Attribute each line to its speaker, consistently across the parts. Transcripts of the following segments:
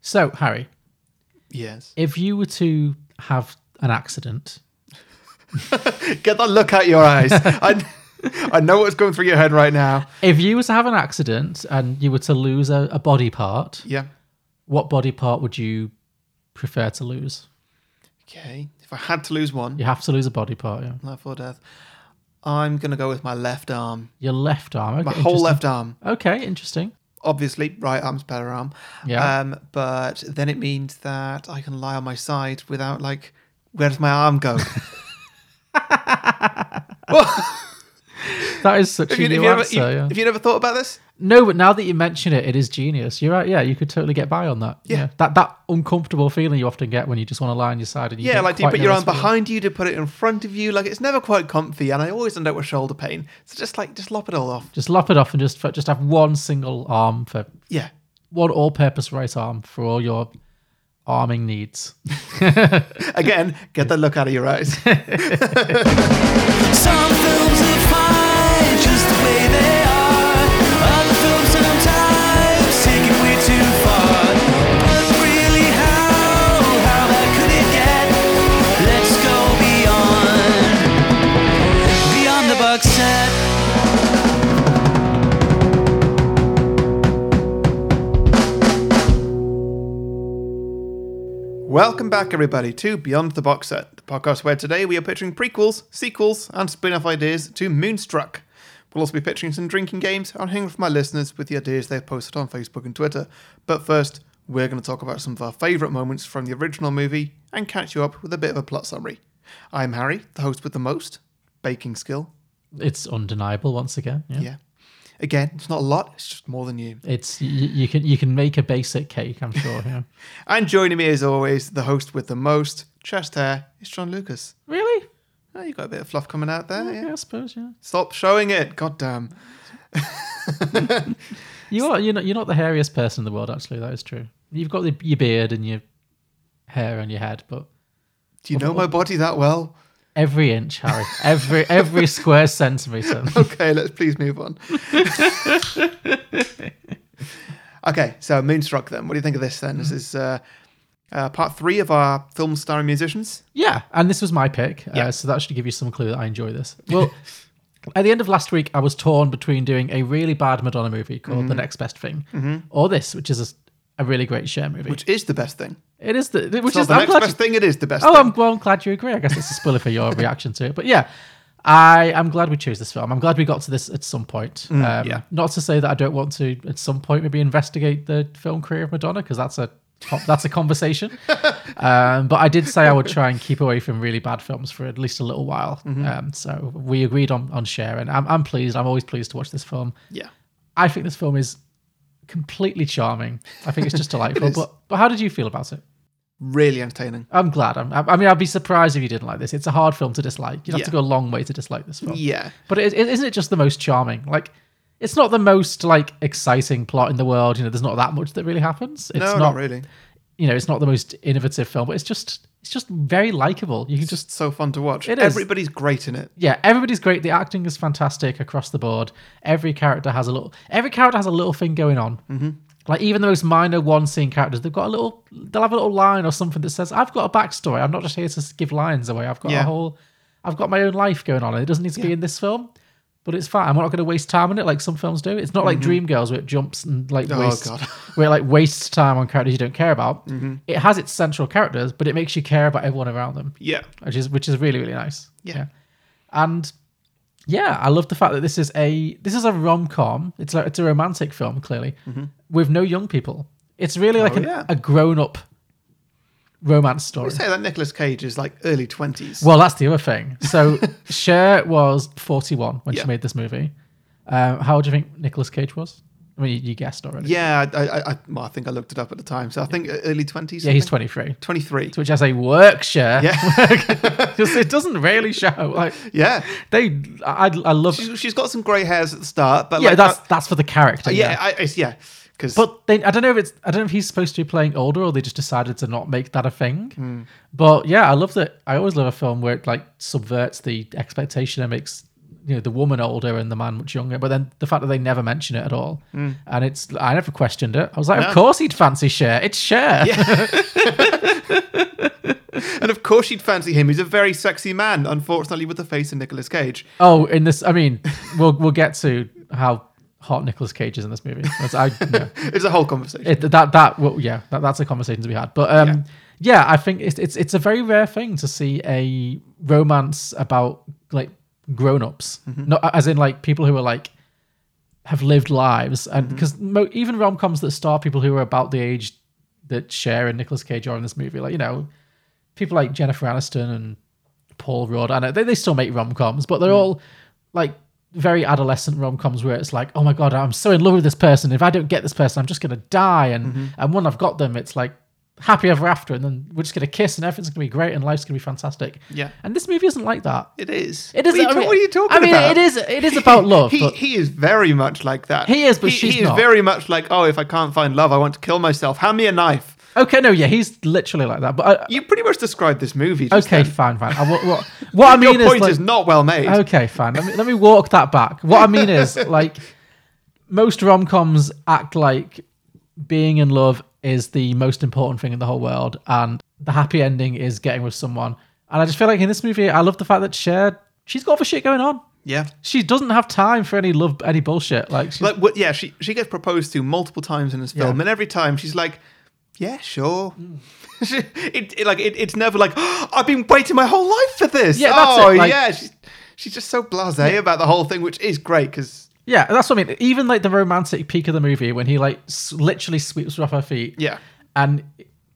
Speaker 1: So, Harry,
Speaker 2: Yes.
Speaker 1: if you were to have an accident,
Speaker 2: Get that look out of your eyes. I, I know what's going through your head right now.
Speaker 1: if you were to have an accident and you were to lose a, a body part,
Speaker 2: Yeah.
Speaker 1: what body part would you prefer to lose?
Speaker 2: Okay. If I had to lose one,
Speaker 1: You have to lose a body part, yeah.
Speaker 2: life or death, I'm going to go with my left arm.
Speaker 1: Your left arm. Okay,
Speaker 2: My whole
Speaker 1: interesting.
Speaker 2: left arm.
Speaker 1: Okay, interesting.
Speaker 2: Obviously, right arm's better arm.
Speaker 1: Yeah.
Speaker 2: Um, but then it means that I can lie on my side without, like, where does my arm go?
Speaker 1: That is such a
Speaker 2: Have you,
Speaker 1: new
Speaker 2: have you ever,
Speaker 1: answer.
Speaker 2: you-
Speaker 1: yeah.
Speaker 2: have you never thought about this?
Speaker 1: No, but now that you mention it, it is genius. You're right. Yeah, you could totally get by on that.
Speaker 2: Yeah.
Speaker 1: That that uncomfortable feeling you often get when you just want to lie on your side and you
Speaker 2: Yeah,
Speaker 1: don't
Speaker 2: like do you
Speaker 1: quite
Speaker 2: put
Speaker 1: know
Speaker 2: your
Speaker 1: where
Speaker 2: arm
Speaker 1: to go?
Speaker 2: behind you to put it in front of you? Like it's never quite comfy, and I always end up with shoulder pain. So just like just lop it all off.
Speaker 1: Just lop it off and just just have one single arm for
Speaker 2: Yeah,
Speaker 1: one all-purpose right arm for all your arming needs.
Speaker 2: again, get that look out of your eyes.
Speaker 3: Some films are fine just the way they are. Other films sometimes take it way too far. But really, how, how bad could it get? Let's go beyond, beyond the box set.
Speaker 2: Welcome back, everybody, to Beyond the Box Set, the podcast where today we are pitching prequels, sequels, and spin-off ideas to Moonstruck. We'll also be pitching some drinking games and hanging with my listeners with the ideas they've posted on Facebook and Twitter. But first, we're going to talk about some of our favourite moments from the original movie and catch you up with a bit of a plot summary. I'm Harry, the host with the most baking skill,
Speaker 1: It's undeniable once again. Yeah.
Speaker 2: Yeah. Again, it's not a lot, it's just more than you.
Speaker 1: It's you, you can you can make a basic cake, I'm sure. Yeah.
Speaker 2: And joining me as always, the host with the most chest hair is John Lucas.
Speaker 1: really?
Speaker 2: Oh, you got a bit of fluff coming out there. Yeah.
Speaker 1: Yeah, I suppose. Yeah.
Speaker 2: Stop showing it. God damn.
Speaker 1: You are. You're not. You're not the hairiest person in the world. Actually, that is true. You've got the, your beard and your hair on your head, but
Speaker 2: Do you know my body that well?
Speaker 1: every inch, Harry, every every square centimeter.
Speaker 2: Okay, let's please move on. okay, so Moonstruck then. What do you think of this then? This
Speaker 1: Mm-hmm.
Speaker 2: is uh, uh, part three of our film starring musicians.
Speaker 1: Yeah, and this was my pick,
Speaker 2: Yeah.
Speaker 1: uh, so that should give you some clue that I enjoy this. Well, at the end of last week, I was torn between doing a really bad Madonna movie called
Speaker 2: Mm-hmm.
Speaker 1: The Next Best Thing, or this, which is a, s- a really great Cher movie.
Speaker 2: Which is the best thing.
Speaker 1: it is the which is
Speaker 2: It's not the
Speaker 1: I'm
Speaker 2: next
Speaker 1: glad you-
Speaker 2: best thing. It is the best.
Speaker 1: Oh,
Speaker 2: thing.
Speaker 1: I'm, well, I'm glad you agree. I guess it's a spoiler for your reaction to it. But yeah, I, I'm glad we chose this film. I'm glad we got to this at some point. um,
Speaker 2: Mm, yeah.
Speaker 1: Not to say that I don't want to at some point maybe investigate the film career of Madonna because that's a that's a conversation. um, but I did say I would try and keep away from really bad films for at least a little while.
Speaker 2: Mm-hmm.
Speaker 1: Um, so we agreed on on Cher, and I'm, I'm pleased. I'm always pleased to watch this film.
Speaker 2: Yeah.
Speaker 1: I think this film is completely charming. I think it's just delightful.
Speaker 2: is.
Speaker 1: but but how did you feel about it?
Speaker 2: Really entertaining.
Speaker 1: I'm glad. I'm, I mean, I'd be surprised if you didn't like this. It's a hard film to dislike. You'd have
Speaker 2: Yeah.
Speaker 1: to go a long way to dislike this film.
Speaker 2: Yeah.
Speaker 1: But it, it, isn't it just the most charming? Like, it's not the most like exciting plot in the world. You know, there's not that much that really happens. It's
Speaker 2: No, not, really.
Speaker 1: You know, it's not the most innovative film, but it's just it's just very likable. You can just
Speaker 2: Just so fun to watch.
Speaker 1: It is.
Speaker 2: Everybody's great in it.
Speaker 1: yeah, everybody's great. The acting is fantastic across the board. Every character has a little every character has a little thing going on. Mm-hmm. Like even the most minor one scene characters, they've got a little they'll have a little line or something that says, "I've got a backstory. I'm not just here to s- give lines away. I've got
Speaker 2: Yeah.
Speaker 1: a whole, I've got my own life going on. And it doesn't need to be in this film." But it's fine. I'm not going to waste time on it like some films do. It's not like Dreamgirls where it jumps and like
Speaker 2: Mm-hmm. Oh,
Speaker 1: wastes,
Speaker 2: God. Mm-hmm.
Speaker 1: where it like wastes time on characters you don't care about. It has its central characters, but it makes you care about everyone around them
Speaker 2: Yeah.
Speaker 1: which is which is really really nice.
Speaker 2: Yeah.
Speaker 1: and yeah, I love the fact that this is a this is a rom com. It's like it's a romantic film clearly with no young people. It's really like an,
Speaker 2: Mm-hmm. Oh,
Speaker 1: a
Speaker 2: yeah.
Speaker 1: grown up romance story.
Speaker 2: Say that Nicolas Cage is like early 20s.
Speaker 1: Well, that's the other thing. So Cher was forty one when
Speaker 2: Yeah.
Speaker 1: she made this movie. Um, how old do you think Nicolas Cage was? I mean, you, you guessed already.
Speaker 2: Yeah, I, I, I, well, I think I looked it up at the time. So I think e-, early 20s.
Speaker 1: yeah, he's
Speaker 2: something?
Speaker 1: twenty three.
Speaker 2: 23.
Speaker 1: Which I say work Cher.
Speaker 2: Yeah.
Speaker 1: 'Cause it doesn't really show. Like
Speaker 2: yeah.
Speaker 1: they, I, I love.
Speaker 2: She's, she's got some grey hairs at the start, but
Speaker 1: yeah,
Speaker 2: like,
Speaker 1: that's
Speaker 2: uh,
Speaker 1: that's for the character.
Speaker 2: yeah, I, I, yeah. Because
Speaker 1: But they, I don't know if it's I don't know if he's supposed to be playing older or they just decided to not make that a thing. But yeah, I love that. I always love a film where it like subverts the expectation and makes you know the woman older and the man much younger. But then the fact that they never mention it at all, and it's I never questioned it. I was like,
Speaker 2: No.
Speaker 1: of course he'd fancy Cher. It's Cher.
Speaker 2: And of course, you'd fancy him. He's a very sexy man, unfortunately, with the face of Nicolas Cage.
Speaker 1: Oh, in this, I mean, we'll we'll get to how hot Nicolas Cage is in this movie. That's, I no.
Speaker 2: It's a whole conversation.
Speaker 1: it, that that well, yeah, that, that's a conversation to be had. But um, yeah. I think it's it's it's a very rare thing to see a romance about like grown-ups, not as in like people who are like have lived lives, and because mo- even rom-coms that star people who are about the age that Cher and Nicolas Cage are in this movie, like you know, people like Jennifer Aniston and Paul Rudd. I know they, they still make rom coms, but
Speaker 2: Hmm.
Speaker 1: they're all like very adolescent rom coms where it's like, oh my god, I'm so in love with this person. If I don't get this person, I'm just gonna die. And
Speaker 2: Mm-hmm.
Speaker 1: and when I've got them, it's like happy ever after, and then we're just gonna kiss, and everything's gonna be great, and life's gonna be fantastic.
Speaker 2: Yeah.
Speaker 1: And this movie isn't like that.
Speaker 2: it is.
Speaker 1: It is.
Speaker 2: What are you,
Speaker 1: I
Speaker 2: ta-
Speaker 1: mean-
Speaker 2: what are you talking
Speaker 1: I mean,
Speaker 2: about?
Speaker 1: it is. It is about love.
Speaker 2: He,
Speaker 1: but-
Speaker 2: he is very much like that.
Speaker 1: He is, but
Speaker 2: he,
Speaker 1: she's
Speaker 2: he is
Speaker 1: not.
Speaker 2: very much like, oh, if I can't find love, I want to kill myself. Hand me a knife.
Speaker 1: okay, no, yeah, he's literally like that. But I,
Speaker 2: You pretty much described this movie. Just
Speaker 1: okay,
Speaker 2: then.
Speaker 1: fine, fine. I, what, what, what I mean
Speaker 2: Your point
Speaker 1: like-
Speaker 2: is not well made.
Speaker 1: Okay, fine. Let me, let me walk that back. What I mean is, like, most rom coms act like being in love is the most important thing in the whole world, and the happy ending is getting with someone. And I just feel like in this movie, I love the fact that Cher, she's got other shit going on.
Speaker 2: Yeah.
Speaker 1: She doesn't have time for any love, any bullshit. Like, she's,
Speaker 2: Like, what, yeah, she, she gets proposed to multiple times in this film,
Speaker 1: Yeah. Mm.
Speaker 2: and every time she's like, yeah, sure. She- it, it- like, it, it's never like, "Oh, I've been waiting my whole life for this.
Speaker 1: Yeah, that's
Speaker 2: oh,
Speaker 1: it, like-
Speaker 2: yeah. She's, she's just so blase about the whole thing, which is great because,
Speaker 1: yeah, that's what I mean. Even like the romantic peak of the movie when he like s- literally sweeps her off her feet.
Speaker 2: yeah.
Speaker 1: and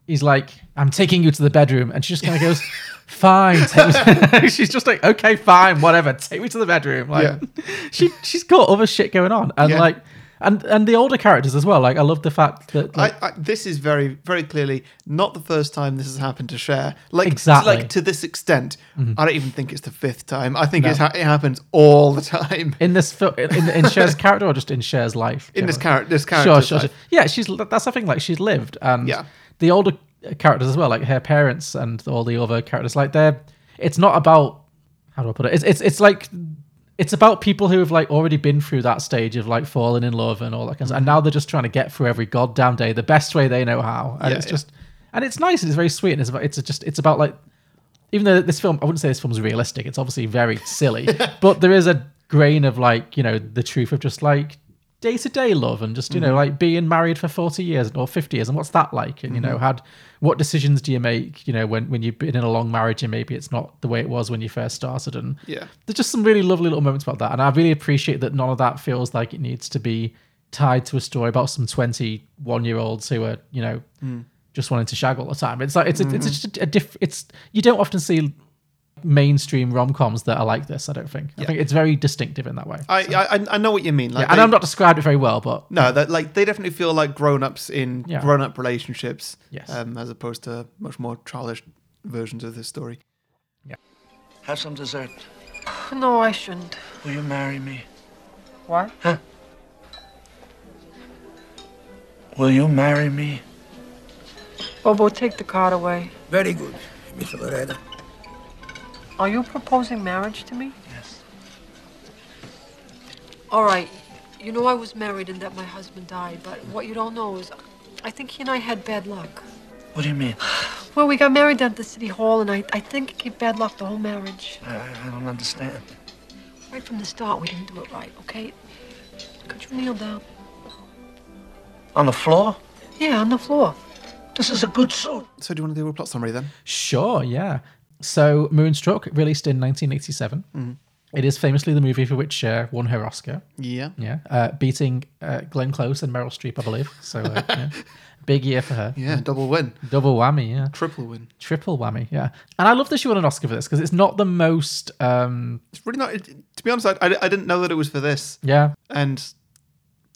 Speaker 1: he's like, "I'm taking you to the bedroom," and she just kind of goes, "Fine." Take me. she's just like, "Okay, fine, whatever. Take me to the bedroom." Like,
Speaker 2: Yeah.
Speaker 1: she she's got other shit going on, and
Speaker 2: Yeah.
Speaker 1: like, and and the older characters as well. Like, I love the fact that like,
Speaker 2: I, I, this is very, very clearly not the first time this has happened to Cher. Like,
Speaker 1: Exactly. Mm-hmm.
Speaker 2: like to this extent, I don't even think it's the fifth time. I think it's ha- it happens all the time
Speaker 1: in this film, in, in, in Cher's character, or just in Cher's life.
Speaker 2: in this
Speaker 1: generally?
Speaker 2: character. This character,
Speaker 1: sure, sure, sure. Yeah, she's that's the thing. Like she's lived, and
Speaker 2: Yeah.
Speaker 1: the older characters as well, like her parents and all the other characters. Like they're, it's not about how do I put it? It's it's it's like it's about people who have like already been through that stage of like falling in love and all that kind of stuff. And
Speaker 2: Mm-hmm.
Speaker 1: now they're just trying to get through every goddamn day the best way they know how. And
Speaker 2: Yeah,
Speaker 1: it's
Speaker 2: yeah.
Speaker 1: just, and it's nice. And it's very sweet. And it's about, it's just it's about like even though this film, I wouldn't say this film's realistic. It's obviously very silly, but there is a grain of like you know the truth of just like day to day love and just you know like being married for forty years or fifty years and what's that like and you know had what decisions do you make you know when when you've been in a long marriage and maybe it's not the way it was when you first started and
Speaker 2: Yeah.
Speaker 1: there's just some really lovely little moments about that and I really appreciate that none of that feels like it needs to be tied to a story about some twenty one year olds who are you know just wanting to shag all the time. It's like it's it's it's just a, a diff. It's you don't often see mainstream rom coms that are like this. I don't think. I think it's very distinctive in that way.
Speaker 2: I, I, I know what you mean. Like,
Speaker 1: and
Speaker 2: they-
Speaker 1: I'm not described it very well, but
Speaker 2: No, that like they definitely feel like grown-ups in
Speaker 1: Yeah.
Speaker 2: grown-up relationships,
Speaker 1: Yes.
Speaker 2: um, as opposed to much more childish versions of this story.
Speaker 4: Have some dessert.
Speaker 5: No, I shouldn't.
Speaker 4: Will you marry me?
Speaker 5: What?
Speaker 4: Will you marry me?
Speaker 5: Bobo, Oh, take the card away.
Speaker 4: Very good, Miss Loretta.
Speaker 5: Are you proposing marriage to me? Yes. All right. You know I was married and that my husband died, but what you don't know is I think he and I had bad luck.
Speaker 4: What do you mean?
Speaker 5: Well, we got married down at the city hall, and I, I think it gave bad luck the whole marriage.
Speaker 4: I, I don't understand.
Speaker 5: Right from the start, we didn't do it right, okay? Could you kneel down?
Speaker 4: On the floor?
Speaker 5: Yeah, on the floor.
Speaker 4: This is a good suit.
Speaker 2: So, do you want to do a plot summary then?
Speaker 1: Sure, yeah. So Moonstruck, released in 1987, it is famously the movie for which Cher won her Oscar.
Speaker 2: Yeah.
Speaker 1: Yeah, uh, beating uh, Glenn Close and Meryl Streep, I believe. So uh, yeah. big year for her.
Speaker 2: Yeah, double win,
Speaker 1: Double whammy, yeah.
Speaker 2: Mm. triple win.
Speaker 1: Triple whammy, yeah. And I love that she won an Oscar for this because it's not the most, um,
Speaker 2: It's really not. It, to be honest, I, I, I didn't know that it was for this,
Speaker 1: yeah,
Speaker 2: and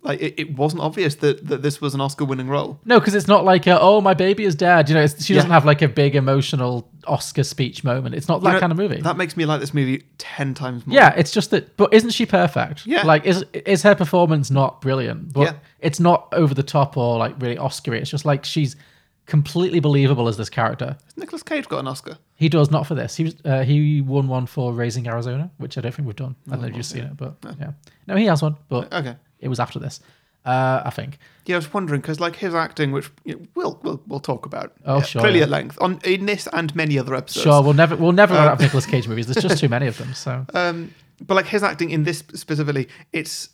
Speaker 2: like it, it wasn't obvious that, that this was an Oscar-winning role.
Speaker 1: No, because it's not like a, oh my baby is dead. You know, it's, she
Speaker 2: Yeah.
Speaker 1: doesn't have like a big emotional Oscar speech moment. It's not that
Speaker 2: You know,
Speaker 1: kind of movie.
Speaker 2: That makes me like this movie ten times more.
Speaker 1: yeah, it's just that. But isn't she perfect?
Speaker 2: Yeah.
Speaker 1: Like, is is her performance not brilliant? But
Speaker 2: Yeah.
Speaker 1: it's not over the top or like really Oscary. It's just like she's completely believable as this character.
Speaker 2: Nicholas Cage got an Oscar.
Speaker 1: He does not for this. He was, uh, he won one for Raising Arizona, which I don't think we've done. I don't know if you've seen it, but
Speaker 2: Oh,
Speaker 1: yeah, no, he has one, but
Speaker 2: Okay.
Speaker 1: it was after this, uh, I think.
Speaker 2: Yeah, I was wondering because like his acting, which you know, we'll, we'll we'll talk about.
Speaker 1: Oh,
Speaker 2: yeah,
Speaker 1: sure,
Speaker 2: Clearly
Speaker 1: yeah.
Speaker 2: at length on in this and many other episodes.
Speaker 1: Sure, we'll never we'll never
Speaker 2: Uh,
Speaker 1: run out of Nicolas Cage movies. There's just too many of them. So
Speaker 2: Um, but like his acting in this specifically, it's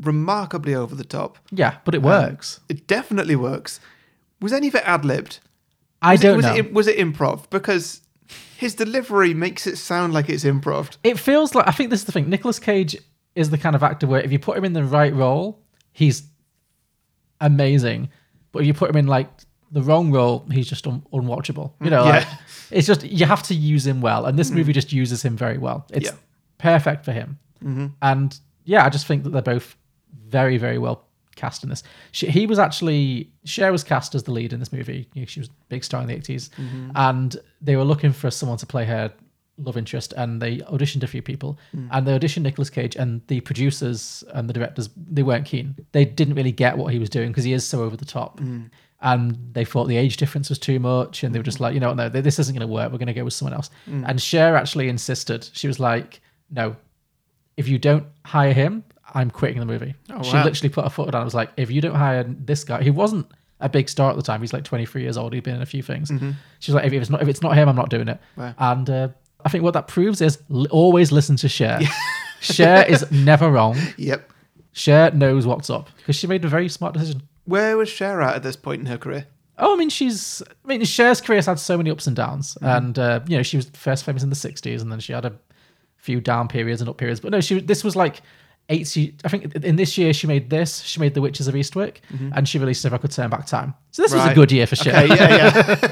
Speaker 2: remarkably over the top.
Speaker 1: yeah, but it works.
Speaker 2: It definitely works. Was any of it ad libbed?
Speaker 1: I
Speaker 2: Was it-
Speaker 1: don't
Speaker 2: was
Speaker 1: know.
Speaker 2: It, was it improv? Because his delivery makes it sound like it's improv.
Speaker 1: it feels like I think this is the thing. Nicolas Cage is the kind of actor where if you put him in the right role, he's amazing. But if you put him in like the wrong role, he's just un- unwatchable. You know,
Speaker 2: Yeah. Hmm.
Speaker 1: like, it's just you have to use him well, and this movie just uses him very well. It's
Speaker 2: Yeah.
Speaker 1: perfect for him. And yeah, I just think that they're both very, very well cast in this. She, he was actually Cher was cast as the lead in this movie. You know, she was a big star in the 80s and they were looking for someone to play her love interest, and they auditioned a few people, and they auditioned Nicolas Cage, and the producers and the directors they weren't keen. They didn't really get what he was doing because he is so over the top. And they thought the age difference was too much, and they were just like, you know, what, no, th- this isn't going to work. We're going to go with someone else. And Cher actually insisted. She was like, no, if you don't hire him, I'm quitting the movie. she
Speaker 2: Oh, wow.
Speaker 1: literally put her foot down and was like, if you don't hire this guy, he wasn't a big star at the time. He's like 23 years old. He'd been in a few things. She's like, if it's not if it's not him, I'm not doing it.
Speaker 2: Mm-hmm. Wow.
Speaker 1: And uh, I think what that proves is l- always listen to Cher. Cher is never wrong.
Speaker 2: Yep.
Speaker 1: Cher knows what's up because she made a very smart decision.
Speaker 2: Where was Cher at at this point in her career?
Speaker 1: Oh, I mean, she's. I mean, Cher's career's had so many ups and downs,
Speaker 2: Mm-hmm.
Speaker 1: and uh, you know, she was first famous in the '60s, and then she had a few down periods and up periods. But no, she this was like eighty. I think in this year she made this. She made The Witches of Eastwick, and she released If I Could Turn Back Time. So this was a
Speaker 2: Mm-hmm. Right.
Speaker 1: good year for Cher.
Speaker 2: Okay, yeah,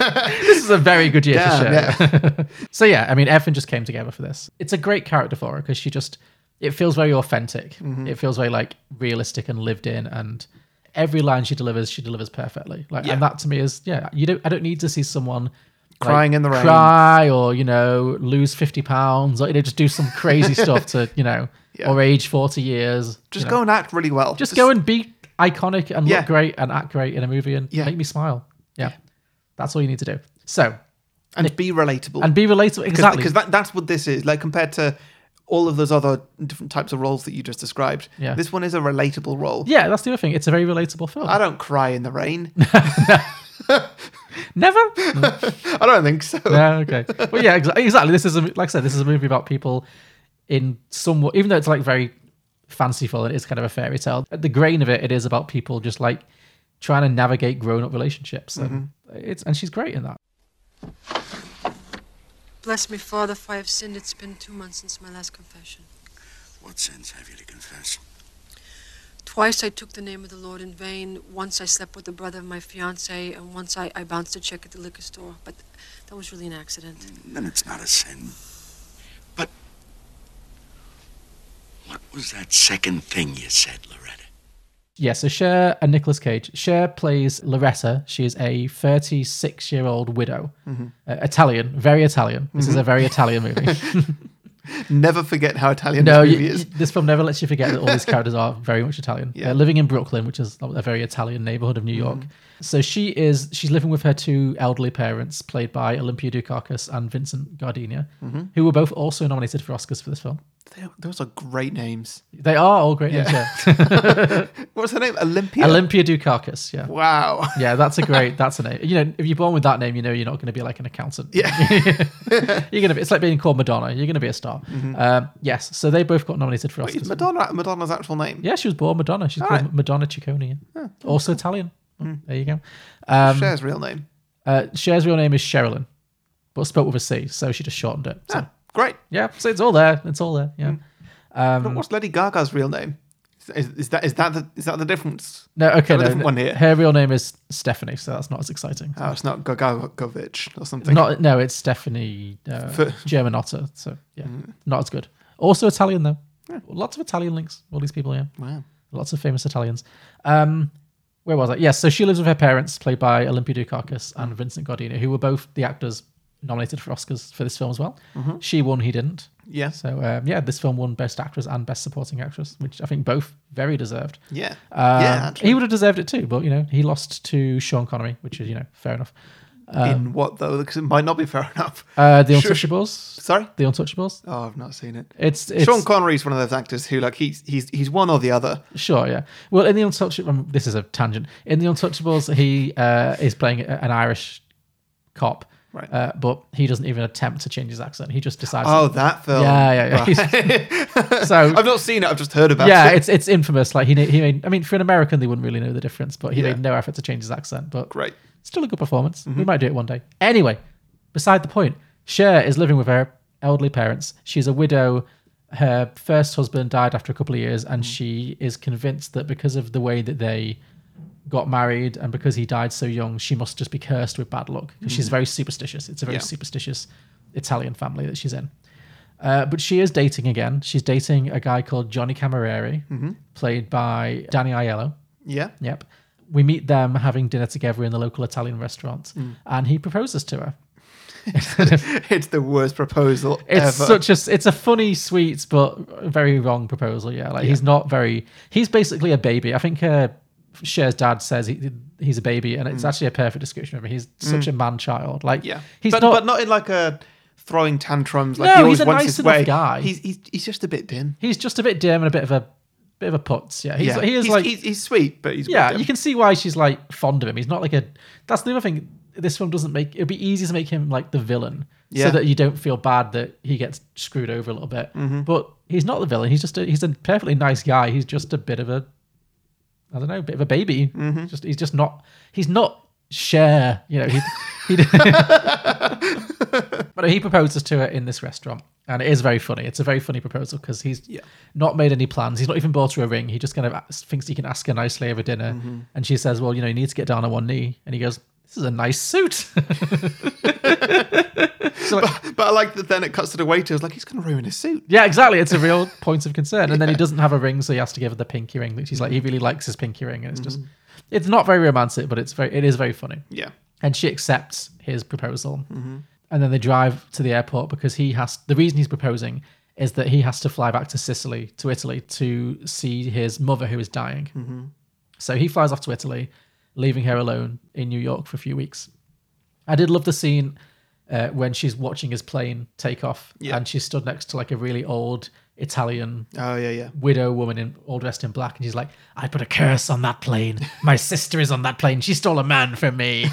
Speaker 2: yeah.
Speaker 1: this is a very good year for Cher.
Speaker 2: Damn,
Speaker 1: so yeah, I mean, everything just came together for this. It's a great character for her because she just. It feels very authentic.
Speaker 2: Mm-hmm.
Speaker 1: It feels very like realistic and lived in and. Every line she delivers, she delivers perfectly. Like,
Speaker 2: Yeah.
Speaker 1: and that to me is, yeah, you don't. I don't need to see someone
Speaker 2: Crying in the rain.
Speaker 1: cry or you know lose fifty pounds or you know just do some crazy stuff to you know
Speaker 2: Yeah.
Speaker 1: or age forty years.
Speaker 2: Just
Speaker 1: you know.
Speaker 2: go and act really well.
Speaker 1: just go and be iconic and
Speaker 2: Yeah.
Speaker 1: look great and act great in a movie and
Speaker 2: Yeah.
Speaker 1: make me smile. Yeah. that's all you need to do. So
Speaker 2: and be relatable.
Speaker 1: and be relatable
Speaker 2: Because
Speaker 1: exactly.
Speaker 2: that, that's what this is. Like compared to all of those other different types of roles that you just described,
Speaker 1: Yeah.
Speaker 2: this one is a relatable role.
Speaker 1: yeah, that's the other thing. It's a very relatable film.
Speaker 2: I don't cry in the rain.
Speaker 1: Never.
Speaker 2: I don't think so.
Speaker 1: yeah, okay. Well, yeah, exa- exactly. This is a, like I said, this is a movie about people in somewhat, even though it's like very fanciful and it is kind of a fairy tale. At the grain of it, it is about people just like trying to navigate grown-up relationships, and
Speaker 2: Mm-hmm.
Speaker 1: it's and she's great in that.
Speaker 5: Bless me, Father, for I have sinned. It's been two months since my last confession.
Speaker 6: What sins have you to confess?
Speaker 5: Twice I took the name of the Lord in vain. Once I slept with the brother of my fiance, and once I, I bounced a check at the liquor store. But that was really an accident.
Speaker 6: Then it's not a sin. But what was that second thing you said, Loretta?
Speaker 1: Yeah, so Cher and Nicolas Cage. Cher plays Loretta. She is a 36 year old widow,
Speaker 2: Mm-hmm.
Speaker 1: Uh, Italian, very Italian. This is a very Italian movie.
Speaker 2: Never forget how Italian
Speaker 1: No,
Speaker 2: this
Speaker 1: you,
Speaker 2: movie
Speaker 1: you-
Speaker 2: is.
Speaker 1: this film never lets you forget that all these characters are very much Italian.
Speaker 2: Yeah. Mm.
Speaker 1: They're living in Brooklyn, which is a very Italian neighborhood of New York. So she is she's living with her two elderly parents, played by Olympia Dukakis and Vincent Gardenia,
Speaker 2: Mm-hmm.
Speaker 1: who were both also nominated for Oscars for this film.
Speaker 2: They- Those are great names.
Speaker 1: They are all great. names, Yeah.
Speaker 2: What's her name? Olympia.
Speaker 1: Olympia Dukakis. Yeah.
Speaker 2: wow.
Speaker 1: Yeah, that's a great. That's a name. You know, if you're born with that name, you know you're not going to be like an accountant. Yeah, you're gonna. Be, it's like being called Madonna. You're going to be a star. Um, yes. So they both got nominated for Oscars.
Speaker 2: Is Mm-hmm. Madonna Madonna's actual name?
Speaker 1: Yeah, she was born Madonna. She's
Speaker 2: Alright.
Speaker 1: called Madonna Ciccone. yeah. also Italian.
Speaker 2: Hmm.
Speaker 1: There you go. Um,
Speaker 2: Cher's real name.
Speaker 1: uh, Cher's real name is Sherilyn, but spelt with a C, so she just shortened it. So,
Speaker 2: Ah, Hmm. great.
Speaker 1: yeah, so it's all there. It's all there. Yeah. Mm.
Speaker 2: But what's Lady Gaga's real name? Is, is that is that the, is that the difference?
Speaker 1: No, okay.
Speaker 2: Got a
Speaker 1: No,
Speaker 2: different one here.
Speaker 1: Her real name is Stephanie, so that's not as exciting.
Speaker 2: Oh, it's not Gagagovich or something.
Speaker 1: Not no, it's Stephanie uh,
Speaker 2: For- Hmm.
Speaker 1: Germanotta. So yeah, not as good. Also Italian though. Lots of Italian links. All these people, yeah.
Speaker 2: wow.
Speaker 1: Lots of famous Italians. Um, where was I? Yes, so she lives with her parents, played by Olympia Dukakis and Vincent Gardino, who were both the actors nominated for Oscars for this film as well.
Speaker 2: Mm-hmm.
Speaker 1: She won, he didn't.
Speaker 2: Yes.
Speaker 1: So um, yeah, this film won Best Actress and Best Supporting Actress, which I think both very deserved.
Speaker 2: Yeah.
Speaker 1: Um,
Speaker 2: yeah. Actually.
Speaker 1: he would have deserved it too, but you know he lost to Sean Connery, which is you know fair enough.
Speaker 2: in what though? Because it might not be fair enough.
Speaker 1: Uh, the
Speaker 2: Sure.
Speaker 1: Untouchables.
Speaker 2: Sorry.
Speaker 1: The Untouchables.
Speaker 2: Oh, I've not seen it.
Speaker 1: It's, it's
Speaker 2: Sean Connery's one of those actors who, like, he's he's he's one or the other.
Speaker 1: Sure, yeah. Well, in the Untouchables, um, this is a tangent. In the Untouchables, he uh, is playing a- an Irish cop,
Speaker 2: Right.
Speaker 1: uh, but he doesn't even attempt to change his accent. He just decides.
Speaker 2: Oh, that film.
Speaker 1: yeah, yeah, yeah. He's- so
Speaker 2: I've not seen it. I've just heard about
Speaker 1: yeah,
Speaker 2: it.
Speaker 1: it's it's infamous. Like he na- he made. I mean, for an American, they wouldn't really know the difference, but he
Speaker 2: Yeah.
Speaker 1: made no effort to change his accent. But
Speaker 2: Great.
Speaker 1: still a good performance. We might do it one day. Anyway, beside the point, Cher is living with her elderly parents. She's a widow. Her first husband died after a couple of years, and she is convinced that because of the way that they got married and because he died so young, she must just be cursed with bad luck. 'Cause She's very superstitious. It's a very
Speaker 2: Yeah.
Speaker 1: superstitious Italian family that she's in. Uh, but she is dating again. She's dating a guy called Johnny Camerari, played by Danny Aiello.
Speaker 2: Yeah.
Speaker 1: Yep. We meet them having dinner together in the local Italian restaurant, and he proposes to her.
Speaker 2: it's the worst proposal
Speaker 1: It's
Speaker 2: ever.
Speaker 1: such a it's a funny, sweet but very wrong proposal. Yeah, like he's not very. He's basically a baby. I think uh, Cher's dad says he he's a baby, and it's actually a perfect description of him. He's such a man child. Like
Speaker 2: yeah.
Speaker 1: he's
Speaker 2: but,
Speaker 1: Mm. not.
Speaker 2: but not in like a throwing tantrums. Like
Speaker 1: No,
Speaker 2: he
Speaker 1: he's
Speaker 2: always
Speaker 1: a
Speaker 2: wants
Speaker 1: nice
Speaker 2: his
Speaker 1: enough
Speaker 2: way.
Speaker 1: guy.
Speaker 2: He's, he's he's just a bit dim.
Speaker 1: he's just a bit dim and a bit of a bit of a putz. Yeah, he's,
Speaker 2: yeah.
Speaker 1: he is
Speaker 2: he's,
Speaker 1: like
Speaker 2: he's, he's sweet, but he's a bit
Speaker 1: yeah,
Speaker 2: dim.
Speaker 1: you can see why she's like fond of him. He's not like a. That's the other thing. This film doesn't make. It'd be easy to make him like the villain,
Speaker 2: Yeah.
Speaker 1: so that you don't feel bad that he gets screwed over a little bit.
Speaker 2: Mm-hmm.
Speaker 1: But he's not the villain. He's just a, he's a perfectly nice guy. He's just a bit of a, I don't know, bit of a baby.
Speaker 2: Mm-hmm.
Speaker 1: Just he's just not. He's not share. You know, he. he but he proposes to her in this restaurant. And it is very funny. It's a very funny proposal because he's
Speaker 2: Yeah.
Speaker 1: not made any plans. He's not even bought her a ring. He just kind of as- thinks he can ask her nicely over dinner. And she says, Well, you know, you need to get down on one knee. And he goes, This is a nice suit. So, like,
Speaker 2: But I like that then it cuts to the waiter. It's like, he's going to ruin his suit.
Speaker 1: yeah, exactly. It's a real point of concern. And then he doesn't have a ring, so he has to give her the pinky ring. She's like, He really likes his pinky ring. And it's just, it's not very romantic, but it's very, it is very funny.
Speaker 2: Yeah.
Speaker 1: and she accepts his proposal. And then they drive to the airport because he has the reason he's proposing is that he has to fly back to Sicily, to Italy, to see his mother who is dying. So he flies off to Italy, leaving her alone in New York for a few weeks. I did love the scene uh, when she's watching his plane take off
Speaker 2: Yeah.
Speaker 1: and she stood next to like a really old Italian
Speaker 2: Oh, yeah, yeah.
Speaker 1: widow woman in all dressed in black, and she's like, "I put a curse on that plane. My sister is on that plane. She stole a man from me."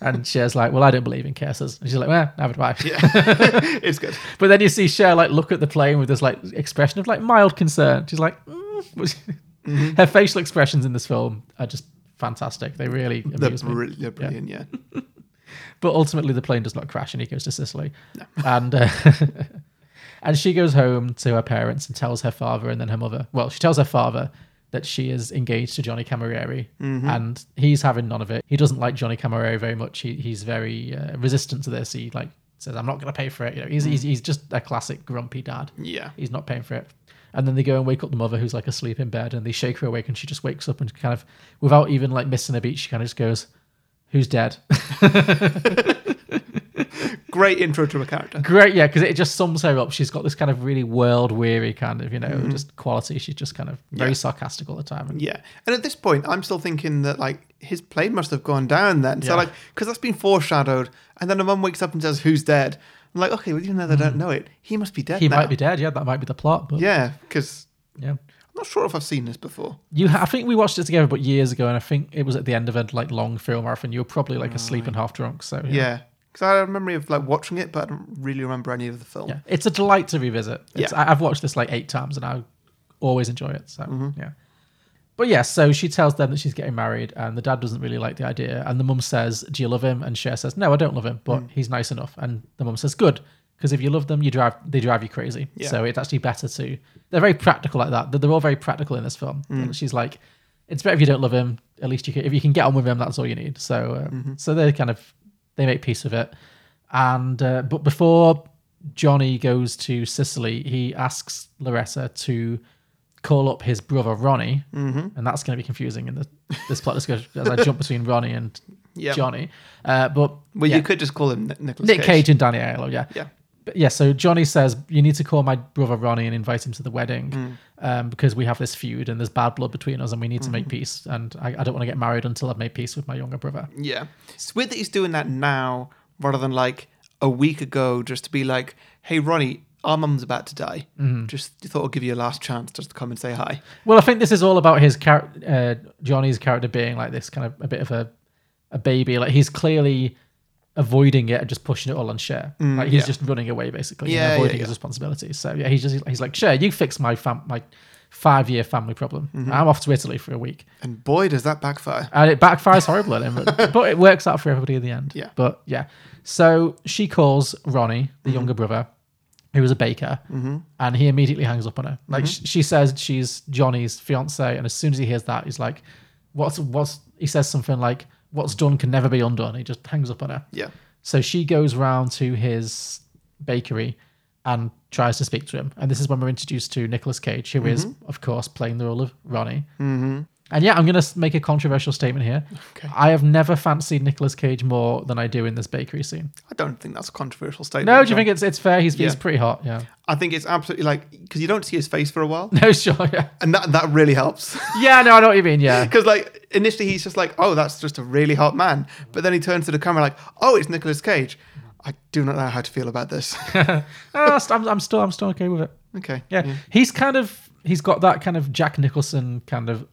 Speaker 1: And Cher's like, "Well, I don't believe in curses." And she's like, "Well, have it bye."
Speaker 2: It's good.
Speaker 1: But then you see Cher like look at the plane with this like expression of like mild concern. She's like, mm. her facial expressions in this film are just fantastic. They really
Speaker 2: They're,
Speaker 1: amuse me.
Speaker 2: brill- they're brilliant, yeah.
Speaker 1: But ultimately, the plane does not crash, and he goes to Sicily. And uh, and she goes home to her parents and tells her father, and then her mother. Well, she tells her father that she is engaged to Johnny Camerieri, and he's having none of it. He doesn't like Johnny Camerieri very much. He, he's very uh, resistant to this. He like says, "I'm not going to pay for it." You know, he's, he's he's just a classic grumpy dad.
Speaker 2: Yeah.
Speaker 1: he's not paying for it. And then they go and wake up the mother who's like asleep in bed, and they shake her awake, and she just wakes up and kind of, without even like missing a beat, she kind of just goes, "Who's dead?"
Speaker 2: Great intro to a character.
Speaker 1: great yeah because it just sums her up she's got this kind of really world weary kind of you know just quality she's just kind of very
Speaker 2: Yeah.
Speaker 1: sarcastic all the time and
Speaker 2: Yeah. And at this point, I'm still thinking that, like, his plane must have gone down then. So,
Speaker 1: Yeah.
Speaker 2: like, because that's been foreshadowed. And then the mum wakes up and says, Who's dead? I'm like, okay, well, even though they don't know it, he must be dead
Speaker 1: Mm. he
Speaker 2: now.
Speaker 1: might be dead yeah that might be the plot but yeah,
Speaker 2: Yeah, because I'm not sure if I've seen this before.
Speaker 1: you ha- i think we watched it together but years ago and i think it was at the end of a like long film marathon you were probably like asleep and half drunk so yeah
Speaker 2: Yeah. Because I have a memory of, like, watching it, but I don't really remember any of the film.
Speaker 1: Yeah. it's a delight to revisit it's,
Speaker 2: Yeah.
Speaker 1: I- i've watched this like eight times and i always enjoy it so
Speaker 2: Mm-hmm.
Speaker 1: yeah but yeah, so she tells them that she's getting married, and the dad doesn't really like the idea. And the mum says, "Do you love him?" And Cher says, "No, I don't love him, but
Speaker 2: Mm.
Speaker 1: he's nice enough." And the mum says, "Good, because if you love them, you drive they drive you crazy.
Speaker 2: Yeah.
Speaker 1: So it's actually better to." They're very practical like that. They're, they're all very practical in this film.
Speaker 2: Mm.
Speaker 1: And she's like, "It's better if you don't love him. At least you can, if you can get on with him, that's all you need." So, um,
Speaker 2: Mm-hmm.
Speaker 1: so they kind of they make peace with it. And uh, but before Johnny goes to Sicily, he asks Loretta to call up his brother Ronnie,
Speaker 2: Mm-hmm.
Speaker 1: and that's going to be confusing in the, this plot discussion as I jump between Ronnie and
Speaker 2: Yeah.
Speaker 1: Johnny. Uh, but
Speaker 2: Well,
Speaker 1: yeah,
Speaker 2: you could just call him Nicholas
Speaker 1: Nick Cage and Danny Aiello, yeah,
Speaker 2: Yeah.
Speaker 1: but yeah, so Johnny says you need to call my brother Ronnie and invite him to the wedding
Speaker 2: Hmm.
Speaker 1: um, because we have this feud and there's bad blood between us and we need to
Speaker 2: Mm-hmm.
Speaker 1: make peace. And I, I don't want to get married until I've made peace with my younger brother.
Speaker 2: Yeah. It's weird that he's doing that now rather than like a week ago just to be like, hey, Ronnie, our mum's about to die.
Speaker 1: Mm-hmm.
Speaker 2: Just thought I'll give you a last chance just to come and say hi.
Speaker 1: Well, I think this is all about his character, uh, Johnny's character being like this kind of a bit of a, a baby. Like he's clearly avoiding it and just pushing it all on Cher. like he's
Speaker 2: Mm, yeah.
Speaker 1: just running away basically,
Speaker 2: Yeah, yeah,
Speaker 1: and avoiding
Speaker 2: yeah.
Speaker 1: his responsibilities. So yeah, he's just he's like Cher, you fix my fam my five year family problem.
Speaker 2: Mm-hmm.
Speaker 1: I'm off to Italy for a week,
Speaker 2: And boy, does that backfire.
Speaker 1: and it backfires horribly on him, but, but it works out for everybody in the end.
Speaker 2: Yeah.
Speaker 1: but yeah. So she calls Ronnie, the younger brother. Who was a baker, and he immediately hangs up on her. Like sh- she says, she's Johnny's fiance, and as soon as he hears that, he's like, "What's what's?" He says something like, "What's done can never be undone." He just hangs up on her.
Speaker 2: Yeah.
Speaker 1: So she goes round to his bakery and tries to speak to him. And this is when we're introduced to Nicolas Cage, who is,
Speaker 2: Mm-hmm.
Speaker 1: of course, playing the role of Ronnie. Mm-hmm. And yeah, I'm going to make a controversial statement here.
Speaker 2: Okay.
Speaker 1: I have never fancied Nicolas Cage more than I do in this bakery scene.
Speaker 2: I don't think that's a controversial statement.
Speaker 1: No, do you
Speaker 2: John.
Speaker 1: think it's it's fair? He's, he's
Speaker 2: Yeah.
Speaker 1: pretty hot. Yeah.
Speaker 2: I think it's absolutely like, because you don't see his face for a while.
Speaker 1: No, sure. Yeah.
Speaker 2: And that, that really helps.
Speaker 1: yeah, no, I know what you mean. Yeah.
Speaker 2: Because like initially he's just like, oh, that's just a really hot man, but then he turns to the camera like, oh, it's Nicolas Cage. I do not know how to feel about this.
Speaker 1: Ah, I'm, I'm still I'm still okay with it.
Speaker 2: okay.
Speaker 1: Yeah. He's kind of he's got that kind of Jack Nicholson kind of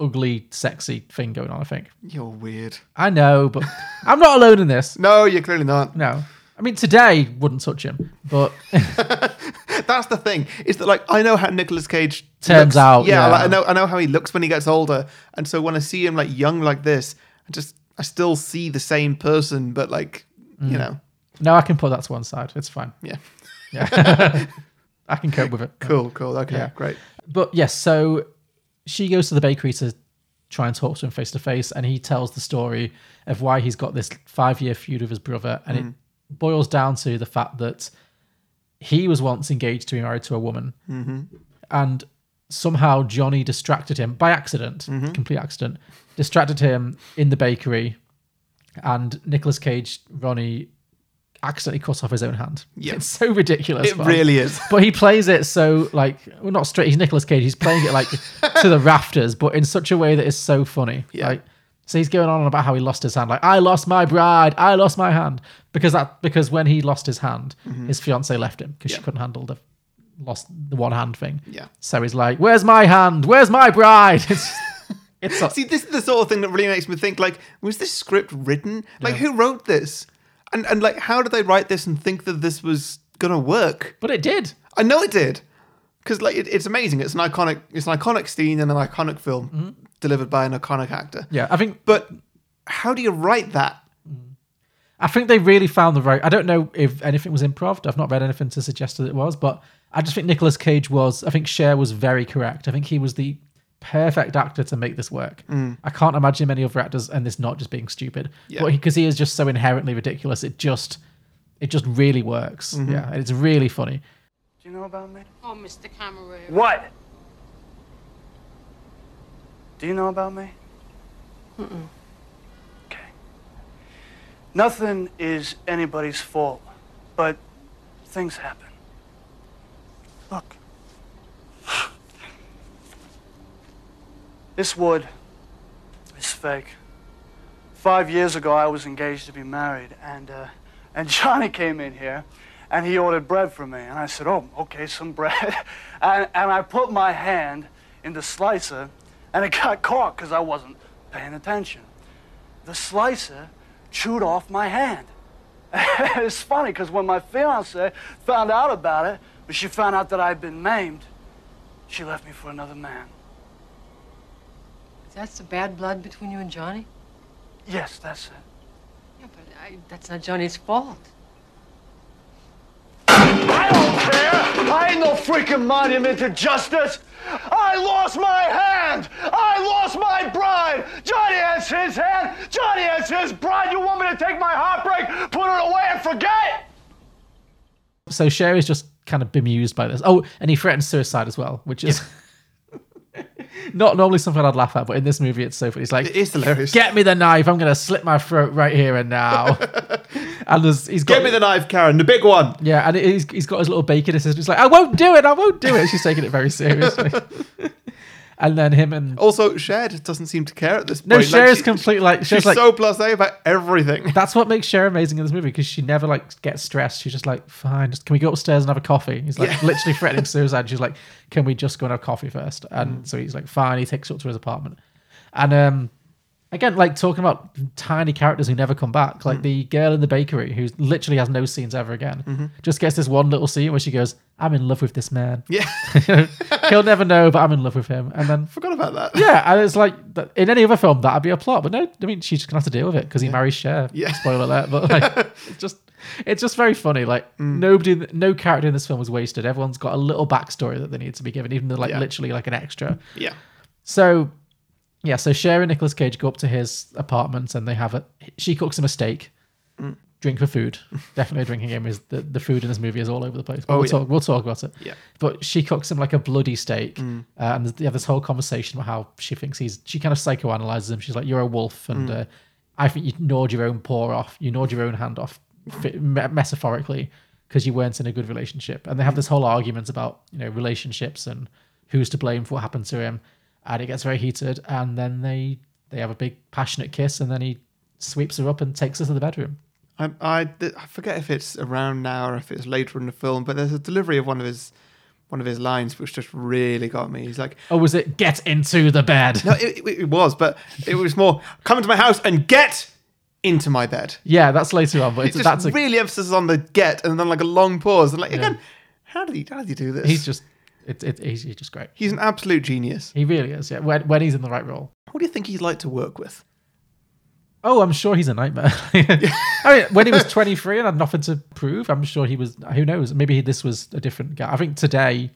Speaker 1: ugly, sexy thing going on, I think.
Speaker 2: You're weird.
Speaker 1: I know, but I'm not alone in this.
Speaker 2: No, you're clearly not.
Speaker 1: No. I mean, today wouldn't touch him, but
Speaker 2: That's the thing. Is that like I know how Nicolas Cage
Speaker 1: Turns
Speaker 2: looks.
Speaker 1: out, yeah.
Speaker 2: like, I know I know how he looks when he gets older, and so when I see him like young like this, I just I still see the same person, but like
Speaker 1: Mm.
Speaker 2: you know,
Speaker 1: no, I can put that to one side. It's fine.
Speaker 2: yeah.
Speaker 1: I can cope with it.
Speaker 2: Cool, cool. Okay, great.
Speaker 1: But yes, so she goes to the bakery to try and talk to him face to face, and he tells the story of why he's got this five year feud with his brother, and it
Speaker 2: Mm-hmm.
Speaker 1: boils down to the fact that he was once engaged to be married to a woman,
Speaker 2: Mm-hmm.
Speaker 1: and somehow Johnny distracted him by accident,
Speaker 2: Mm-hmm.
Speaker 1: complete accident, distracted him in the bakery, and Nicolas Cage, Ronnie, accidentally cut off his own hand.
Speaker 2: Yeah.
Speaker 1: It's so ridiculous.
Speaker 2: It
Speaker 1: but-
Speaker 2: really is.
Speaker 1: but he plays it so like well not straight he's Nicolas Cage he's playing it like to the rafters but in such a way that is so funny
Speaker 2: Yeah.
Speaker 1: like so he's going on about how he lost his hand like I lost my bride I lost my hand because that because when he lost his hand
Speaker 2: Mm-hmm.
Speaker 1: his fiance left him because she couldn't handle the lost the one hand thing
Speaker 2: Yeah.
Speaker 1: so he's like where's my hand where's my bride it's it's so-
Speaker 2: See, this is the sort of thing that really makes me think. Like, was this script written? Like, who wrote this? And and like, how did they write this and think that this was gonna work?
Speaker 1: but it did
Speaker 2: I know it did, because like, it, it's amazing. It's an iconic. It's an iconic scene in an iconic film delivered by an iconic actor.
Speaker 1: yeah I think
Speaker 2: But how do you write that?
Speaker 1: I think they really found the right. I don't know if anything was improv. I've not read anything to suggest that it was, but I just think Nicolas Cage was. I think Cher was very correct. I think he was the perfect actor to make this work. I can't imagine many other actors and this not just being stupid,
Speaker 2: Yeah.
Speaker 1: but because he, is just so inherently ridiculous, it just it just really works. Yeah, and it's really funny.
Speaker 7: Do you know about me?
Speaker 8: Oh, Mr. Cameron.
Speaker 7: What? Do you know about me? Mm-mm. Okay. Nothing is anybody's fault, but things happen. Look. This wood is fake. Five years ago, I was engaged to be married, and uh, and Johnny came in here, and he ordered bread for me, and I said, "Oh, okay, some bread," and and I put my hand in the slicer, and it got caught because I wasn't paying attention. The slicer chewed off my hand. it's funny because when my fiance found out about it, when she found out that I'd been maimed, she left me for another man.
Speaker 5: That's the bad blood between you and Johnny?
Speaker 7: Yes, that's it.
Speaker 5: Yeah, but I, that's not Johnny's fault.
Speaker 7: I don't care. I ain't no freaking monument to justice. I lost my hand. I lost my bride. Johnny has his hand. Johnny has his bride. You want me to take my heartbreak, put it away, and forget?
Speaker 1: So Cher is just kind of bemused by this. Oh, and he threatens suicide as well, which is. Not normally something I'd laugh at, but in this movie, it's so funny. He's like,
Speaker 2: It is hilarious.
Speaker 1: get me the knife. I'm going to slit my throat right here and now. and there's, he's got
Speaker 2: Give me the knife, Karen, the big one.
Speaker 1: yeah, and he's, he's got his little bacon assistant. He's like, I won't do it, I won't do it. She's taking it very seriously. and then him and
Speaker 2: Also, Shed doesn't seem to care at this
Speaker 1: no,
Speaker 2: point.
Speaker 1: Cher is
Speaker 2: Oh, she-
Speaker 1: completely like
Speaker 2: She's
Speaker 1: Cher's like
Speaker 2: so blasé about everything.
Speaker 1: that's what makes Cher amazing in this movie because she never like gets stressed. She's just like, fine, just can we go upstairs and have a coffee? He's like
Speaker 2: Yeah.
Speaker 1: literally threatening suicide. She's like, can we just go and have coffee first?
Speaker 2: Mm.
Speaker 1: And so he's like, fine. He takes her up to his apartment, and um, again, like talking about tiny characters who never come back,
Speaker 2: Mm.
Speaker 1: like the girl in the bakery who literally has no scenes ever again,
Speaker 2: Mm-hmm.
Speaker 1: just gets this one little scene where she goes, "I'm in love with this man.
Speaker 2: Yeah,
Speaker 1: He'll never know, but I'm in love with him." And then
Speaker 2: forgot about that.
Speaker 1: yeah, and it's like that- in any other film that'd be a plot, but no, I mean she's just gonna have to deal with it because he marries Cher.
Speaker 2: Yeah.
Speaker 1: spoiler alert. But like, it's just it's just very funny. Like
Speaker 2: Mm.
Speaker 1: nobody, no character in this film was wasted. Everyone's got a little backstory that they need to be given, even though like
Speaker 2: Yeah.
Speaker 1: literally like an extra.
Speaker 2: Yeah.
Speaker 1: So yeah, so Cher and Nicolas Cage go up to his apartment and they have a she cooks him a steak. Drink for food. Definitely a drinking game is the, the food in this movie is all over the place. But
Speaker 2: Oh,
Speaker 1: we'll
Speaker 2: yeah.
Speaker 1: talk we'll talk about it.
Speaker 2: Yeah. Mm.
Speaker 1: But she cooks him like a bloody steak, uh, and they have this whole conversation about how she thinks he's. She kind of psychoanalyzes him. She's like, "You're a wolf, and
Speaker 2: Mm.
Speaker 1: uh, I think you gnawed your own paw off. You gnawed your own hand off, fi- me- metaphorically, because you weren't in a good relationship." And they have this whole argument about you know relationships and who's to blame for what happened to him, and it gets very heated. And then they they have a big passionate kiss, and then he sweeps her up and takes her to the bedroom.
Speaker 2: I, I, th- I forget if it's around now or if it's later in the film, but there's a delivery of one of his one of his lines which just really got me. He's like,
Speaker 1: Or was it get into the bed?
Speaker 2: "No, it, it, it was," but it was more, "Come into my house and get into my bed."
Speaker 1: Yeah, that's later on, but
Speaker 2: It
Speaker 1: it's,
Speaker 2: just
Speaker 1: that's a,
Speaker 2: really emphasis on the get, and then like a long pause, and like again, how did he how did he do this?
Speaker 1: he's just it's it, he's, he's just great.
Speaker 2: he's an absolute genius.
Speaker 1: He really is. Yeah, when, when he's in the right role.
Speaker 2: What do you think he'd like to work with?
Speaker 1: Oh, I'm sure he's a nightmare. I mean, when he was 23 and had nothing to prove, I'm sure he was. Who knows? Maybe this was a different guy. I think today,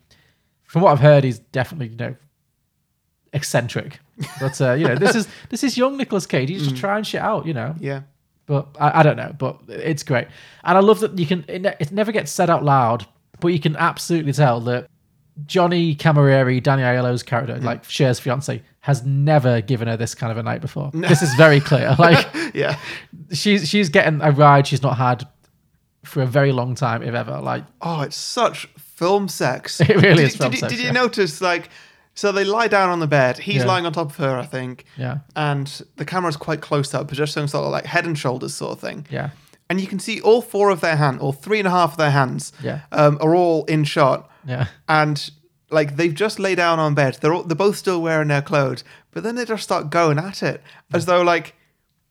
Speaker 1: from what I've heard, he's definitely you know eccentric. But uh, you know, this is this is young Nicolas Cage. He's just trying shit out. You know,
Speaker 2: Mm. Yeah,
Speaker 1: but I, I don't know. But it's great, and I love that you can. It, ne- it never gets said out loud, but you can absolutely tell that Johnny Camilleri, Danny Aiello's character,
Speaker 2: Hmm.
Speaker 1: like Cher's fiance, has never given her this kind of a night before. This is very clear. Like
Speaker 2: yeah.
Speaker 1: she's she's getting a ride she's not had for a very long time, if ever. Like
Speaker 2: Oh, it's such film sex.
Speaker 1: It really
Speaker 2: did,
Speaker 1: is
Speaker 2: did
Speaker 1: film
Speaker 2: you-
Speaker 1: sex,
Speaker 2: Did you
Speaker 1: yeah.
Speaker 2: notice like? So they lie down on the bed. He's
Speaker 1: Yeah.
Speaker 2: lying on top of her, I think.
Speaker 1: Yeah.
Speaker 2: And the camera's quite close up, but just some sort of like head and shoulders sort of thing.
Speaker 1: yeah,
Speaker 2: And you can see all four of their hand, or three and a half of their hands,
Speaker 1: Yeah.
Speaker 2: um, are all in shot.
Speaker 1: yeah.
Speaker 2: And like they've just lay down on bed. They're all, they're both still wearing their clothes, but then they just start going at it as though like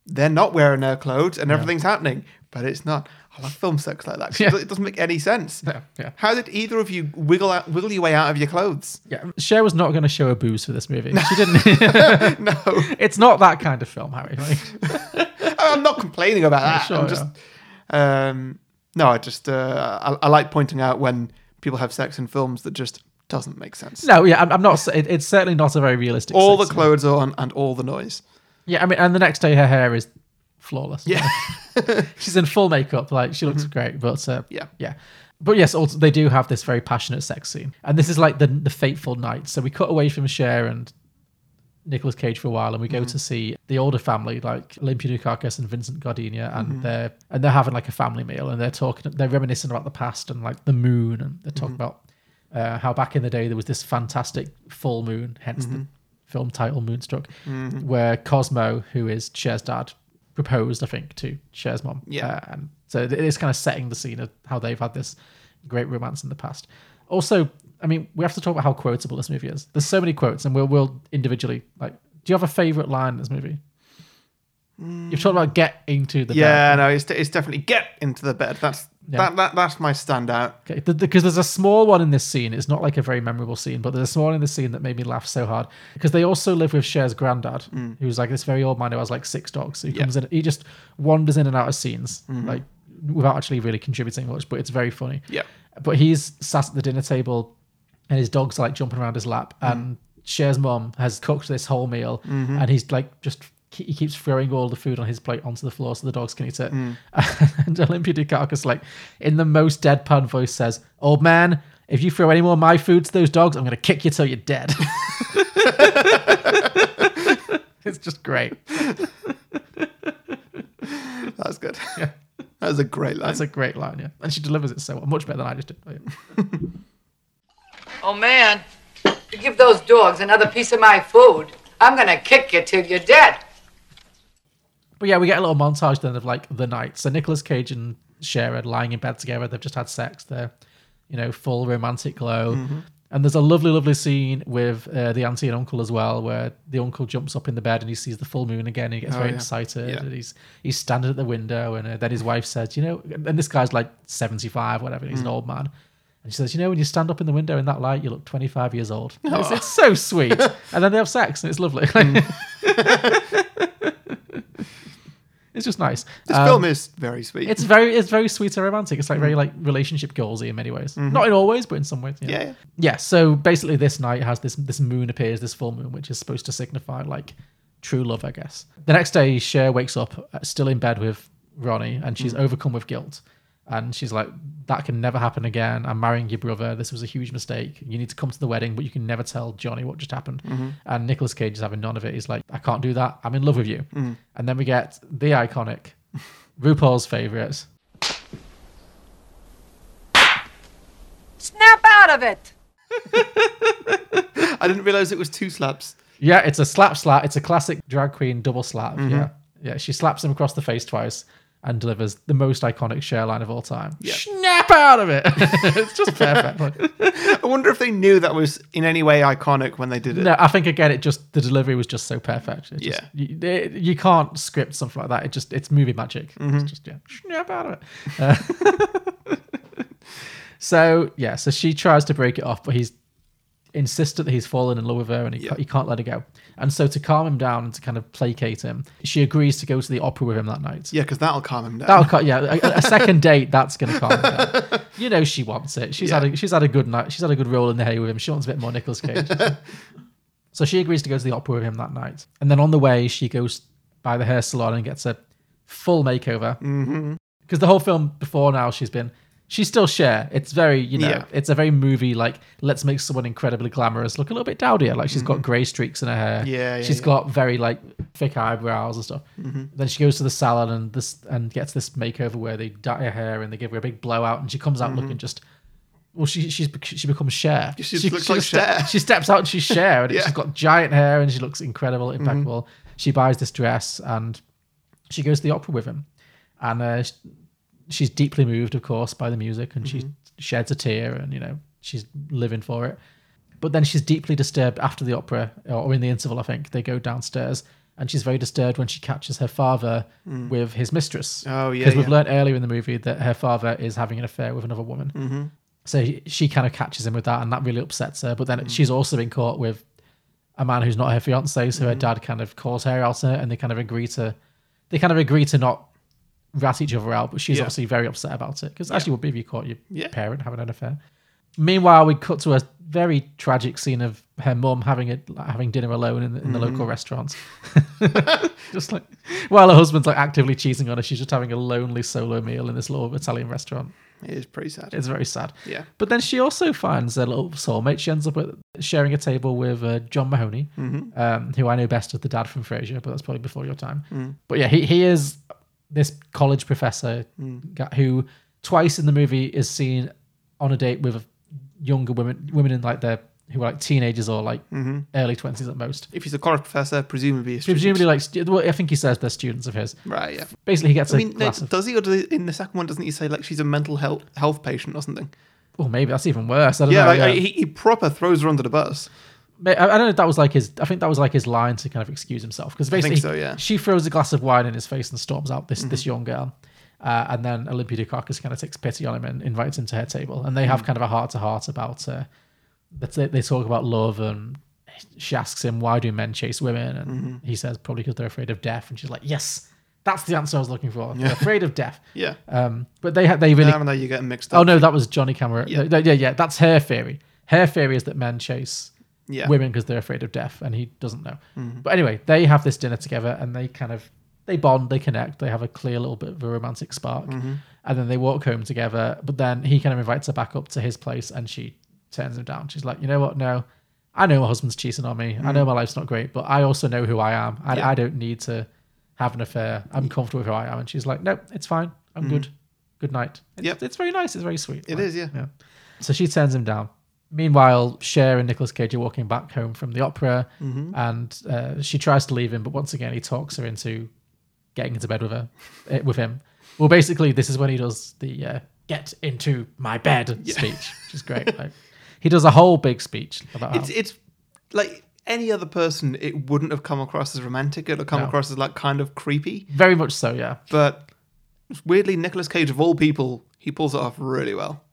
Speaker 2: they're not wearing their clothes and everything's happening, but it's not. I love film sex like that. 'cause
Speaker 1: Yeah.
Speaker 2: It doesn't make any sense.
Speaker 1: No, yeah.
Speaker 2: How did either of you wiggle out, wiggle your way out of your clothes?
Speaker 1: Yeah, Cher was not going to show her boobs for this movie. She didn't. it's not that kind of film, Harry. Like,
Speaker 2: I'm not complaining about that.
Speaker 1: sure,
Speaker 2: I'm just, um, no, I just uh, I, I like pointing out when people have sex in films that just doesn't make sense.
Speaker 1: no, yeah, I'm, I'm not. s- It, it's certainly not a very realistic.
Speaker 2: all the
Speaker 1: sex scene.
Speaker 2: clothes are on and all the noise.
Speaker 1: Yeah, I mean, and the next day her hair is flawless.
Speaker 2: Yeah. Mm-hmm.
Speaker 1: she's in full makeup. Like she looks great, but uh,
Speaker 2: Yeah.
Speaker 1: yeah. But yes, also they do have this very passionate sex scene, and this is like the the fateful night. So we cut away from Cher and Nicolas Cage for a while, and we go to see the older family, like Olympia Dukakis and Vincent Gardenia, and they're and they're having like a family meal, and they're talking, they're reminiscing about the past and like the moon, and they're talking about uh, how back in the day there was this fantastic full moon, hence the film title Moonstruck, where Cosmo, who is Cher's dad, proposed, I think, to Cher's mom.
Speaker 2: Yeah.
Speaker 1: Uh, and so it is kind of setting the scene of how they've had this great romance in the past. Also, I mean, we have to talk about how quotable this movie is. There's so many quotes, and we'll, we'll individually like. Do you have a favorite line in this movie? You've talked about get into the
Speaker 2: Hmm. Yeah, no, it's, it's definitely get into the bed. That's
Speaker 1: Yeah.
Speaker 2: that, that that's my standout.
Speaker 1: Okay, because there's a small one in this scene. It's not like a very memorable scene, but there's a small one in this scene that made me laugh so hard because they also live with Cher's granddad,
Speaker 2: Hmm.
Speaker 1: who's like this very old man who has like six dogs. So he comes in, he just wanders in and out of scenes, like without actually really contributing much. But it's very funny.
Speaker 2: Hmm. Yeah.
Speaker 1: But he's sat at the dinner table, and his dogs are like jumping around his lap. And Cher's mom has cooked this whole meal, and he's like just he keeps throwing all the food on his plate onto the floor so the dogs can eat it. and Olympia Dukakis, like in the most deadpan voice, says, "Old man, if you throw any more of my food to those dogs, I'm gonna kick you till you're dead." it's just great.
Speaker 2: That's good. That's a great line.
Speaker 1: That's a great line, yeah. And she delivers it so well, much better than I just did. Oh, yeah.
Speaker 8: Oh man, you give those dogs another piece of my food. I'm gonna kick you till you're dead.
Speaker 1: But yeah, we get a little montage then of like the night. So Nicolas Cage and Cher are lying in bed together. They've just had sex. They're, you know, full romantic glow.
Speaker 2: Mm-hmm.
Speaker 1: And there's a lovely, lovely scene with uh, the auntie and uncle as well, where the uncle jumps up in the bed and he sees the full moon again. And he gets very
Speaker 2: Oh, yeah.
Speaker 1: excited.
Speaker 2: Yeah.
Speaker 1: And he's he's standing at the window, and uh, then his wife says, "You know," and this guy's like 75, whatever.
Speaker 2: Mm.
Speaker 1: He's an old man. And she says, "You know, when you stand up in the window in that light, you look 25 years old."
Speaker 2: Oh.
Speaker 1: It's, it's so sweet. and then they have sex, and it's lovely.
Speaker 2: Mm.
Speaker 1: it's just nice.
Speaker 2: this
Speaker 1: Um,
Speaker 2: film is very sweet.
Speaker 1: it's very it's very sweet and romantic. It's like very like relationship goalsy in many ways. Not in all ways, but in some ways.
Speaker 2: yeah, yeah.
Speaker 1: Yeah. So basically, this night has this this moon appears, this full moon, which is supposed to signify like true love, I guess. The next day, Cher wakes up uh, still in bed with Ronnie, and she's overcome with guilt. And she's like, "That can never happen again. I'm marrying your brother. This was a huge mistake. You need to come to the wedding, but you can never tell Johnny what just happened." And Nicolas Cage is having none of it. He's like, "I can't do that. I'm in love with you." And then we get the iconic RuPaul's favorites.
Speaker 8: Snap out of it.
Speaker 2: I didn't realize it was two slaps.
Speaker 1: Yeah, it's a slap slap. It's a classic drag queen double slap. Yeah. Yeah. She slaps him across the face twice and delivers the most iconic share line of all time. Snap out of it. it's just perfect. Like,
Speaker 2: I wonder if they knew that was in any way iconic when they did it.
Speaker 1: no, I think again it just the delivery was just so perfect. It just,
Speaker 2: Yeah.
Speaker 1: You, it- you can't script something like that. It just it's movie magic.
Speaker 2: Mm-hmm.
Speaker 1: It's just yeah. Snap out of it. Uh, so yeah, so she tries to break it off, but he's insistent that he's fallen in love with her and he, ca- he can't let her go. And so to calm him down and to kind of placate him, she agrees to go to the opera with him that night.
Speaker 2: Yeah, because that'll calm him down.
Speaker 1: That'll cal- yeah, a, a second date that's going to calm him down. You know she wants it. She's had a, she's had a good night. She's had a good roll in the hay with him. She wants a bit more Nicolas Cage. so she agrees to go to the opera with him that night. And then on the way she goes by the hair salon and gets a full makeover. Because the whole film before now she's been she's still Cher. It's very you know
Speaker 2: Yeah.
Speaker 1: it's a very movie like let's make someone incredibly glamorous look a little bit dowdier. Like she's got grey streaks in her hair.
Speaker 2: Yeah, yeah,
Speaker 1: she's
Speaker 2: yeah. Mm-hmm.
Speaker 1: got very like thick eyebrows and stuff. Then she goes to the salon and this and gets this makeover where they dye her hair and they give her a big blowout and she comes out looking just. Well, she she's she becomes Cher.
Speaker 2: Mm-hmm. She looks like
Speaker 1: ste-
Speaker 2: Cher.
Speaker 1: She steps out and she's Cher, and
Speaker 2: Yeah. Mm-hmm.
Speaker 1: she's got giant hair, and she looks incredible, impeccable. She buys this dress, and she goes to the opera with him, and uh, sh- she's deeply moved, of course, by the music, and
Speaker 2: Mm-hmm.
Speaker 1: she sheds a tear, and you know she's living for it. But then she's deeply disturbed after the opera, or in the interval, I think they go downstairs, and she's very disturbed when she catches her father with his mistress.
Speaker 2: Mm. Oh, yeah,
Speaker 1: because we've
Speaker 2: yeah.
Speaker 1: learned earlier in the movie that her father is having an affair with another woman.
Speaker 2: Mm-hmm.
Speaker 1: So he- she kind of catches him with that, and that really upsets her. But then
Speaker 2: Mm.
Speaker 1: she's also been caught with a man who's not her fiance, so her
Speaker 2: Mm.
Speaker 1: dad kind of calls her out, on it, and they kind of agree to they kind of agree to not rat each other out. But she's
Speaker 2: Yeah.
Speaker 1: obviously very upset about it because as you would be if you caught your
Speaker 2: Yeah.
Speaker 1: parent having an affair. Meanwhile, we cut to a very tragic scene of her mum having a, having dinner alone in, the- in the
Speaker 2: Mm-hmm.
Speaker 1: local restaurant. just like while her husband's like actively cheating on her, she's just having a lonely solo meal in this little Italian restaurant.
Speaker 2: It is pretty sad.
Speaker 1: It's very sad.
Speaker 2: Yeah.
Speaker 1: But then she also finds a little soulmate. She ends up with, sharing a table with uh, John Mahoney,
Speaker 2: Mm-hmm.
Speaker 1: um, who I know best as the dad from Frasier, but that's probably before your time.
Speaker 2: Mm.
Speaker 1: But yeah, he, he is this college professor
Speaker 2: Mm.
Speaker 1: guy who twice in the movie is seen on a date with younger women, women in like their who are like teenagers or like
Speaker 2: Mm-hmm.
Speaker 1: early twenties at most.
Speaker 2: if he's a college professor, presumably a student.
Speaker 1: Presumably, like stu- well, I think he says they're students of his.
Speaker 2: Right, yeah.
Speaker 1: Basically, he gets a
Speaker 2: I mean, no,
Speaker 1: glass of
Speaker 2: does he, or does he, in the second one, doesn't he say, like, she's a mental health, health patient or something?
Speaker 1: oh, maybe that's even worse. I don't
Speaker 2: Yeah,
Speaker 1: know.
Speaker 2: like, I- He, he proper throws her under the bus.
Speaker 1: Ma- I I don't know if that was like his. I think that was like his line to kind of excuse himself because basically,
Speaker 2: so, yeah. Mm-hmm.
Speaker 1: she throws a glass of wine in his face and storms out. This this young girl, uh, and then Olympia Dukakis kind of takes pity on him and invites him to her table, and they
Speaker 2: Mm.
Speaker 1: have kind of a heart to heart about. Uh, that they, they talk about love, and she asks him, "Why do men chase women?" And
Speaker 2: Mm-hmm.
Speaker 1: he says, "Probably because they're afraid of death." And she's like, "Yes, that's the answer I was looking for. They're afraid of death."
Speaker 2: Yeah.
Speaker 1: Um, but they ha- they really
Speaker 2: Now and there you get mixed up.
Speaker 1: Oh no, that was Johnny Cameron.
Speaker 2: Yeah.
Speaker 1: Yeah. yeah, yeah, that's her theory. Her theory is that men chase
Speaker 2: Yeah.
Speaker 1: women because they're afraid of death, and he doesn't know.
Speaker 2: Mm-hmm.
Speaker 1: But anyway, they have this dinner together, and they kind of they bond, they connect, they have a clear little bit of a romantic spark,
Speaker 2: Mm-hmm.
Speaker 1: and then they walk home together. But then he kind of invites her back up to his place, and she turns him down. She's like, you know what? No, I know my husband's cheating on me. I
Speaker 2: Mm-hmm.
Speaker 1: know my life's not great, but I also know who I am. I, I don't need to have an affair. I'm comfortable with who I am. And she's like, no, it's fine. I'm good. good night. It's,
Speaker 2: Mm-hmm. Yep.
Speaker 1: it's very nice. It's very sweet.
Speaker 2: It
Speaker 1: It
Speaker 2: is,
Speaker 1: is,
Speaker 2: yeah.
Speaker 1: So she sends him down. Meanwhile, Cher and Nicolas Cage are walking back home from the opera,
Speaker 2: Mm-hmm.
Speaker 1: and uh, she tries to leave him, but once again, he talks her into getting into bed with her, eh, with him. Well, basically, this is when he does the uh, "get into my bed" speech, which is great. Like, he does a whole big speech about
Speaker 2: It's
Speaker 1: how,
Speaker 2: it's like any other person, it wouldn't have come across as romantic. It'll come
Speaker 1: No.
Speaker 2: across as like kind of creepy.
Speaker 1: very much so, yeah.
Speaker 2: But weirdly, Nicolas Cage of all people, he pulls it off really well.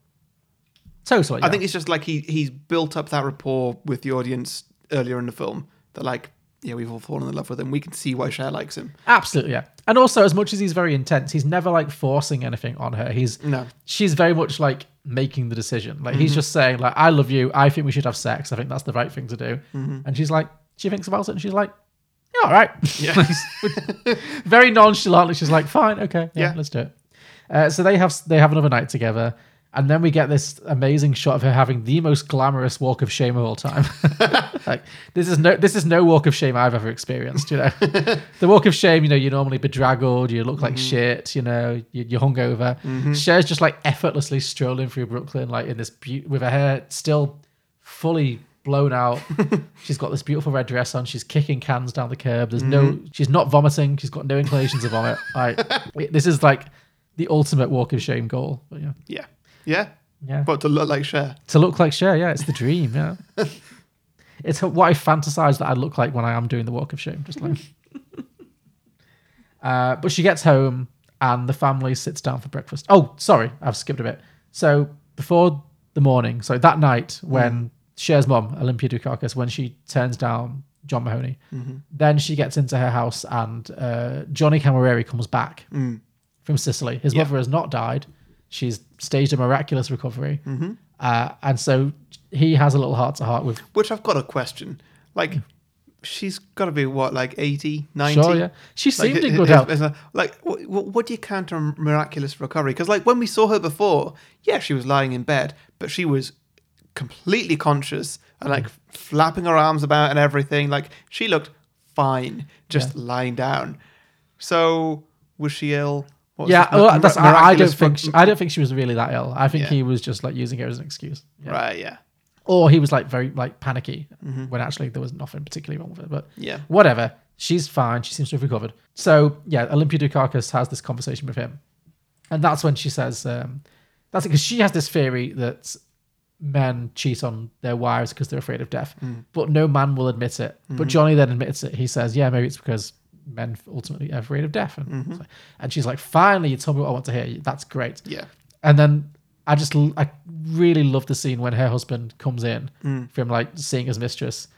Speaker 1: Totally.
Speaker 2: I think it's just like he he's built up that rapport with the audience earlier in the film. That like, yeah, we've all fallen in love with him. We can see why Cher likes him.
Speaker 1: Absolutely, yeah. And also, as much as he's very intense, he's never like forcing anything on her. He's
Speaker 2: No. Mm-hmm.
Speaker 1: she's very much like making the decision. Like he's just saying, like, I love you. I think we should have sex. I think that's the right thing to do.
Speaker 2: Mm-hmm.
Speaker 1: And she's like, she thinks about it, and she's like, yeah, all right.
Speaker 2: Yeah.
Speaker 1: very nonchalantly, she's like, fine, okay, yeah,
Speaker 2: Yeah.
Speaker 1: let's do it. Uh, so they have they have another night together. And then we get this amazing shot of her having the most glamorous walk of shame of all time. like this is no this is no walk of shame I've ever experienced. You know, the walk of shame. You know, you're normally bedraggled, you look like shit. You know, you, you're hungover. Cher's just like effortlessly strolling through Brooklyn, like in this be- with her hair still fully blown out. she's got this beautiful red dress on. She's kicking cans down the curb. There's no. She's not vomiting. She's got no inclinations of vomit. Like it- this is like the ultimate walk of shame goal. But yeah.
Speaker 2: yeah, yeah,
Speaker 1: Yeah.
Speaker 2: But to look like Cher,
Speaker 1: To look like Cher, yeah, it's the dream, yeah. it's what I fantasize that I look like when I am doing the walk of shame, just like. uh, but she gets home and the family sits down for breakfast. Oh, sorry, I've skipped a bit. So before the morning, so that night when Cher's mom, Olympia Dukakis, when she turns down John Mahoney, then she gets into her house and uh, Johnny Camilleri comes back from Sicily. His mother has not died. She's staged a miraculous recovery.
Speaker 2: Mm-hmm.
Speaker 1: Uh, and so he has a little heart to heart with
Speaker 2: which I've got a question. Like, she's got to be what, like 80, 90?
Speaker 1: Hmm. Sure, yeah. She
Speaker 2: Like,
Speaker 1: seemed
Speaker 2: it-
Speaker 1: in good
Speaker 2: it-
Speaker 1: health.
Speaker 2: it's a- like, what, what do you count on miraculous recovery? Because, like, when we saw her before, yeah, she was lying in bed, but she was completely conscious and, like, flapping her arms about and everything. Like, she looked fine just lying down. So, was she ill? What was
Speaker 1: Yeah,
Speaker 2: this mi-
Speaker 1: well, that's, I, I don't
Speaker 2: miraculous
Speaker 1: think
Speaker 2: rec-
Speaker 1: she, I don't think she was really that ill. I think
Speaker 2: Yeah.
Speaker 1: he was just like using it as an excuse, Yeah.
Speaker 2: Right, yeah.
Speaker 1: or he was like very like panicky when actually there was nothing particularly wrong with it. But
Speaker 2: Yeah.
Speaker 1: whatever. She's fine. She seems to have recovered. So yeah, Olympia Dukakis has this conversation with him, and that's when she says, um, "That's because she has this theory that men cheat on their wives because they're afraid of death, but no man will admit it. But Johnny then admits it. He says, "Yeah, maybe it's because men ultimately are afraid of death." And, and she's like, "Finally, you told me what I want to hear. That's great."
Speaker 2: Yeah.
Speaker 1: And then I just l- I really love the scene when her husband comes in from like seeing his mistress,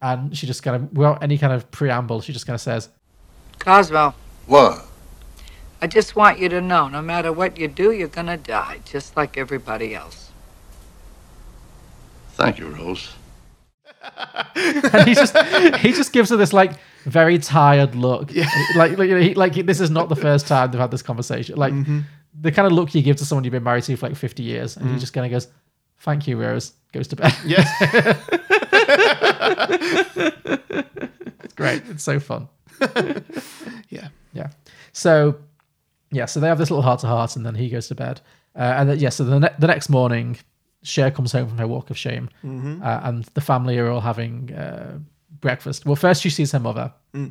Speaker 1: and she just kind of without any kind of preamble, she just kind of says,
Speaker 8: Cosmo,
Speaker 6: What?
Speaker 8: I just want you to know no matter what you do, you're gonna die, just like everybody else.
Speaker 6: Thank you, Rose.
Speaker 1: and he just he just gives her this like very tired look, like like, you know, he, like this is not the first time they've had this conversation, like the kind of look you give to someone you've been married to for like fifty years, and he just kind of goes, "Thank you, Rose," goes to bed.
Speaker 2: Yeah.
Speaker 1: it's great. It's so fun.
Speaker 2: yeah.
Speaker 1: Yeah. So, yeah. So they have this little heart to heart, and then he goes to bed. Uh, and then, yeah. So the, ne- the next morning, Cher comes home from her walk of shame, uh, and the family are all having uh, breakfast. Well, first she sees her mother, uh,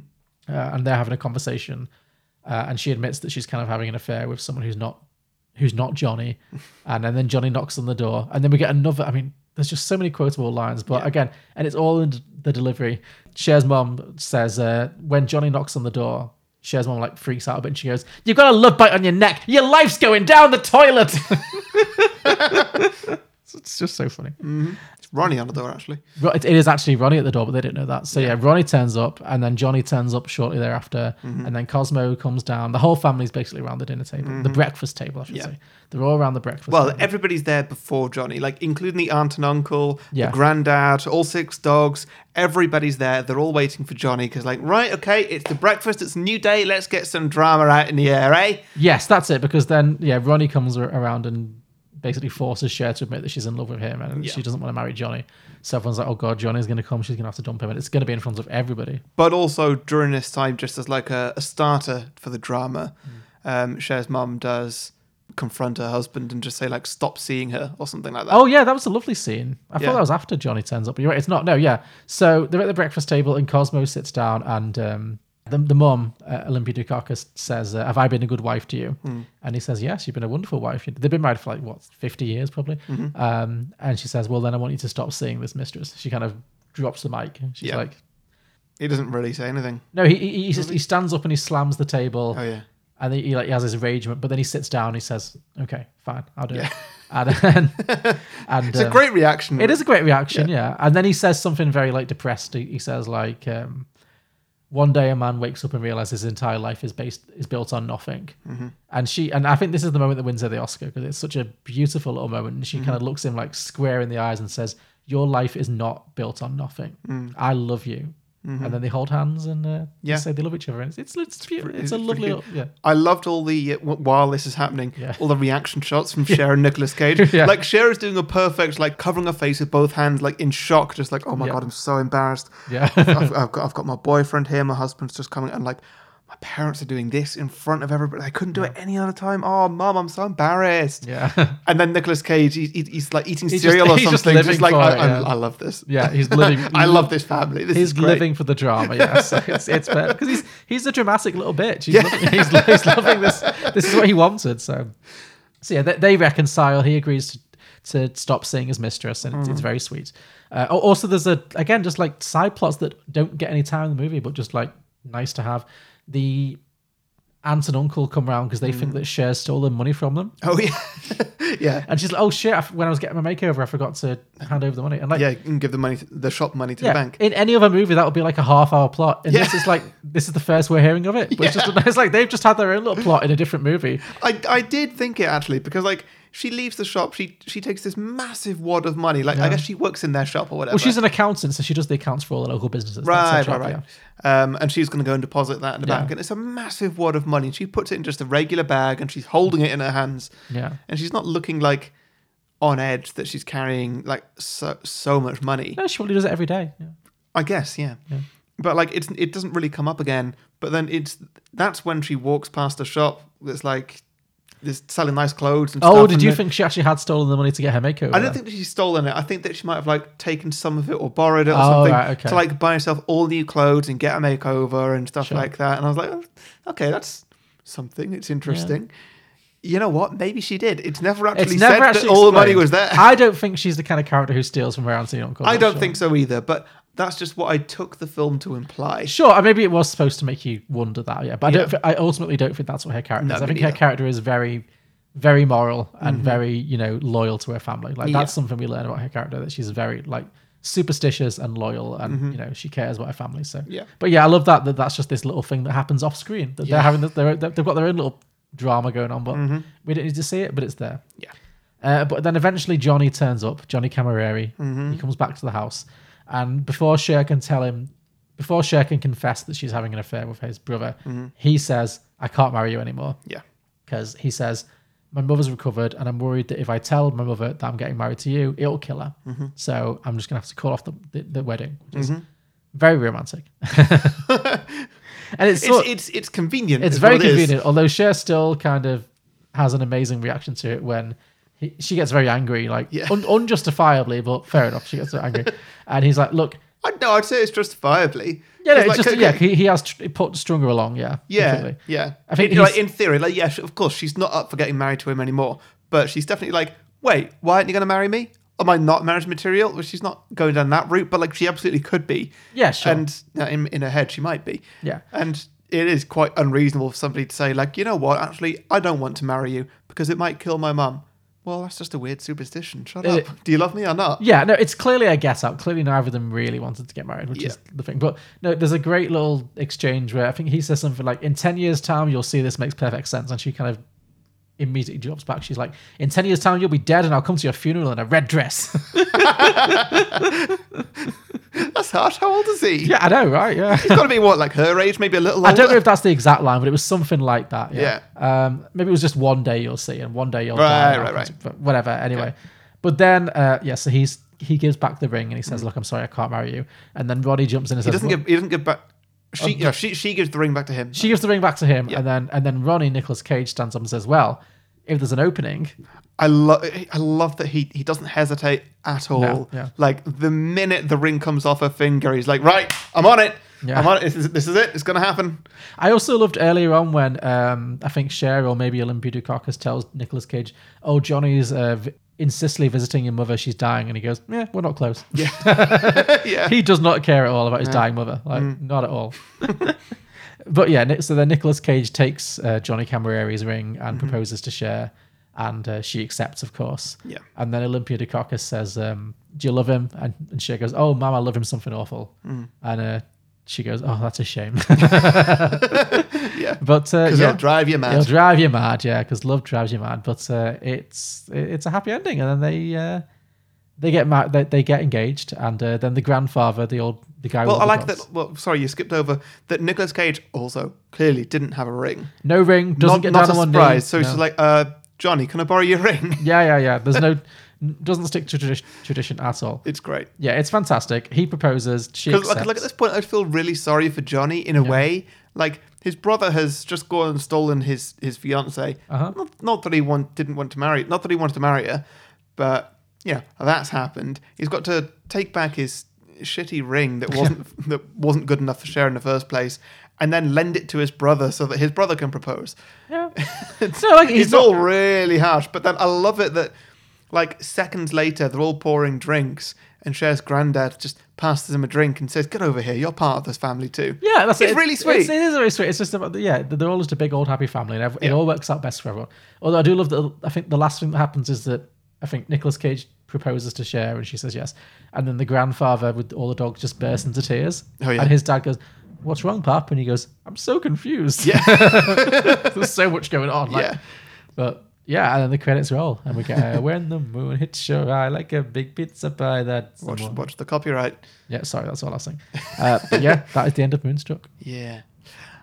Speaker 1: and they're having a conversation, uh, and she admits that she's kind of having an affair with someone who's not who's not Johnny, and, and then Johnny knocks on the door, and then we get another. I mean, there's just so many quotable lines, but again, and it's all in d- the delivery. Cher's mom says uh, when Johnny knocks on the door, Cher's mom like freaks out a bit, and she goes, "You've got a love bite on your neck. Your life's going down the toilet." it's just so funny.
Speaker 2: It's Ronnie on the door, actually.
Speaker 1: Ro- It it is actually Ronnie at the door, but they didn't know that. So yeah, Ronnie turns up, and then Johnny turns up shortly thereafter,
Speaker 2: Mm-hmm.
Speaker 1: and then Cosmo comes down. The whole family's basically around the dinner table, the breakfast table, I should
Speaker 2: Mm-hmm. Yeah.
Speaker 1: say. They're all around the breakfast.
Speaker 2: Well,
Speaker 1: table.
Speaker 2: everybody's there before Johnny, like including the aunt and uncle,
Speaker 1: Yeah.
Speaker 2: the granddad, all six dogs. Everybody's there. They're all waiting for Johnny because, like, right, okay, it's the breakfast, it's a new day. Let's get some drama out in the air, eh?
Speaker 1: yes, that's it. Because then yeah, Ronnie comes ar- around and basically forces Cher to admit that she's in love with him, and
Speaker 2: Yeah.
Speaker 1: she doesn't want to marry Johnny. So everyone's like, "Oh God, Johnny's going to come. She's going to have to dump him, and it's going to be in front of everybody."
Speaker 2: But also during
Speaker 1: Mm.
Speaker 2: this time, just as like a, a starter for the drama, um, Cher's mum does confront her husband and just say like stop seeing her or something like that.
Speaker 1: Oh yeah, that was a lovely scene. I
Speaker 2: Yeah.
Speaker 1: thought that was after Johnny turns up, but you're right, it's not. No, yeah. So they're at the breakfast table, and Cosmo sits down, and um, the the mum, uh, Olympia Dukakis, says, uh, "Have I been a good wife to you?"
Speaker 2: Hmm.
Speaker 1: And he says, "Yes, you've been a wonderful wife. They've been married for like what fifty years, probably."
Speaker 2: Mm-hmm.
Speaker 1: Um, and she says, "Well, then I want you to stop seeing this mistress." She kind of drops the mic. She's
Speaker 2: Yeah.
Speaker 1: like,
Speaker 2: He doesn't really say anything.
Speaker 1: "No." He he, he, just, he stands up and he slams the table.
Speaker 2: Oh yeah.
Speaker 1: And then he like he has his ragement, but then he sits down. and He says, "Okay, fine, I'll do it." And, and, um,
Speaker 2: It's a great reaction.
Speaker 1: It is a great reaction, yeah. And then he says something very like depressed. He, he says like, um, "One day a man wakes up and realizes his entire life is based is built on nothing."
Speaker 2: Mm-hmm.
Speaker 1: And she and I think this is the moment that wins her the Oscar because it's such a beautiful little moment. And she
Speaker 2: Mm-hmm.
Speaker 1: kind of looks him like square in the eyes and says, "Your life is not built on nothing. I love you." And then they hold hands and uh, they
Speaker 2: Mm. Mm-hmm. Yeah.
Speaker 1: say they love each other. And it's it's it's, it's,
Speaker 2: It's
Speaker 1: a
Speaker 2: pretty
Speaker 1: lovely
Speaker 2: cute.
Speaker 1: little, yeah.
Speaker 2: I loved all the uh, wh- while this is happening,
Speaker 1: Yeah.
Speaker 2: all the reaction shots from Cher and Nicolas Cage.
Speaker 1: Yeah.
Speaker 2: Like Cher is doing a perfect, like covering her face with both hands, like in shock, just like, oh my
Speaker 1: Yeah.
Speaker 2: god, I'm so embarrassed.
Speaker 1: Yeah.
Speaker 2: I've, I've got, I've got my boyfriend here. My husband's just coming, and like, my parents are doing this in front of everybody. I couldn't do it any other time. Oh, mum, I'm so embarrassed.
Speaker 1: Yeah,
Speaker 2: And then Nicolas Cage, he, he- he's like eating
Speaker 1: He's just-
Speaker 2: cereal
Speaker 1: he's
Speaker 2: or
Speaker 1: just
Speaker 2: something. Just,
Speaker 1: living
Speaker 2: like,
Speaker 1: for
Speaker 2: I,
Speaker 1: it,
Speaker 2: I'm-
Speaker 1: yeah.
Speaker 2: I love this.
Speaker 1: yeah, he's living.
Speaker 2: I love this family. This is
Speaker 1: He's
Speaker 2: great.
Speaker 1: living for the drama, yeah. So it's it's because he's he's a dramatic little bitch. He's, loving, he's, he's loving this. This is what he wanted. So, so yeah, they, they reconcile. He agrees to to stop seeing his mistress, and it's,
Speaker 2: Mm.
Speaker 1: it's very sweet. Uh, al- also, there's a again just like side plots that don't get any time in the movie, but just like nice to have. The aunt and uncle come round because they
Speaker 2: Mm.
Speaker 1: think that Cher stole the money from them.
Speaker 2: Oh yeah, yeah,
Speaker 1: And she's like, "Oh shit! I f- When I was getting my makeover, I forgot to hand over the money." And like,
Speaker 2: yeah. You can give the money, to, the shop money to the bank.
Speaker 1: in any other movie, that would be like a half-hour plot, and
Speaker 2: Yeah.
Speaker 1: this is like this is the first we're hearing of it. But it's, just, it's like they've just had their own little plot in a different movie.
Speaker 2: I, I did think it actually because like she leaves the shop, she she takes this massive wad of money. Like I guess she works in their shop or whatever.
Speaker 1: Well, she's an accountant, so she does the accounts for all the local businesses.
Speaker 2: right,
Speaker 1: That's her
Speaker 2: right,
Speaker 1: job, yeah.
Speaker 2: right. Um, and she's going to go and deposit that in the
Speaker 1: Yeah.
Speaker 2: bank, and it's a massive wad of money. She puts it in just a regular bag, and she's holding it in her hands.
Speaker 1: Yeah.
Speaker 2: and she's not looking like on edge that she's carrying like so so much money.
Speaker 1: No, she probably does it every day. Yeah.
Speaker 2: I guess, yeah. But like, it's it doesn't really come up again. But then it's that's when she walks past a shop that's like, that's selling nice clothes and stuff.
Speaker 1: Oh, did
Speaker 2: and
Speaker 1: you
Speaker 2: the-
Speaker 1: think she actually had stolen the money to get her makeover?
Speaker 2: I
Speaker 1: then?
Speaker 2: don't think that she's stolen it. I think that she might have like taken some of it or borrowed it or
Speaker 1: Oh,
Speaker 2: something
Speaker 1: right, okay.
Speaker 2: to like buy herself all new clothes and get a makeover and stuff like that. And I was like, oh, okay, that's something. It's interesting. You know what? Maybe she did. It's never actually
Speaker 1: it's
Speaker 2: said
Speaker 1: never actually
Speaker 2: that all the money
Speaker 1: explained.
Speaker 2: was there. I,
Speaker 1: I don't think she's the kind of character who steals from her auntie and uncle.
Speaker 2: don't think so either. But that's just what I took the film to imply.
Speaker 1: Sure, uh, maybe it was supposed to make you wonder that, yeah. But I don't. thi- I ultimately don't think that's what her character
Speaker 2: No,
Speaker 1: is. I
Speaker 2: me
Speaker 1: think
Speaker 2: neither. Mm-hmm.
Speaker 1: her character is very, very moral and very, you know, loyal to her family. Like
Speaker 2: Yeah.
Speaker 1: that's something we learn about her character that she's very like superstitious and loyal, and you know she cares about her family. So
Speaker 2: Mm-hmm. Yeah.
Speaker 1: But yeah, I love that that that's just this little thing that happens off screen. That they're having this, they're, they've got their own little drama going on, but
Speaker 2: Mm-hmm.
Speaker 1: we don't need to see it. But it's there.
Speaker 2: Yeah.
Speaker 1: Uh, but then eventually Johnny turns up, Johnny Camerari. He comes back to the house. And before Cher can tell him, before Cher can confess that she's having an affair with his brother, he says, I can't marry you anymore.
Speaker 2: Yeah.
Speaker 1: Because he says, My mother's recovered, and I'm worried that if I tell my mother that I'm getting married to you, it'll kill her. So I'm just going to have to call off the, the, the wedding, which is very romantic. and it's,
Speaker 2: It's,
Speaker 1: sort-
Speaker 2: it's it's convenient.
Speaker 1: it's
Speaker 2: is
Speaker 1: very
Speaker 2: what it is.
Speaker 1: convenient. Although Cher still kind of has an amazing reaction to it when he, she gets very angry, like
Speaker 2: Yeah.
Speaker 1: un- unjustifiably, but fair enough. She gets so angry, and he's like, "Look,
Speaker 2: I, no, I'd say it's justifiably.
Speaker 1: yeah, no, it's
Speaker 2: like,
Speaker 1: just
Speaker 2: okay,
Speaker 1: yeah, he, he has tr- put strung her along, yeah,
Speaker 2: yeah,
Speaker 1: completely.
Speaker 2: yeah.
Speaker 1: I think
Speaker 2: In- like,
Speaker 1: he's-
Speaker 2: in theory, like yeah, of course, she's not up for getting married to him anymore. But she's definitely like, wait, why aren't you going to marry me? Am I not marriage material? Well, she's not going down that route, but like she absolutely could be.
Speaker 1: Yeah, sure.
Speaker 2: And uh, in, in her head, she might be.
Speaker 1: Yeah.
Speaker 2: And it is quite unreasonable for somebody to say like, you know what? Actually, I don't want to marry you because it might kill my mum. Well, that's just a weird superstition. Shut
Speaker 1: Uh,
Speaker 2: up. Do you love me or not?
Speaker 1: Yeah, no, it's clearly a get up. Clearly, neither of them really wanted to get married, which is the thing. But no, there's a great little exchange where I think he says something like, "In ten years' time, you'll see this makes perfect sense," and she kind of immediately drops back. She's like, "In ten years' time, you'll be dead, and I'll come to your funeral in a red dress."
Speaker 2: That's harsh. How old is he?
Speaker 1: yeah, I know, right? Yeah.
Speaker 2: He's got to be what, like her age, maybe a little older.
Speaker 1: I don't know if that's the exact line, but it was something like that. Yeah. Um, maybe it was just one day you'll see, and one day you'll
Speaker 2: Right,
Speaker 1: die.
Speaker 2: right, right.
Speaker 1: But whatever. Anyway, but then uh, yeah, so he's he gives back the ring and he says, "Look, I'm sorry, I can't marry you." And then Roddy jumps in and
Speaker 2: Mm. He
Speaker 1: says,
Speaker 2: doesn't
Speaker 1: "Look,"
Speaker 2: give. He doesn't give back. She, yeah, she, she gives the ring back to him.
Speaker 1: She gives the ring back to him, and then and then Ronnie Nicholas Cage stands up and says, "Well." if there's an opening,
Speaker 2: I love I love that he he doesn't hesitate at all.
Speaker 1: yeah.
Speaker 2: Like the minute the ring comes off her finger, he's like, right, I'm on it.
Speaker 1: Yeah.
Speaker 2: I'm on it. This is, this is it. It's gonna happen.
Speaker 1: I also loved earlier on when um, I think Cher or maybe Olympia Dukakis tells Nicolas Cage, "Oh, Johnny's uh, v- in Sicily visiting your mother. She's dying," and he goes, "Yeah, we're not close." Yeah,
Speaker 2: Yeah. Mm.
Speaker 1: he does not care at all about his dying mother, like not at all. but yeah, Nic- so then Nicolas Cage takes uh, Johnny Camerieri's ring and
Speaker 2: Mm-hmm.
Speaker 1: proposes to Cher, and uh, she accepts, of course.
Speaker 2: Yeah.
Speaker 1: And then Olympia Dukakis says, um, "Do you love him?" And, and Cher goes, "Oh, Mum, I love him something awful,"
Speaker 2: Mm.
Speaker 1: and. Uh, she goes, oh, that's a shame.
Speaker 2: Yeah.
Speaker 1: but uh,
Speaker 2: Because
Speaker 1: yeah.
Speaker 2: it'll drive you mad.
Speaker 1: It'll drive you mad, yeah, because love drives you mad. But uh, it's it- it's a happy ending, and then they uh, they get ma- they, they get engaged, and uh, then the grandfather, the old the guy.
Speaker 2: well,
Speaker 1: with
Speaker 2: I
Speaker 1: the
Speaker 2: like
Speaker 1: guns.
Speaker 2: that. Well, sorry, you skipped over that. Nicolas Cage also clearly didn't have a ring.
Speaker 1: No ring doesn't
Speaker 2: not
Speaker 1: get
Speaker 2: not
Speaker 1: down
Speaker 2: a
Speaker 1: on one knee.
Speaker 2: surprise. So he's
Speaker 1: No.
Speaker 2: just like, uh, Johnny, can I borrow your ring?
Speaker 1: yeah, yeah, yeah. There's no n- doesn't stick to tradi- tradition at all.
Speaker 2: it's great.
Speaker 1: Yeah, it's fantastic. He proposes. She
Speaker 2: Because
Speaker 1: accepts.
Speaker 2: like, like at this point, I feel really sorry for Johnny in a way. Like his brother has just gone and stolen his his fiance.
Speaker 1: Uh-huh.
Speaker 2: Not, not that he want, didn't want to marry. Not that he wanted to marry her, but yeah, that's happened. He's got to take back his shitty ring that wasn't that wasn't good enough for Cher in the first place, and then lend it to his brother so that his brother can propose.
Speaker 1: yeah. no, like he's
Speaker 2: it's
Speaker 1: not.
Speaker 2: all really harsh. But then I love it that, like, seconds later, they're all pouring drinks, and Cher's granddad just passes him a drink and says, Get over here, you're part of this family too.
Speaker 1: Yeah, that's
Speaker 2: it's
Speaker 1: it.
Speaker 2: really
Speaker 1: It's,
Speaker 2: sweet.
Speaker 1: it is very sweet. It's just about yeah, they're all just a big old happy family, and ev-
Speaker 2: Yeah.
Speaker 1: it all works out best for everyone. Although I do love that. I think the last thing that happens is that I think Nicolas Cage proposes to Cher, and she says yes, and then the grandfather with all the dogs just bursts into tears,
Speaker 2: Oh, yeah.
Speaker 1: and his dad goes, "What's wrong, Pop?" And he goes, "I'm so confused." Yeah, there's so much going on. Like,
Speaker 2: Yeah.
Speaker 1: but. Yeah, and then the credits roll, and we get uh, when the moon hits your eye like a big pizza pie. That
Speaker 2: Watch,
Speaker 1: someone-"
Speaker 2: watch the copyright.
Speaker 1: yeah, sorry, that's all I was saying. Uh, but yeah, that is the end of Moonstruck.
Speaker 2: Yeah.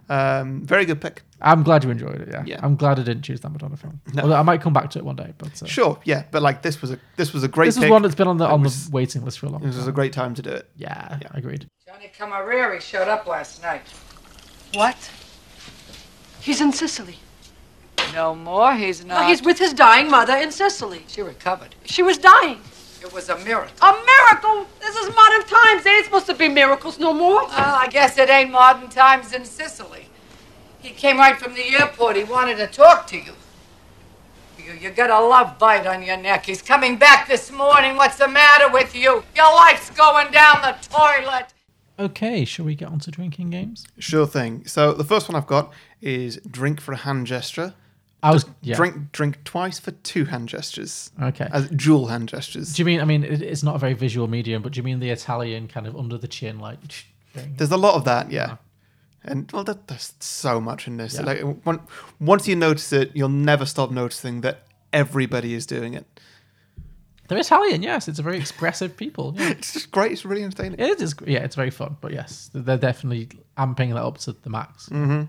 Speaker 2: Um, very good pick.
Speaker 1: I'm glad you enjoyed it. Yeah,
Speaker 2: Yeah.
Speaker 1: I'm glad I didn't choose that Madonna film. Although I might come back to it one day. But uh,
Speaker 2: Sure, yeah, but like this was a this was a great
Speaker 1: this is
Speaker 2: pick.
Speaker 1: one that's been on the on
Speaker 2: was-
Speaker 1: the waiting list for a long
Speaker 2: this
Speaker 1: time.
Speaker 2: was a great time to do it.
Speaker 1: yeah, agreed.
Speaker 8: Johnny Camareri showed up last night.
Speaker 5: What? He's in Sicily.
Speaker 8: No more, he's
Speaker 5: No,
Speaker 8: not.
Speaker 5: he's with his dying mother in Sicily.
Speaker 8: She recovered.
Speaker 5: She was dying.
Speaker 8: It was a miracle.
Speaker 5: A miracle? This is modern times. They ain't supposed to be miracles no more.
Speaker 8: Well, I guess it ain't modern times in Sicily. He came right from the airport. He wanted to talk to you. You, you got a love bite on your neck. He's coming back this morning. What's the matter with you? Your life's going down the toilet.
Speaker 1: Okay, shall we get on to drinking games?
Speaker 2: Sure thing. So the first one I've got is drink for a hand gesture.
Speaker 1: I was yeah.
Speaker 2: Drink drink twice for two hand gestures.
Speaker 1: Okay.
Speaker 2: As dual hand gestures.
Speaker 1: Do you mean? I mean, it, it's not a very visual medium, but do you mean the Italian kind of under the chin, like? thing?
Speaker 2: There's a lot of that, yeah. And well, that, there's so much in this.
Speaker 1: Yeah.
Speaker 2: Like one, once you notice it, you'll never stop noticing that everybody is doing it.
Speaker 1: They're Italian, yes. It's a very expressive people. Yeah.
Speaker 2: It's just great. It's really entertaining.
Speaker 1: It is, yeah, it's very fun. But yes, they're definitely amping that up to the max. Mm-hmm.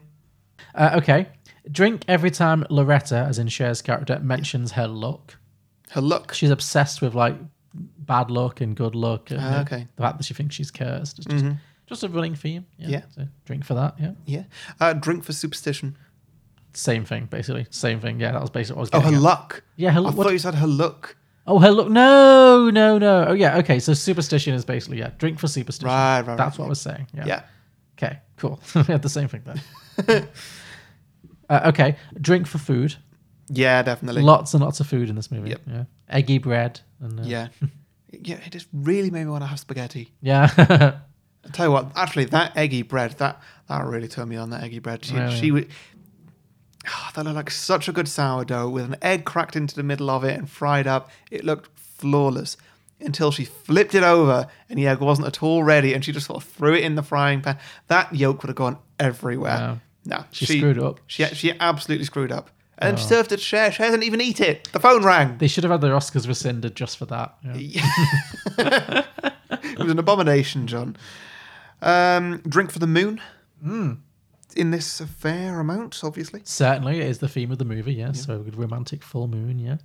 Speaker 1: Uh, okay, drink every time Loretta, as in Cher's character, mentions her luck.
Speaker 2: Her look.
Speaker 1: she's obsessed with like bad luck and good luck. And,
Speaker 2: Ah,
Speaker 1: you know,
Speaker 2: okay. Mm-hmm.
Speaker 1: The fact that she thinks she's cursed. It's just, just a running theme. Yeah.
Speaker 2: Yeah.
Speaker 1: So drink for that. Yeah.
Speaker 2: Yeah. Uh, drink for superstition.
Speaker 1: Same thing, basically. Same thing. Yeah, that was basically what I was
Speaker 2: Oh,
Speaker 1: getting.
Speaker 2: her
Speaker 1: at.
Speaker 2: luck.
Speaker 1: Yeah, her
Speaker 2: I
Speaker 1: luck-
Speaker 2: thought
Speaker 1: what-
Speaker 2: you said her look.
Speaker 1: Oh, her look. No, no, no. Oh, yeah. Okay. So superstition is basically, yeah, drink for superstition.
Speaker 2: Right, right, right.
Speaker 1: That's what I was saying. Yeah.
Speaker 2: Yeah.
Speaker 1: Okay, cool. we had the same thing there. uh, okay. Drink for food.
Speaker 2: Yeah, definitely.
Speaker 1: Lots and lots of food in this movie.
Speaker 2: Yep.
Speaker 1: Yeah. Eggy bread. And, uh,
Speaker 2: Yeah. yeah. It just really made me want to have spaghetti.
Speaker 1: Yeah.
Speaker 2: I tell you what, actually, that eggy bread that that really turned me on. That eggy bread. She,
Speaker 1: Really?
Speaker 2: she would. Ah, that looked like such a good sourdough with an egg cracked into the middle of it and fried up. It looked flawless until she flipped it over and the egg wasn't at all ready and she just sort of threw it in the frying pan. That yolk would have gone everywhere.
Speaker 1: Wow.
Speaker 2: No,
Speaker 1: She screwed up. Oh.
Speaker 2: She she absolutely screwed up. And then served it to Cher. Cher didn't even eat it. The phone rang.
Speaker 1: they should have had their Oscars rescinded just for that. Yeah.
Speaker 2: It was an abomination, John. Um, drink for the moon. Hmm. In this a fair amount, obviously.
Speaker 1: Certainly, it is the theme of the movie, yes. So a good romantic full moon, yeah.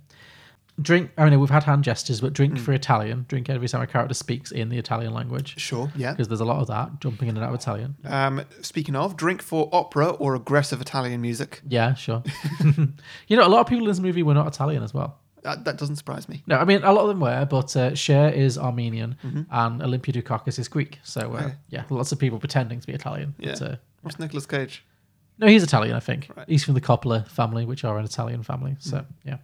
Speaker 1: drink. I mean, we've had hand gestures, but
Speaker 2: Mm.
Speaker 1: drink for Italian. Drink every time a character speaks in the Italian language
Speaker 2: Sure, yeah.
Speaker 1: because there's a lot of that jumping in and out of Italian.
Speaker 2: Um, speaking of, drink for opera or aggressive Italian music.
Speaker 1: Yeah, sure. you know, a lot of people in this movie were not Italian as well.
Speaker 2: That, that doesn't surprise me.
Speaker 1: No, I mean a lot of them were, but uh, Cher is Armenian
Speaker 2: Mm-hmm.
Speaker 1: and Olympia Dukakis is Greek. So uh, yeah, lots of people pretending to be Italian.
Speaker 2: Oh, Yeah.
Speaker 1: But, uh,
Speaker 2: What's Nicolas Cage?
Speaker 1: no, he's Italian, I think. He's from the Coppola family, which are an Italian family.
Speaker 2: Mm.
Speaker 1: So yeah,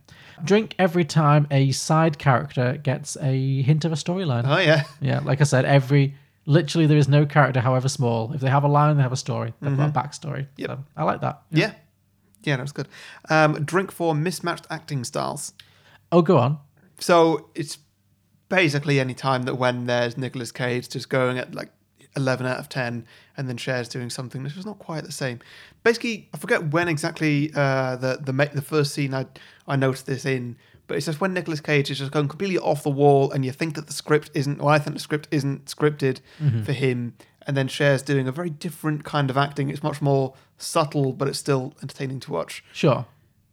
Speaker 1: drink every time a side character gets a hint of a storyline.
Speaker 2: Oh, yeah.
Speaker 1: Yeah, like I said, every literally there is no character, however small. If they have a line, they have a story. They've got a backstory.
Speaker 2: Mm-hmm. Yep.
Speaker 1: So I like that.
Speaker 2: Yeah. Yeah, that was good. Um, drink for mismatched acting styles.
Speaker 1: Oh, go on.
Speaker 2: So it's basically any time that when there's Nicolas Cage just going at like 11 out of 10 and then Cher's doing something that's just not quite the same. Basically, I forget when exactly uh, the, the ma- the first scene I, I noticed this in, but it's just when Nicolas Cage is just going completely off the wall and you think that the script isn't, well, I think the script isn't scripted
Speaker 1: Mm-hmm.
Speaker 2: for him. And then Cher's doing a very different kind of acting. It's much more subtle, but it's still entertaining to watch.
Speaker 1: Sure.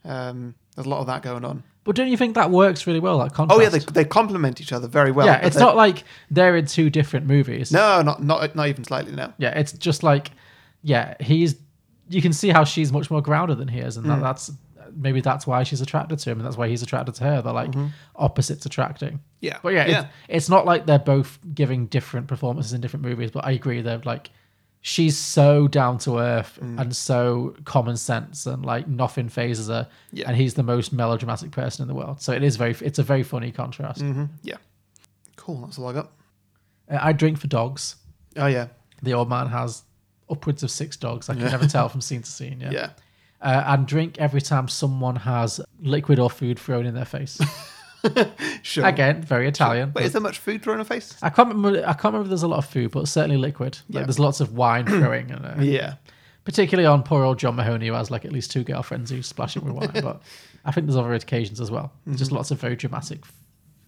Speaker 2: Um, there's a lot of that going on.
Speaker 1: But don't you think that works really well? That contrast.
Speaker 2: Oh yeah, they, they complement each other very well.
Speaker 1: yeah,
Speaker 2: but
Speaker 1: it's
Speaker 2: they're-
Speaker 1: not like they're in two different movies.
Speaker 2: No, not not not even slightly. No.
Speaker 1: Yeah, it's just like, yeah, he's. You can see how she's much more grounded than he is, and
Speaker 2: Mm.
Speaker 1: that, that's maybe that's why she's attracted to him, and that's why he's attracted to her. They're like opposites attracting.
Speaker 2: Mm-hmm. Yeah,
Speaker 1: but yeah,
Speaker 2: yeah.
Speaker 1: It's, it's not like they're both giving different performances in different movies. But I agree, they're like, she's so down to earth
Speaker 2: Mm.
Speaker 1: and so common sense, and like nothing phases her,
Speaker 2: Yeah.
Speaker 1: and he's the most melodramatic person in the world. So it is very, it's a very funny contrast.
Speaker 2: Yeah. Cool. That's all I got.
Speaker 1: Uh, I drink for dogs.
Speaker 2: Oh yeah.
Speaker 1: the old man has upwards of six dogs. I can never tell from scene to scene. Yeah.
Speaker 2: Yeah.
Speaker 1: Uh, and drink every time someone has liquid or food thrown in their face.
Speaker 2: Sure.
Speaker 1: Again, very Italian.
Speaker 2: Wait, is
Speaker 1: but-
Speaker 2: there much food thrown in her face?
Speaker 1: I can't remember. I can't remember. if There's a lot of food, but certainly liquid. Like
Speaker 2: Yeah.
Speaker 1: there's lots of wine throwing, and uh,
Speaker 2: Yeah.
Speaker 1: particularly on poor old John Mahoney, who has like at least two girlfriends who splash him with wine. But I think there's other occasions as well.
Speaker 2: Mm-hmm.
Speaker 1: Just lots of very dramatic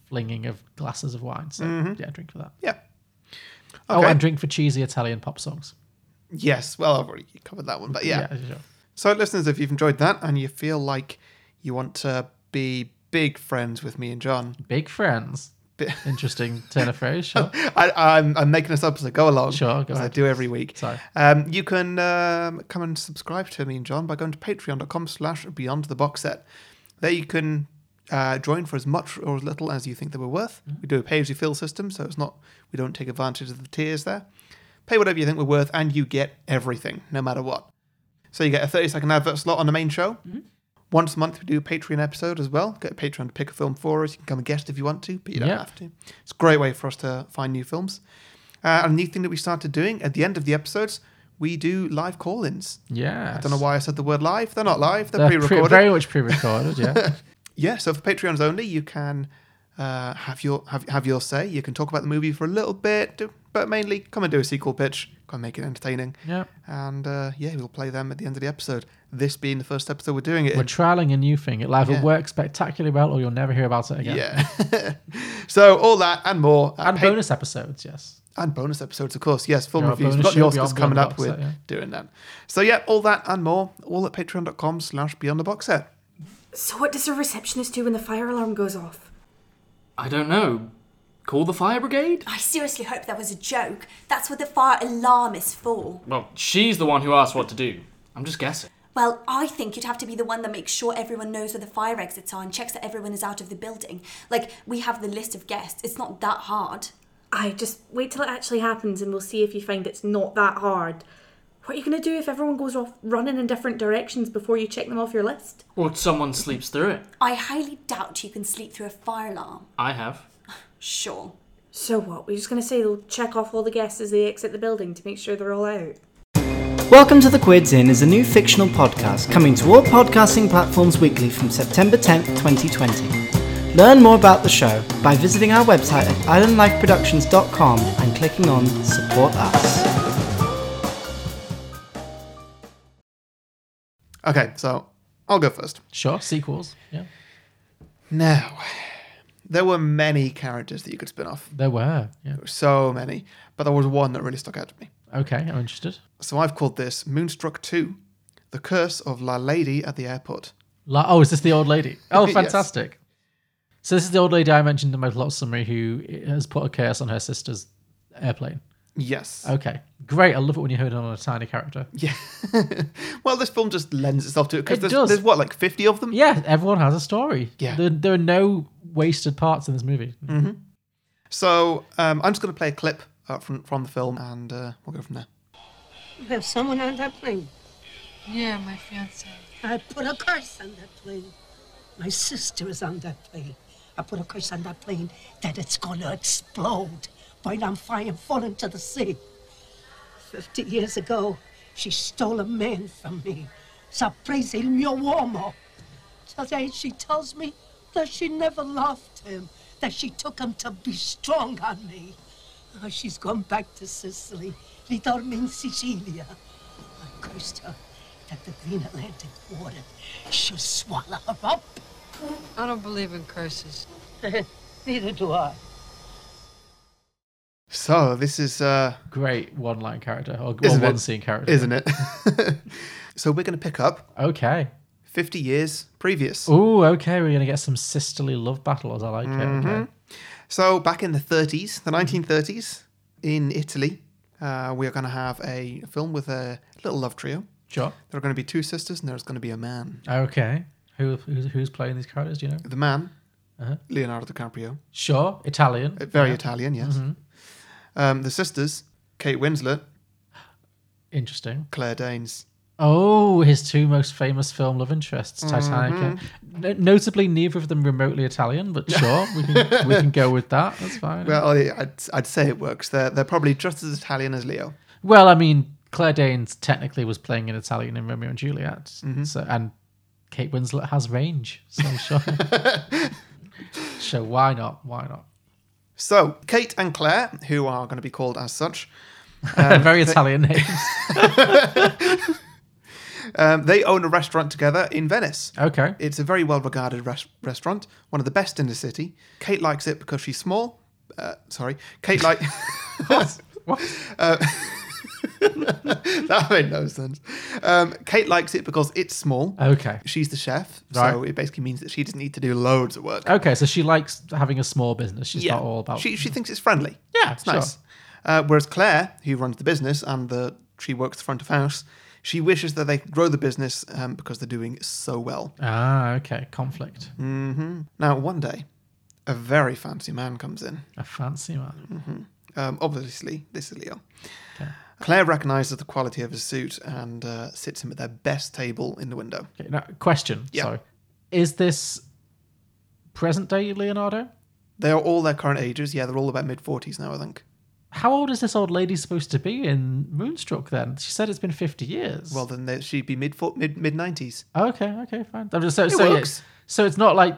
Speaker 1: flinging of glasses of wine. So yeah, drink for that.
Speaker 2: Yeah.
Speaker 1: Oh,
Speaker 2: Mm-hmm. Okay.
Speaker 1: and drink for cheesy Italian pop songs.
Speaker 2: Yes. Well, I've already covered that one, but yeah.
Speaker 1: sure.
Speaker 2: So, listeners, if you've enjoyed that and you feel like you want to be big friends with me and John,
Speaker 1: Big friends.
Speaker 2: Bi-
Speaker 1: Interesting turn of phrase. Sure.
Speaker 2: I, I'm, I'm making this up as I go along.
Speaker 1: Sure, go
Speaker 2: as I
Speaker 1: ahead.
Speaker 2: do every week.
Speaker 1: Sorry.
Speaker 2: Um, you can um, come and subscribe to me and John by going to patreon.com slash beyond the box set. There you can uh, join for as much or as little as you think they were worth.
Speaker 1: Mm-hmm.
Speaker 2: We do a pay as you feel system, so it's not we don't take advantage of the tiers there. Pay whatever you think we're worth, and you get everything, no matter what. So you get a 30 second advert slot on the main show.
Speaker 1: Mm-hmm.
Speaker 2: Once a month, we do a Patreon episode as well. Get a Patreon to pick a film for us. You can come and guest if you want to, but you don't
Speaker 1: Yeah.
Speaker 2: have to. It's a great way for us to find new films. Uh, and a neat thing that we started doing at the end of the episodes, we do live call ins.
Speaker 1: Yeah.
Speaker 2: I don't know why I said the word live. They're not live, they're,
Speaker 1: They're
Speaker 2: pre recorded.
Speaker 1: pre- very much pre-recorded. Yeah.
Speaker 2: yeah, so for Patreons only, you can uh, have your have, have your say. You can talk about the movie for a little bit, do- but mainly come and do a sequel pitch. Come make it entertaining.
Speaker 1: yeah.
Speaker 2: And uh, yeah, we'll play them at the end of the episode. This being the first episode we're doing it
Speaker 1: We're
Speaker 2: in.
Speaker 1: trialing a new thing. It'll either
Speaker 2: Yeah.
Speaker 1: work spectacularly well, or you'll never hear about it again.
Speaker 2: Yeah. so all that and more. at
Speaker 1: And
Speaker 2: pa-
Speaker 1: bonus episodes, yes.
Speaker 2: and bonus episodes, of course. Yes, film
Speaker 1: Yeah,
Speaker 2: reviews. We've
Speaker 1: bonus
Speaker 2: got the
Speaker 1: show
Speaker 2: Oscars
Speaker 1: beyond
Speaker 2: coming
Speaker 1: Beyond the
Speaker 2: up.
Speaker 1: Box
Speaker 2: We're
Speaker 1: Set, yeah.
Speaker 2: doing that. So yeah, all that and more, all at patreon.com slash beyond the box set.
Speaker 9: So, what does a receptionist do when the fire alarm goes off?
Speaker 10: I don't know. Call the fire brigade?
Speaker 9: I seriously hope that was a joke. That's what the fire alarm is for.
Speaker 10: Well, she's the one who asked what to do. I'm just guessing.
Speaker 9: Well, I think you'd have to be the one that makes sure everyone knows where the fire exits are and checks that everyone is out of the building. Like, we have the list of guests, it's not that hard.
Speaker 11: I just wait till it actually happens and we'll see if you find it's not that hard. What are you going to do if everyone goes off running in different directions before you check them off your list?
Speaker 10: Or if someone sleeps through it.
Speaker 9: I highly doubt you can sleep through a fire alarm.
Speaker 10: I have.
Speaker 9: Sure.
Speaker 11: So what? We're just going to say they'll check off all the guests as they exit the building to make sure they're all out.
Speaker 3: Welcome to The Quids Inn is a new fictional podcast coming to all podcasting platforms weekly from September 10th, 2020. Learn more about the show by visiting our website at islandlifeproductions.com and clicking on Support Us.
Speaker 2: Okay, so I'll go first.
Speaker 1: Sure, sequels. Yeah.
Speaker 2: Now, there were many characters that you could spin off.
Speaker 1: There were. Yeah.
Speaker 2: So many. But there was one that really stuck out to me.
Speaker 1: Okay, I'm interested.
Speaker 2: So I've called this Moonstruck 2 The Curse of La Lady at the Airport.
Speaker 1: La- oh, is this the old lady? Oh, fantastic. So this is the old lady I mentioned in my plot summary who has put a curse on her sister's airplane.
Speaker 2: Yes.
Speaker 1: Okay. Great. I love it when you hone in on a tiny character.
Speaker 2: Yeah. well, this film just lends itself to it because
Speaker 1: It
Speaker 2: there's,
Speaker 1: does.
Speaker 2: there's what like fifty of them.
Speaker 1: Yeah. Everyone has a story.
Speaker 2: Yeah. Mm.
Speaker 1: There, there are no wasted parts in this movie.
Speaker 2: So um, I'm just going to play a clip uh, from from the film, and uh, we'll go from there.
Speaker 12: You have someone on that plane.
Speaker 5: Yeah, my fiance.
Speaker 12: I put a curse on that plane. My sister is on that plane. I put a curse on that plane that it's gonna explode, light on fire, and fall into the sea. Fifty years ago, she stole a man from me. Sapprese il mio uomo. Today she tells me that she never loved him, that she took him to be strong on me. Oh, she's gone back to Sicily, ritorna in Sicilia. I cursed her that the green Atlantic water should swallow her up.
Speaker 5: I don't believe in curses.
Speaker 12: Neither do I.
Speaker 2: So this is uh,
Speaker 1: great one line character or, or
Speaker 2: Isn't it?
Speaker 1: one scene character,
Speaker 2: Isn't it? so we're going to pick up
Speaker 1: Okay.
Speaker 2: fifty years previous.
Speaker 1: Oh, okay. We're gonna get some sisterly love battles. I like it. Okay.
Speaker 2: Mhm. So back in the 30s, the 1930s, in Italy, uh, we are going to have a film with a little love trio.
Speaker 1: Sure.
Speaker 2: There are going to be two sisters, and there's going to be a man.
Speaker 1: Okay. Who who's, who's playing these characters? Do you know?
Speaker 2: The man,
Speaker 1: Uh-huh.
Speaker 2: Leonardo DiCaprio,
Speaker 1: Sure. Italian.
Speaker 2: uh, very
Speaker 1: Yeah.
Speaker 2: Italian, yes.
Speaker 1: Mhm.
Speaker 2: Um, the sisters, Kate Winslet,
Speaker 1: Interesting.
Speaker 2: Claire Danes.
Speaker 1: Oh, his two most famous film love interests,
Speaker 2: Mm-hmm.
Speaker 1: Titanic. and- No- notably, neither of them remotely Italian, but sure, we can we can go with that. That's fine.
Speaker 2: Well, I- I'd, I'd say it works. They're they're probably just as Italian as Leo.
Speaker 1: Well, I mean, Claire Danes technically was playing an Italian in Romeo and Juliet,
Speaker 2: Mm-hmm.
Speaker 1: so, and Kate Winslet has range, so sure. so why not? Why not?
Speaker 2: So Kate and Claire, who are going to be called as such,
Speaker 1: Very
Speaker 2: they-
Speaker 1: Italian names.
Speaker 2: um, they own a restaurant together in Venice.
Speaker 1: Okay.
Speaker 2: It's a very well regarded res- restaurant, one of the best in the city. Kate likes it because she's small. Uh, sorry. Kate like. what? Uh, that made no sense. Um, Kate likes it because it's small.
Speaker 1: Okay.
Speaker 2: She's the chef, so
Speaker 1: Right.
Speaker 2: it basically means that she doesn't need to do loads of work.
Speaker 1: Okay, so she likes having a small business. She's
Speaker 2: Yeah.
Speaker 1: not all about.
Speaker 2: She, she thinks it's friendly.
Speaker 1: Yeah,
Speaker 2: it's nice. Uh, whereas Claire, who runs the business and the she works front of house, she wishes that they could grow the business um, because they're doing so well.
Speaker 1: ah, okay. Conflict.
Speaker 2: hmm Now, one day, a very fancy man comes in.
Speaker 1: A fancy man.
Speaker 2: Um, obviously, this is Leo. Claire recognises the quality of his suit and uh, sits him at their best table in the window.
Speaker 1: Okay, now, question.
Speaker 2: Yeah.
Speaker 1: Sorry. Is this present day Leonardo?
Speaker 2: They are all their current ages. Yeah, they're all about mid 40s now, I think.
Speaker 1: How old is this old lady supposed to be in Moonstruck then? She said it's been 50 years.
Speaker 2: Well, then they, she'd be mid mid mid 90s.
Speaker 1: okay, okay, fine. I'm just- so,
Speaker 2: It
Speaker 1: so, yeah,
Speaker 2: works.
Speaker 1: so it's not like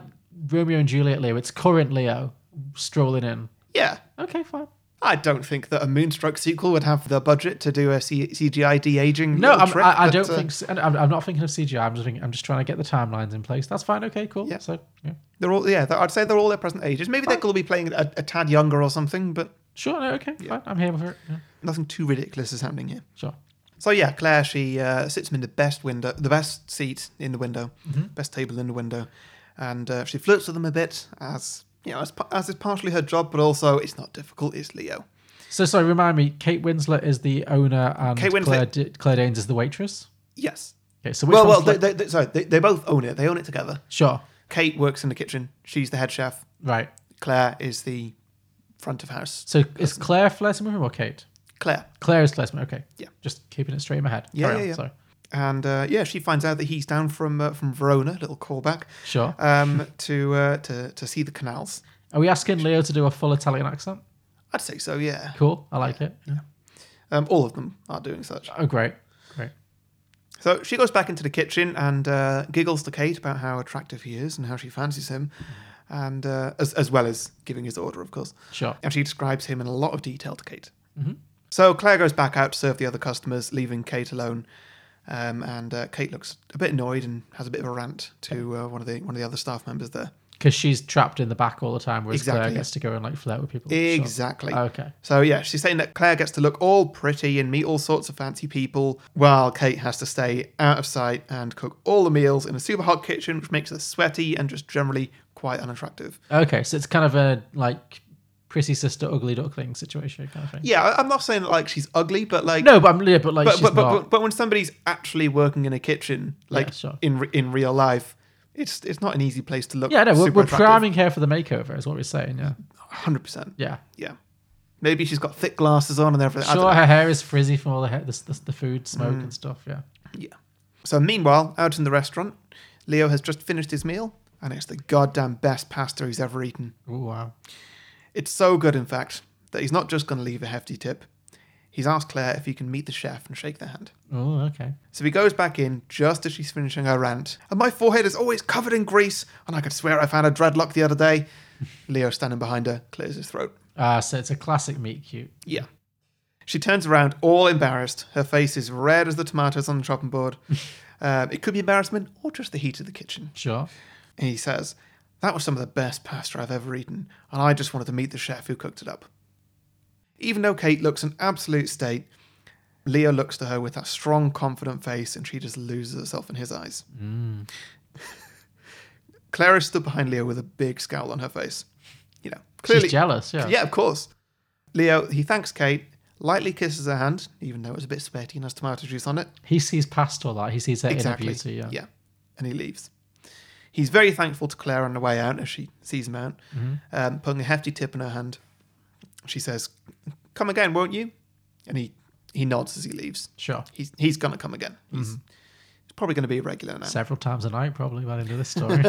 Speaker 1: Romeo and Juliet Leo, it's current Leo strolling in.
Speaker 2: Yeah.
Speaker 1: Okay, fine.
Speaker 2: I don't think that a Moonstruck sequel would have the budget to do a C- CGI de aging.
Speaker 1: No, I'm, I, I don't
Speaker 2: uh,
Speaker 1: think. So. and I'm, I'm not thinking of CGI. I'm just thinking, I'm just trying to get the timelines in place. That's fine. Okay, cool.
Speaker 2: Yeah.
Speaker 1: So, yeah.
Speaker 2: They're all, yeah, they're- I'd say they're all their present ages. Maybe they're going to be playing a, a tad younger or something, but
Speaker 1: Sure. No, okay. Fine. I'm here for it. Yeah.
Speaker 2: nothing too ridiculous is happening here.
Speaker 1: Sure.
Speaker 2: So yeah, Claire she uh, sits him in the best window, the best seat in the window,
Speaker 1: Mm-hmm.
Speaker 2: best table in the window, and uh, she flirts with him a bit as you know as, pa- as is partially her job, but also it's not difficult. It's Leo.
Speaker 1: So sorry. Remind me. Kate Winslet is the owner, and
Speaker 2: Kate Winslet-
Speaker 1: Claire, D- Claire Danes is the waitress.
Speaker 2: Yes.
Speaker 1: Okay. So which
Speaker 2: well, well,
Speaker 1: one's
Speaker 2: they,
Speaker 1: Cla-
Speaker 2: they, they, sorry, they, they both own it. They own it together.
Speaker 1: sure.
Speaker 2: Kate works in the kitchen. She's the head chef.
Speaker 1: Right.
Speaker 2: Claire is the front of house.
Speaker 1: So is Claire flirting with him or Kate?
Speaker 2: Claire.
Speaker 1: Claire is flirting. with- Okay.
Speaker 2: Yeah.
Speaker 1: Just keeping it straight in my head.
Speaker 2: Yeah,
Speaker 1: Carry
Speaker 2: yeah,
Speaker 1: on,
Speaker 2: yeah.
Speaker 1: Sorry.
Speaker 2: And uh, yeah, she finds out that he's down from uh, from Verona. Little callback.
Speaker 1: Sure.
Speaker 2: Um, to uh, to to see the canals.
Speaker 1: Are we asking Leo to do a full Italian accent?
Speaker 2: I'd say so. Yeah.
Speaker 1: Cool. I like it. Yeah.
Speaker 2: Um, all of them are doing such.
Speaker 1: Oh, great. Great.
Speaker 2: So she goes back into the kitchen and uh, giggles to Kate about how attractive he is and how she fancies him, and uh, as, as well as giving his order, of course.
Speaker 1: Sure.
Speaker 2: And she describes him in a lot of detail to Kate. So Claire goes back out to serve the other customers, leaving Kate alone. Um, and uh, Kate looks a bit annoyed and has a bit of a rant to uh, one of the one of the other staff members there.
Speaker 1: because she's trapped in the back all the time, whereas Claire
Speaker 2: Exactly.
Speaker 1: gets to go and like flirt with people. Sure.
Speaker 2: Exactly.
Speaker 1: Okay.
Speaker 2: So yeah, she's saying that Claire gets to look all pretty and meet all sorts of fancy people, while Kate has to stay out of sight and cook all the meals in a super hot kitchen, which makes her sweaty and just generally quite unattractive.
Speaker 1: Okay. So it's kind of a like pretty sister, ugly duckling situation kind of thing.
Speaker 2: Yeah, I- I'm not saying that, like she's ugly, but like
Speaker 1: No, but I'm yeah, but like
Speaker 2: but,
Speaker 1: she's
Speaker 2: but, but,
Speaker 1: not.
Speaker 2: but when somebody's actually working in a kitchen, like
Speaker 1: Yeah, sure.
Speaker 2: in re- in real life, it's it's not an easy place to look.
Speaker 1: yeah, no, we're,
Speaker 2: super
Speaker 1: we're
Speaker 2: attractive.
Speaker 1: priming her for the makeover, is what we're saying. Yeah.
Speaker 2: Hundred percent.
Speaker 1: Yeah.
Speaker 2: Yeah. Maybe she's got thick glasses on and everything. I don't
Speaker 1: Sure,
Speaker 2: know.
Speaker 1: her hair is frizzy from all the, hair, the, the, the food, smoke,
Speaker 2: Mm.
Speaker 1: and stuff. Yeah.
Speaker 2: So meanwhile, out in the restaurant, Leo has just finished his meal, and it's the goddamn best pasta he's ever eaten.
Speaker 1: Oh wow!
Speaker 2: It's so good, in fact, that he's not just going to leave a hefty tip. He's asked Claire if he can meet the chef and shake their hand.
Speaker 1: Oh, okay.
Speaker 2: So he goes back in just as she's finishing her rant, and my forehead is always covered in grease, and I could swear I found a dreadlock the other day. Leo, standing behind her, clears his throat.
Speaker 1: Uh, so it's a classic meet cute.
Speaker 2: Yeah. She turns around, all embarrassed. Her face is red as the tomatoes on the chopping board. um, it could be embarrassment or just the heat of the kitchen.
Speaker 1: Sure.
Speaker 2: And he says, That was some of the best pasta I've ever eaten, and I just wanted to meet the chef who cooked it up. Even though Kate looks an absolute state, Leo looks to her with that strong, confident face, and she just loses herself in his eyes.
Speaker 1: Mm.
Speaker 2: Clara stood behind Leo with a big scowl on her face. You know, clearly
Speaker 1: jealous, yeah.
Speaker 2: yeah, of course. Leo he thanks Kate, lightly kisses her hand, even though it's a bit sweaty and has tomato juice on it.
Speaker 1: He sees past all that. He sees her
Speaker 2: Exactly.
Speaker 1: inner beauty. Yeah.
Speaker 2: Yeah, and he leaves. He's very thankful to Claire on the way out as she sees him out,
Speaker 1: Mhm.
Speaker 2: um, putting a hefty tip in her hand. She says, "Come again, won't you?" And he he nods as he leaves.
Speaker 1: Sure. Mm-hmm.
Speaker 2: He's he's gonna come again. He's, he's probably gonna be a regular now.
Speaker 1: Several times a night, probably by the end of this story.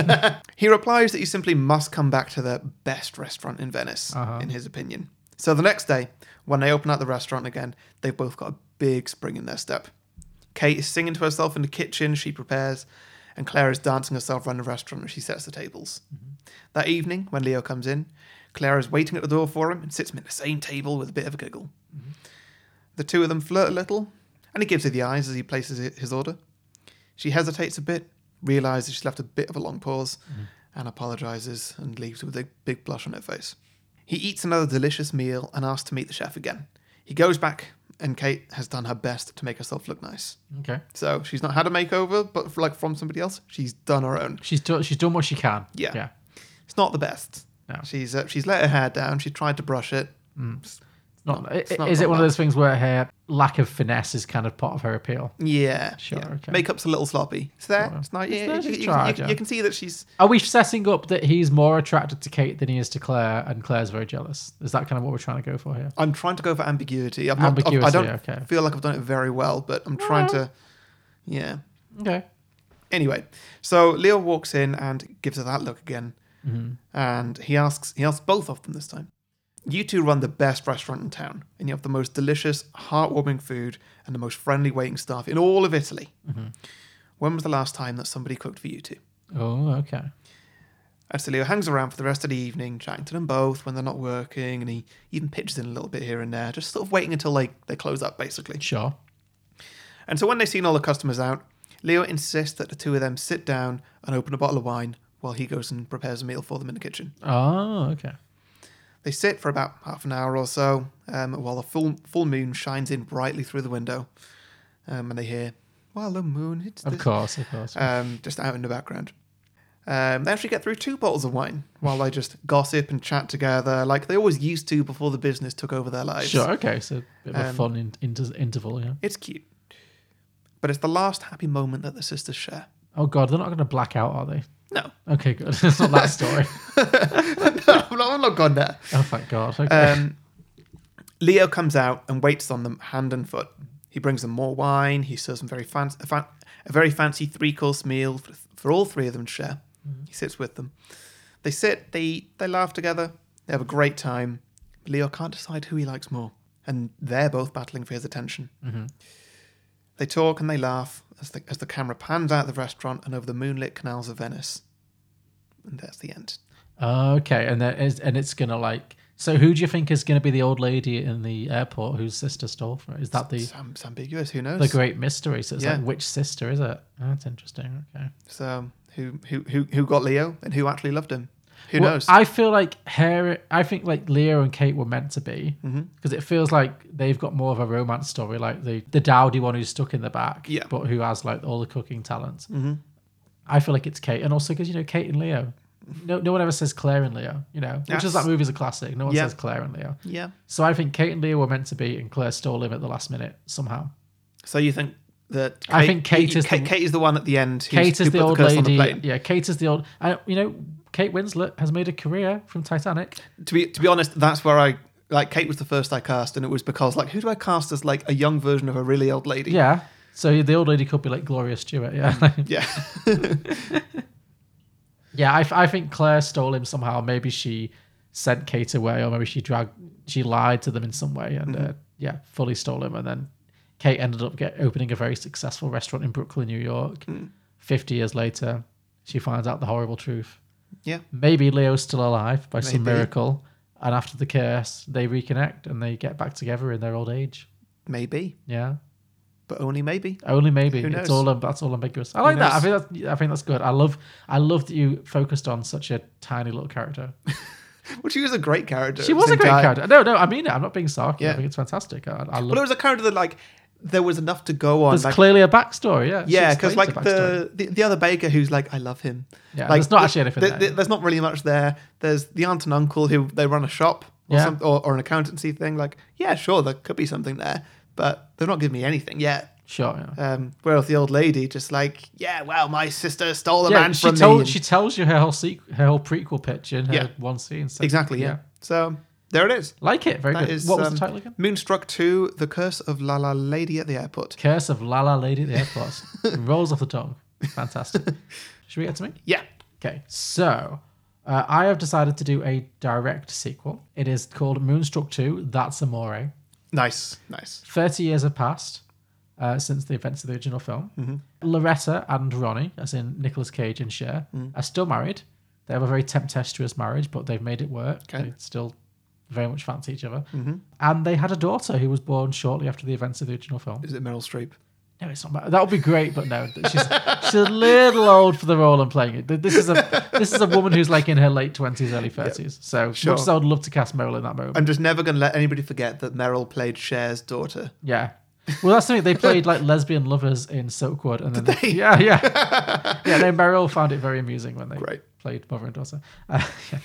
Speaker 2: He replies that you simply must come back to the best restaurant in Venice,
Speaker 1: Uh-huh.
Speaker 2: in his opinion. So the next day, when they open up the restaurant again, they've both got a big spring in their step. Kate is singing to herself in the kitchen, she prepares, and Claire is dancing herself around the restaurant as she sets the tables. That evening, when Leo comes in, Claire is waiting at the door for him and sits him at the same table with a bit of a giggle. The two of them flirt a little, and he gives her the eyes as he places hi- his order. She hesitates a bit, realizes she's left a bit of a long pause,
Speaker 1: Mm-hmm.
Speaker 2: and apologizes and leaves with a big blush on her face. He eats another delicious meal and asks to meet the chef again. He goes back, and Kate has done her best to make herself look nice.
Speaker 1: okay.
Speaker 2: So she's not had a makeover, but for, like from somebody else, she's done her own.
Speaker 1: She's do- she's done what she can.
Speaker 2: Yeah.
Speaker 1: Yeah.
Speaker 2: It's not the best.
Speaker 1: No.
Speaker 2: She's uh, she's let her hair down. She tried to brush it. It's
Speaker 1: Not, i-
Speaker 2: it's not
Speaker 1: is it
Speaker 2: gone
Speaker 1: one of
Speaker 2: well.
Speaker 1: those things where her lack of finesse is kind of part of her appeal?
Speaker 2: Yeah.
Speaker 1: Sure,
Speaker 2: yeah.
Speaker 1: okay.
Speaker 2: Makeup's a little sloppy. It's there.
Speaker 1: Sure.
Speaker 2: It's not.
Speaker 1: It's
Speaker 2: yeah,
Speaker 1: there,
Speaker 2: you-
Speaker 1: she's
Speaker 2: you- you-
Speaker 1: tried,
Speaker 2: you-
Speaker 1: yeah.
Speaker 2: you can see that she's
Speaker 1: Are we setting up that he's more attracted to Kate than he is to Claire, and Claire's very jealous? Is that kind of what we're trying to go for here?
Speaker 2: I'm trying to go for ambiguity. I'm not, I've- I
Speaker 1: Ambiguity,
Speaker 2: don't
Speaker 1: okay.
Speaker 2: feel like I've done it very well, but I'm trying to. Yeah.
Speaker 1: Okay.
Speaker 2: Anyway, so Leo walks in and gives her that look again,
Speaker 1: Mhm.
Speaker 2: and he asks he asks both of them this time. You two run the best restaurant in town, and you have the most delicious, heartwarming food and the most friendly waiting staff in all of Italy.
Speaker 1: Mhm.
Speaker 2: When was the last time that somebody cooked for you two?
Speaker 1: Oh, okay.
Speaker 2: And so Leo hangs around for the rest of the evening, chatting to them both when they're not working, and he even pitches in a little bit here and there, just sort of waiting until like they close up, basically.
Speaker 1: Sure.
Speaker 2: And so when they've seen all the customers out, Leo insists that the two of them sit down and open a bottle of wine while he goes and prepares a meal for them in the kitchen.
Speaker 1: Oh, okay.
Speaker 2: They sit for about half an hour or so um, while the full, full moon shines in brightly through the window, um, and they hear, Well, the moon, it's.
Speaker 1: Of
Speaker 2: this-"
Speaker 1: course, of course.
Speaker 2: um, just out in the background. Um, they actually get through two bottles of wine while they just gossip and chat together, like they always used to before the business took over their lives.
Speaker 1: Sure. Okay. So a bit of a
Speaker 2: um,
Speaker 1: fun in, inter- interval. Yeah.
Speaker 2: It's cute. But it's the last happy moment that the sisters share.
Speaker 1: Oh God, they're not going to black out, are they?
Speaker 2: No.
Speaker 1: Okay, good. it's not that story.
Speaker 2: no, I'm not, I'm not gone there.
Speaker 1: Oh, thank God. Okay.
Speaker 2: Um, Leo comes out and waits on them hand and foot. He brings them more wine. He serves them very fancy, a, fan- a very fancy three course meal for, for all three of them to share. He sits with them. They sit, they eat, they laugh together. They have a great time. Leo can't decide who he likes more, and they're both battling for his attention.
Speaker 1: Mhm.
Speaker 2: They talk and they laugh as the, as the camera pans out of the restaurant and over the moonlit canals of Venice. And that's the end.
Speaker 1: Okay, and that is, and it's gonna like. So, who do you think is gonna be the old lady in the airport whose sister stole from? Her? Is that the
Speaker 2: It's, am- it's ambiguous. Who knows?
Speaker 1: the great mystery? So it's
Speaker 2: Yeah.
Speaker 1: like which sister is it? That's Oh, interesting. Okay.
Speaker 2: So who who who who got Leo and who actually loved him? Who
Speaker 1: Well,
Speaker 2: knows?
Speaker 1: I feel like Harry. I think like Leo and Kate were meant to be because
Speaker 2: Mhm.
Speaker 1: it feels like they've got more of a romance story, like the the dowdy one who's stuck in the back,
Speaker 2: Yeah.
Speaker 1: but who has like all the cooking talents.
Speaker 2: Mhm.
Speaker 1: I feel like it's Kate, and also because you know Kate and Leo. No, no one ever says Claire and Leo. You know, which is
Speaker 2: Yes.
Speaker 1: that movie's a classic. No one
Speaker 2: Yeah.
Speaker 1: says Claire and Leo.
Speaker 2: Yeah.
Speaker 1: So I think Kate and Leo were meant to be, and Claire stole him at the last minute somehow.
Speaker 2: So you think that Kate,
Speaker 1: I think Kate
Speaker 2: you-
Speaker 1: is
Speaker 2: Kate,
Speaker 1: the-
Speaker 2: Kate is the one at the end. who's-
Speaker 1: Kate
Speaker 2: who
Speaker 1: is
Speaker 2: put
Speaker 1: the old
Speaker 2: curse on
Speaker 1: lady.
Speaker 2: plane.
Speaker 1: yeah, Kate is the old. I, you know, Kate Winslet has made a career from Titanic.
Speaker 2: To be to be honest, that's where I like Kate was the first I cast, and it was because like who do I cast as like a young version of a really old lady?
Speaker 1: Yeah. So the old lady could be like Gloria Stewart. Yeah.
Speaker 2: yeah.
Speaker 1: yeah. I, f- I think Claire stole him somehow. Maybe she sent Kate away, or maybe she dragged, she lied to them in some way, and uh,
Speaker 2: Mhm.
Speaker 1: yeah, fully stole him. And then Kate ended up get, opening a very successful restaurant in Brooklyn, New York.
Speaker 2: Hmm.
Speaker 1: Fifty years later, she finds out the horrible truth.
Speaker 2: Yeah.
Speaker 1: Maybe Leo's still alive by some
Speaker 2: Maybe.
Speaker 1: miracle, and after the curse, they reconnect and they get back together in their old age.
Speaker 2: Maybe,
Speaker 1: Yeah.
Speaker 2: but only maybe.
Speaker 1: Only maybe.
Speaker 2: Who knows?
Speaker 1: It's all that's all ambiguous. I
Speaker 2: Who
Speaker 1: like that. I
Speaker 2: knows?
Speaker 1: think that's I think that's good. I love I love that you focused on such a tiny little character.
Speaker 2: Well, she was a great character.
Speaker 1: She
Speaker 2: at the
Speaker 1: was a
Speaker 2: same
Speaker 1: great
Speaker 2: time.
Speaker 1: character. No, no, I mean it. I'm not being sarcastic. I
Speaker 2: Yeah.
Speaker 1: think it's fantastic. I, I love.
Speaker 2: Well, it was a character that like there was enough to go on.
Speaker 1: there's
Speaker 2: like-
Speaker 1: clearly a backstory. Yeah. She
Speaker 2: yeah, because
Speaker 1: explains
Speaker 2: like the, the the other baker who's like, I love him.
Speaker 1: Yeah,
Speaker 2: like,
Speaker 1: there's not actually anything
Speaker 2: there-
Speaker 1: there,
Speaker 2: there-
Speaker 1: yeah.
Speaker 2: There's not really much there. There's the aunt and uncle who they run a shop or,
Speaker 1: Yeah.
Speaker 2: some, or or an accountancy thing. Like, yeah, sure, there could be something there, but they've not given me anything yet.
Speaker 1: Sure. Yeah.
Speaker 2: Um, whereas the old lady just like, yeah, well, my sister stole the
Speaker 1: Yeah,
Speaker 2: man
Speaker 1: she
Speaker 2: from
Speaker 1: told
Speaker 2: me. and-
Speaker 1: she tells you her whole sequ- her whole prequel pitch in her
Speaker 2: Yeah.
Speaker 1: one scene. So,
Speaker 2: exactly, yeah. So there it is.
Speaker 1: Like it. Very
Speaker 2: That
Speaker 1: good.
Speaker 2: is,
Speaker 1: what was
Speaker 2: um,
Speaker 1: the title again?
Speaker 2: Moonstruck Two: The Curse of La La Lady at the Airport.
Speaker 1: Curse of La La Lady at the Airport. Rolls off the tongue. Fantastic. Should we get to me?
Speaker 2: Yeah.
Speaker 1: Okay, so uh, I have decided to do a direct sequel. It is called Moonstruck 2 That's Amore.
Speaker 2: Nice, nice.
Speaker 1: 30 years have passed uh, since the events of the original film. Loretta and Ronnie, as in Nicolas Cage and Cher, are still married. They have a very tempestuous marriage, but they've made it work.
Speaker 2: Okay.
Speaker 1: They still very much fancy each other.
Speaker 2: Mhm.
Speaker 1: And they had a daughter who was born shortly after the events of the original film.
Speaker 2: Is it Meryl Streep?
Speaker 1: No, it's not. Bad. That would be great, but no, she's she's a little old for the role I'm playing it. This is a this is a woman who's like in her late twenties, early thirties. So
Speaker 2: Sure.
Speaker 1: much as I would love to cast Meryl in that moment.
Speaker 2: I'm just never going to let anybody forget that Meryl played Cher's daughter.
Speaker 1: yeah. Well, that's something they played like lesbian lovers in Silkwood, and then they? yeah, yeah, yeah. No, Meryl found it very amusing when they
Speaker 2: Great.
Speaker 1: played mother and daughter. Uh, yeah.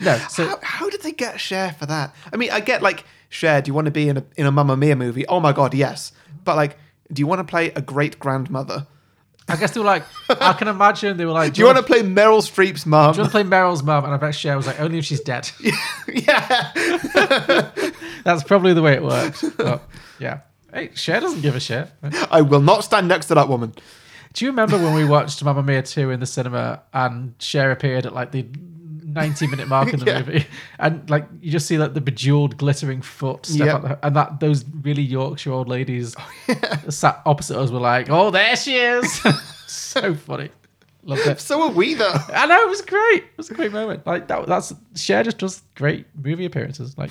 Speaker 1: No, so
Speaker 2: how, how did they get Cher for that? I mean, I get like Cher, do you want to be in a in a Mamma Mia movie? Oh my god, yes. But like, do you want to play a great grandmother?
Speaker 1: I guess they were like, I can imagine they were like,
Speaker 2: Do you want to
Speaker 1: wanna-
Speaker 2: play Meryl Streep's
Speaker 1: do you
Speaker 2: mum?
Speaker 1: want to play Meryl's mum? And I bet Cher was like, only if she's dead.
Speaker 2: yeah.
Speaker 1: That's probably the way it worked. But, yeah. Hey, Cher doesn't give a shit.
Speaker 2: I will not stand next to that woman.
Speaker 1: Do you remember when we watched Mamma Mia 2 in the cinema and Cher appeared at like the 90 minute mark in the
Speaker 2: Yeah.
Speaker 1: movie? And like you just see like the bejeweled glittering foot step
Speaker 2: Yeah.
Speaker 1: up the, and that those really Yorkshire old ladies
Speaker 2: Oh,
Speaker 1: sat opposite us were like, "Oh, there she is." so funny. Loved it.
Speaker 2: So are we though.
Speaker 1: I know it was great. It was a great moment. Like that. That's Cher just does great movie appearances. Like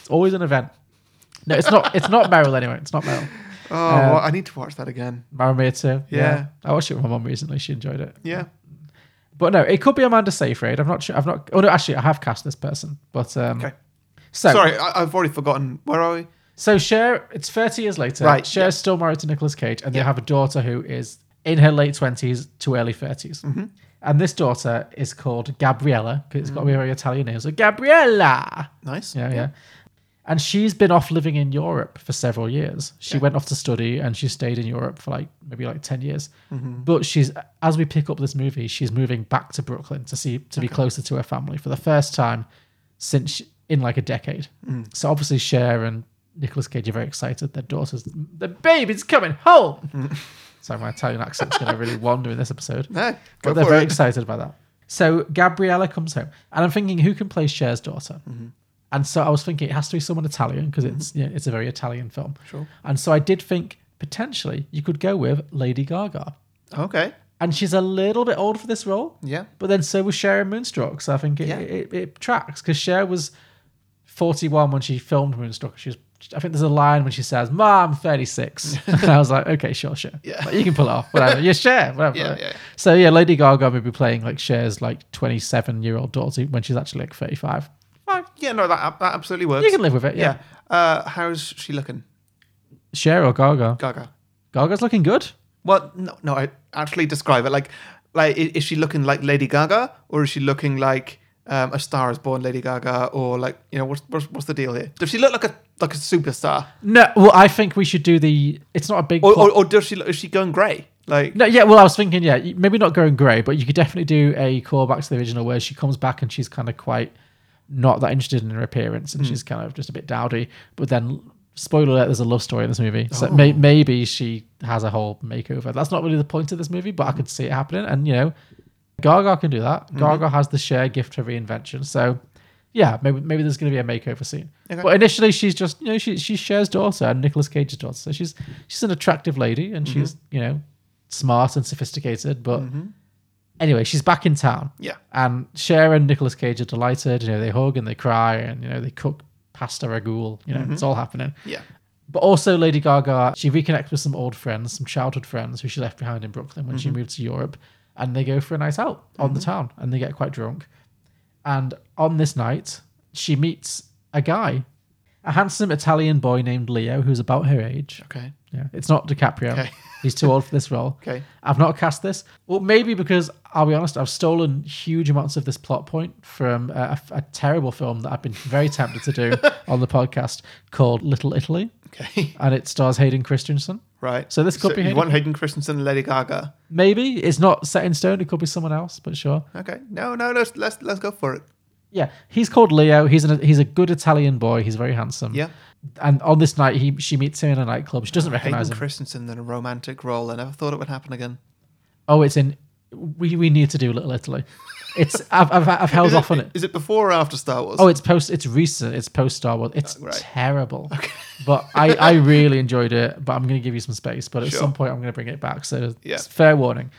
Speaker 1: it's always an event. No, it's not. It's not Meryl anyway. It's not Meryl.
Speaker 2: Oh,
Speaker 1: Uh,
Speaker 2: well, I need to watch that again.
Speaker 1: Maramir too. Yeah.
Speaker 2: Yeah.
Speaker 1: I watched it with my mum recently. She enjoyed it.
Speaker 2: Yeah.
Speaker 1: But no, it could be Amanda Seyfried. I'm not sure. I've not. Oh no, actually, I have cast this person. But um,
Speaker 2: Okay.
Speaker 1: So
Speaker 2: Sorry, I, I've already forgotten. Where are we?
Speaker 1: So Cher, it's 30 years later.
Speaker 2: Right,
Speaker 1: Cher's
Speaker 2: yeah.
Speaker 1: still married to Nicolas Cage, and they have a daughter who is in her late 20s to early 30s.
Speaker 2: Mm-hmm.
Speaker 1: And this daughter is called Gabriella. 'cause It's got to be
Speaker 2: Mm.
Speaker 1: a very Italian name. So Gabriella.
Speaker 2: Nice.
Speaker 1: Yeah, yeah. And she's been off living in Europe for several years. She went off to study and she stayed in Europe for like maybe like 10 years. But she's, as we pick up this movie, she's moving back to Brooklyn to see, to be closer to her family for the first time since she- in like a decade. So obviously, Cher and Nicolas Cage are very excited. Their daughter's, the baby's coming home. Sorry, my Italian accent's going to really wander in this episode.
Speaker 2: No,
Speaker 1: but
Speaker 2: go
Speaker 1: they're
Speaker 2: for
Speaker 1: very
Speaker 2: it.
Speaker 1: excited about that. So Gabriella comes home, and I'm thinking, who can play Cher's daughter?
Speaker 2: Mm-hmm.
Speaker 1: And so I was thinking it has to be someone Italian because it's you know, it's a very Italian film.
Speaker 2: Sure.
Speaker 1: And so I did think potentially you could go with Lady Gaga,
Speaker 2: Okay.
Speaker 1: and she's a little bit old for this role.
Speaker 2: Yeah.
Speaker 1: But then so was Cher in Moonstruck, so I think it
Speaker 2: Yeah.
Speaker 1: it, it, it tracks because Cher was 41 when she filmed Moonstruck. She was I think there's a line when she says, "Mom, I'm 36." and I was like, "Okay, sure, sure.
Speaker 2: Yeah.
Speaker 1: Like, you can pull it off. Whatever. You share. Whatever."
Speaker 2: Yeah, yeah.
Speaker 1: So yeah, Lady Gaga may be playing like Cher's like 27 year old daughter when she's actually like 35.
Speaker 2: Fine. Yeah, no, that, that absolutely works.
Speaker 1: You can live with it. Yeah.
Speaker 2: Uh, how's she looking?
Speaker 1: Cher or Gaga?
Speaker 2: Gaga.
Speaker 1: Gaga's looking good.
Speaker 2: Well, no, no. I actually describe it like, like i- is she looking like Lady Gaga or is she looking like um, a Star Is Born Lady Gaga or like you know what's, what's what's the deal here? Does she look like a like a superstar
Speaker 1: No, well, I think we should do the. It's not a big.
Speaker 2: or
Speaker 1: plot-
Speaker 2: or, or does she look, is she going grey? Like
Speaker 1: No, yeah. Well, I was thinking, yeah, you- maybe not going grey, but you could definitely do a callback to the original where she comes back and she's kind of quite not that interested in her appearance and
Speaker 2: Hmm.
Speaker 1: she's kind of just a bit dowdy. But then, spoiler alert, there's a love story in this movie, so may,
Speaker 2: Oh.
Speaker 1: maybe she has a whole makeover. That's not really the point of this movie, but I could
Speaker 2: Hmm.
Speaker 1: see it happening. And you know, Gaga can do that.
Speaker 2: Mm-hmm.
Speaker 1: Gaga has the share gift of reinvention, so yeah, maybe maybe there's going to be a makeover scene.
Speaker 2: Okay.
Speaker 1: But initially, she's just you know she she's Cher's daughter and Nicolas Cage's daughter, so she's she's an attractive lady and
Speaker 2: Mm-hmm.
Speaker 1: she's you know smart and sophisticated. But anyway, she's back in town.
Speaker 2: Yeah.
Speaker 1: and Cher and Nicolas Cage are delighted. You know they hug and they cry and you know they cook pasta ragoul. You know it's
Speaker 2: Mm-hmm.
Speaker 1: all happening.
Speaker 2: yeah.
Speaker 1: But also, Lady Gaga, she reconnects with some old friends, some childhood friends who she left behind in Brooklyn when she moved to Europe, and they go for a night out on the town and they get quite drunk. And on this night, she meets a guy, a handsome Italian boy named Leo, who's about her age.
Speaker 2: Okay.
Speaker 1: Yeah, it's not DiCaprio.
Speaker 2: Okay.
Speaker 1: He's too old for this role.
Speaker 2: Okay.
Speaker 1: I've not cast this. Well, maybe because I'll be honest, I've stolen huge amounts of this plot point from a, a terrible film that I've been very tempted to do on the podcast called Little Italy.
Speaker 2: Okay.
Speaker 1: And it stars Hayden Christensen.
Speaker 2: Right.
Speaker 1: So this could be
Speaker 2: you
Speaker 1: Hayden.
Speaker 2: want Hayden Christensen and Lady Gaga.
Speaker 1: Maybe it's not set in stone. It could be someone else, but sure.
Speaker 2: Okay. No, no, let's let's let's go for it.
Speaker 1: Yeah, he's called Leo. He's an, he's a good Italian boy. He's very handsome.
Speaker 2: Yeah.
Speaker 1: And on this night, he she meets him in a nightclub. She doesn't recognize
Speaker 2: Hayden
Speaker 1: him.
Speaker 2: Christensen in a romantic role. I never thought it would happen again.
Speaker 1: oh, it's in. We, we need to do Little Italy. It's I've, I've, I've held
Speaker 2: Is
Speaker 1: off on it.
Speaker 2: Is it before or after Star Wars? Oh,
Speaker 1: Oh, it's post. It's recent. It's post Star Wars. It's
Speaker 2: right.
Speaker 1: terrible. But I, I really enjoyed it. But I'm going to give you some space. But at
Speaker 2: Sure.
Speaker 1: some point, I'm going to bring it back. So
Speaker 2: Yeah.
Speaker 1: it's fair warning.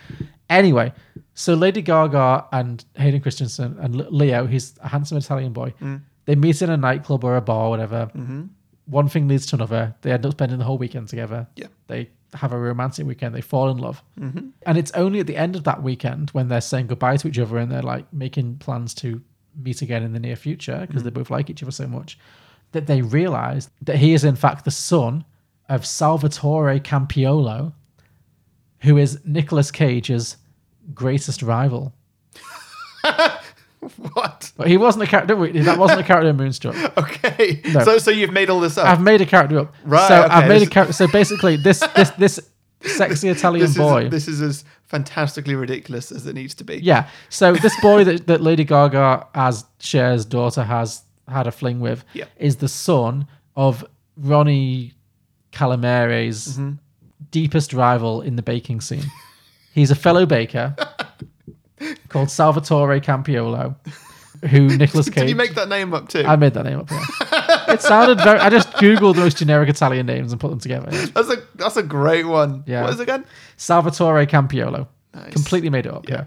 Speaker 1: Anyway, so Lady Gaga and Hayden Christensen and L- Leo, he's a handsome Italian boy.
Speaker 2: Mm.
Speaker 1: They meet in a nightclub or a bar or whatever.
Speaker 2: Mm-hmm.
Speaker 1: One thing leads to another. They end up spending the whole weekend together.
Speaker 2: Yeah. Mm-hmm.
Speaker 1: They have a romantic weekend. They fall in love. And it's only at the end of that weekend when they're saying goodbye to each other and they're like making plans to meet again in the near future because
Speaker 2: Mm.
Speaker 1: they both like each other so much that they realize that he is, in fact, the son of Salvatore Campiolo, who is Nicolas Cage's greatest rival.
Speaker 2: What?
Speaker 1: But he wasn't a character. That wasn't a character in Moonstruck.
Speaker 2: Okay.
Speaker 1: No.
Speaker 2: So so you've made all this up.
Speaker 1: I've made a character up.
Speaker 2: Right,
Speaker 1: So
Speaker 2: okay,
Speaker 1: I've made
Speaker 2: this-
Speaker 1: a character. So basically, this this this sexy Italian
Speaker 2: this is,
Speaker 1: boy.
Speaker 2: This is as fantastically ridiculous as it needs to be.
Speaker 1: Yeah. So this boy that, that Lady Gaga as Cher's daughter has had a fling with
Speaker 2: Yeah.
Speaker 1: is the son of Ronnie Calamare's
Speaker 2: Mm-hmm.
Speaker 1: deepest rival in the baking scene. He's a fellow baker called Salvatore Campiolo, who Nicholas Cage.
Speaker 2: Did you make that name up too?
Speaker 1: I made that name up. Yeah. it sounded very. I just googled the most generic Italian names and put them together. yeah.
Speaker 2: that's a that's a great one.
Speaker 1: Yeah.
Speaker 2: What is it again?
Speaker 1: Salvatore Campiolo.
Speaker 2: Nice.
Speaker 1: Completely made it up.
Speaker 2: Yeah.
Speaker 1: Yeah.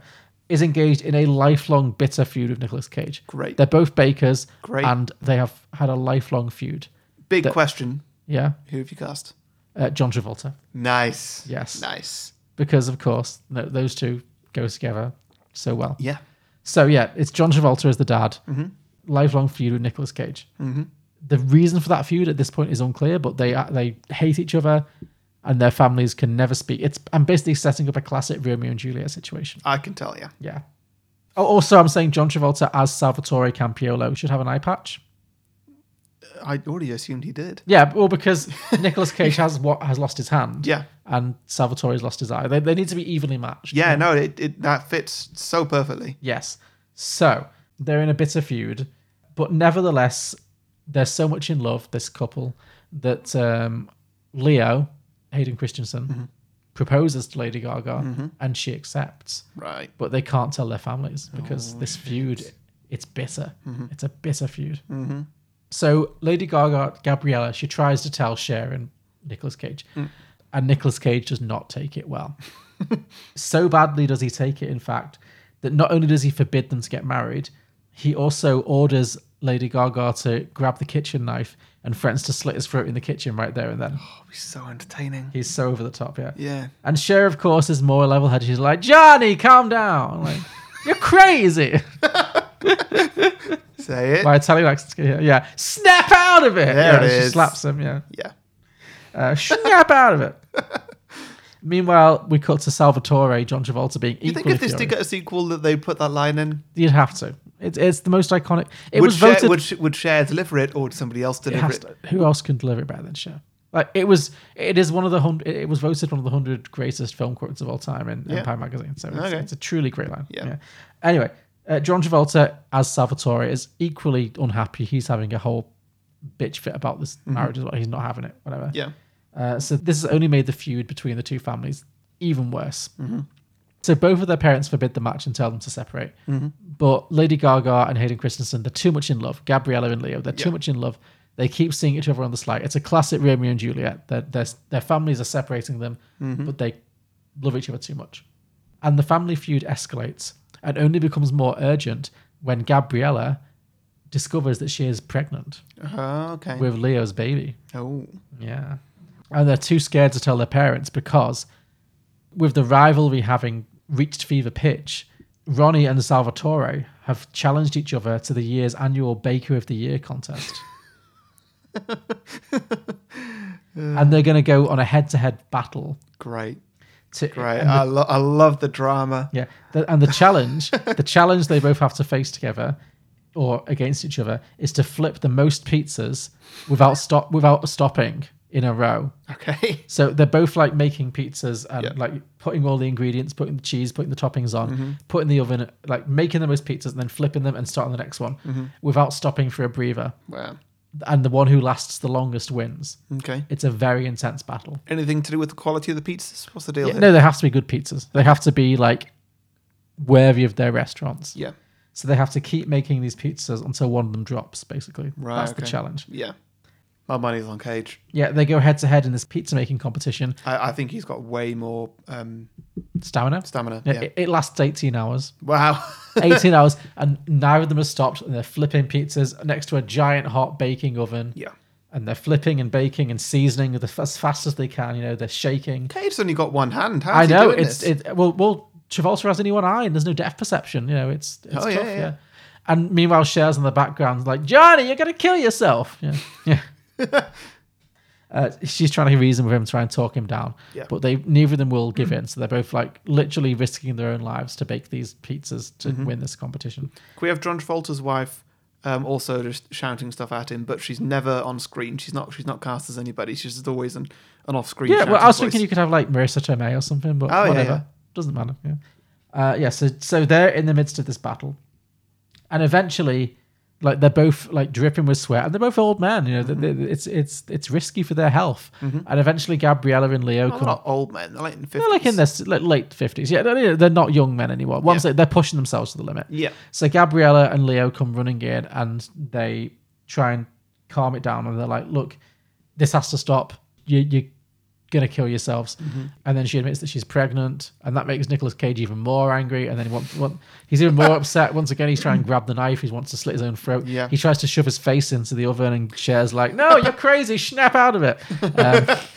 Speaker 1: Is engaged in a lifelong bitter feud with Nicolas Cage.
Speaker 2: Great.
Speaker 1: They're both bakers.
Speaker 2: Great.
Speaker 1: And they have had a lifelong feud.
Speaker 2: Big
Speaker 1: That-
Speaker 2: question.
Speaker 1: Yeah.
Speaker 2: Who have you cast?
Speaker 1: Uh, John Travolta.
Speaker 2: Nice.
Speaker 1: Yes.
Speaker 2: Nice.
Speaker 1: Because, of course, th- those two go together so well.
Speaker 2: Yeah. Mm-hmm.
Speaker 1: So, yeah, it's John Travolta as the dad, lifelong feud with Nicolas Cage. The reason for that feud at this point is unclear, but they uh, they hate each other and their families can never speak. It's I'm basically setting up a classic Romeo and Juliet situation.
Speaker 2: I can tell you.
Speaker 1: Yeah. Oh, also, I'm saying John Travolta as Salvatore Campiolo should have an eye patch.
Speaker 2: I already assumed he did.
Speaker 1: Yeah, well, because Nicolas Cage has what has lost his hand.
Speaker 2: Yeah.
Speaker 1: and Salvatore's lost his eye. They, they need to be evenly matched.
Speaker 2: Yeah, no, it, it that fits so perfectly.
Speaker 1: Yes. So they're in a bitter feud, but nevertheless, they're so much in love, this couple, that um, Leo, Hayden Christensen,
Speaker 2: Mm-hmm.
Speaker 1: proposes to Lady Gaga and she accepts.
Speaker 2: Right.
Speaker 1: But they can't tell their families because this feud, it's bitter. It's a bitter feud. So Lady Gaga, Gabriella, she tries to tell Cher and Nicolas Cage, and Nicolas Cage does not take it well. so badly does he take it, in fact, that not only does he forbid them to get married, he also orders Lady Gaga to grab the kitchen knife and threatens to slit his throat in the kitchen right there and then. Oh,
Speaker 2: he's so entertaining.
Speaker 1: He's so over the top, yeah.
Speaker 2: Yeah.
Speaker 1: And Cher, of course, is more level headed. She's like, Johnny, calm down. I'm like, you're crazy.
Speaker 2: Say it.
Speaker 1: My Italian accent's good here. Yeah. Snap out of it.
Speaker 2: There
Speaker 1: yeah,
Speaker 2: it
Speaker 1: she
Speaker 2: is.
Speaker 1: slaps him, yeah.
Speaker 2: Yeah.
Speaker 1: Uh, snap out of it. Meanwhile, we cut to Salvatore, John Travolta being
Speaker 2: You
Speaker 1: equally
Speaker 2: think if this
Speaker 1: furious.
Speaker 2: did get a sequel, that they put that line in?
Speaker 1: You'd have to. It's it's the most iconic. It
Speaker 2: would
Speaker 1: was
Speaker 2: Cher,
Speaker 1: voted.
Speaker 2: Would, Sh- would Cher deliver it, or would somebody else
Speaker 1: it
Speaker 2: deliver
Speaker 1: has
Speaker 2: it?
Speaker 1: to- who else can deliver it better than Cher? Like it was. It is one of the hundred. It was voted one of the hundred greatest film quotes of all time in
Speaker 2: Yeah.
Speaker 1: Empire magazine. So it's,
Speaker 2: Okay.
Speaker 1: it's a truly great line.
Speaker 2: Yeah.
Speaker 1: Anyway, uh, John Travolta as Salvatore is equally unhappy. He's having a whole bitch fit about this
Speaker 2: Mhm.
Speaker 1: marriage as well. He's not having it. Whatever.
Speaker 2: Yeah.
Speaker 1: Uh, so this has only made the feud between the two families even worse.
Speaker 2: Mhm.
Speaker 1: So both of their parents forbid the match and tell them to separate.
Speaker 2: Mhm.
Speaker 1: But Lady Gaga and Hayden Christensen, they're too much in love. Gabriella and Leo, they're too
Speaker 2: Yeah.
Speaker 1: much in love. They keep seeing each other on the slide. It's a classic Romeo and Juliet. Their their, their families are separating them,
Speaker 2: Mhm.
Speaker 1: but they love each other too much. And the family feud escalates and only becomes more urgent when Gabriella discovers that she is pregnant
Speaker 2: Oh, okay.
Speaker 1: with Leo's baby.
Speaker 2: oh.
Speaker 1: Yeah. And they're too scared to tell their parents because with the rivalry having reached fever pitch, Ronnie and Salvatore have challenged each other to the year's annual Baker of the Year contest. and they're going to go on a head to head battle.
Speaker 2: Great.
Speaker 1: To,
Speaker 2: Great. Uh,
Speaker 1: and the-
Speaker 2: I, lo- I love the drama.
Speaker 1: yeah, the, and the challenge, the challenge they both have to face together or against each other is to flip the most pizzas without stop without stopping in a row.
Speaker 2: Okay.
Speaker 1: So they're both like making pizzas and
Speaker 2: Yeah.
Speaker 1: like putting all the ingredients, putting the cheese, putting the toppings on,
Speaker 2: Mhm.
Speaker 1: putting the oven, like making the most pizzas and then flipping them and starting the next one
Speaker 2: Mhm.
Speaker 1: without stopping for a breather.
Speaker 2: Wow.
Speaker 1: And the one who lasts the longest wins.
Speaker 2: Okay.
Speaker 1: It's a very intense battle.
Speaker 2: Anything to do with the quality of the pizzas? What's the deal
Speaker 1: Yeah,
Speaker 2: here?
Speaker 1: no, they have to be good pizzas. They have to be like worthy of their restaurants.
Speaker 2: Yeah.
Speaker 1: So they have to keep making these pizzas until one of them drops, basically.
Speaker 2: Right,
Speaker 1: That's the
Speaker 2: okay.
Speaker 1: challenge.
Speaker 2: Yeah. My money's on Cage.
Speaker 1: Yeah, they go head to head in this pizza making competition.
Speaker 2: I, I think he's got way more um,
Speaker 1: Stamina.
Speaker 2: stamina.
Speaker 1: Yeah,
Speaker 2: Yeah.
Speaker 1: It, it lasts 18 hours.
Speaker 2: wow.
Speaker 1: 18 hours, and neither of them has stopped, and they're flipping pizzas next to a giant hot baking oven.
Speaker 2: Yeah.
Speaker 1: And they're flipping and baking and seasoning with the, as fast as they can. You know, they're shaking.
Speaker 2: Cage's only got one hand. How's
Speaker 1: I
Speaker 2: he
Speaker 1: know
Speaker 2: doing
Speaker 1: it's
Speaker 2: this?
Speaker 1: it. Well, well, Travolta has only one eye, and there's no depth perception. You know, it's it's
Speaker 2: Oh,
Speaker 1: tough.
Speaker 2: yeah,
Speaker 1: Yeah,
Speaker 2: yeah.
Speaker 1: And meanwhile, Cher's in the background like Johnny, you're gonna kill yourself. Yeah, yeah. Uh, she's trying to reason with him, try and talk him down.
Speaker 2: Yeah. Hmm.
Speaker 1: But they neither of them will give in, so they're both like literally risking their own lives to bake these pizzas to
Speaker 2: Mm-hmm.
Speaker 1: win this competition.
Speaker 2: Can we have John Travolta's wife um, also just shouting stuff at him, but she's never on screen. She's not. She's not cast as anybody. She's just always an, an off screen.
Speaker 1: Yeah, well, I was thinking you could have like Marissa Tomei or something, but
Speaker 2: Oh, yeah,
Speaker 1: whatever.
Speaker 2: yeah.
Speaker 1: Doesn't matter. Yeah. Uh, yeah. So so they're in the midst of this battle, and eventually, like they're both like dripping with sweat, and they're both old men. You know, th th- it's it's it's risky for their health. And eventually, Gabriella and Leo
Speaker 2: Mm-hmm. Well,
Speaker 1: come.
Speaker 2: they're not old men. They're like in fifties.
Speaker 1: They're like in their s- like, late fifties. Yeah, they're they're not young men anymore. Once they, they're pushing themselves to the limit.
Speaker 2: Yeah.
Speaker 1: So Gabriella and Leo come running in, and they try and calm it down, and they're like, "Look, this has to stop. You, you're gonna kill yourselves."
Speaker 2: Mm-hmm.
Speaker 1: And then she admits that she's pregnant, and that makes Nicolas Cage even more angry. And then he wants, want, he's even more upset. Once again, he's trying to grab the knife. He wants to slit his own throat.
Speaker 2: Yeah.
Speaker 1: He tries to shove his face into the oven, and Cher's like, "No, you're crazy. Snap out of it." Um,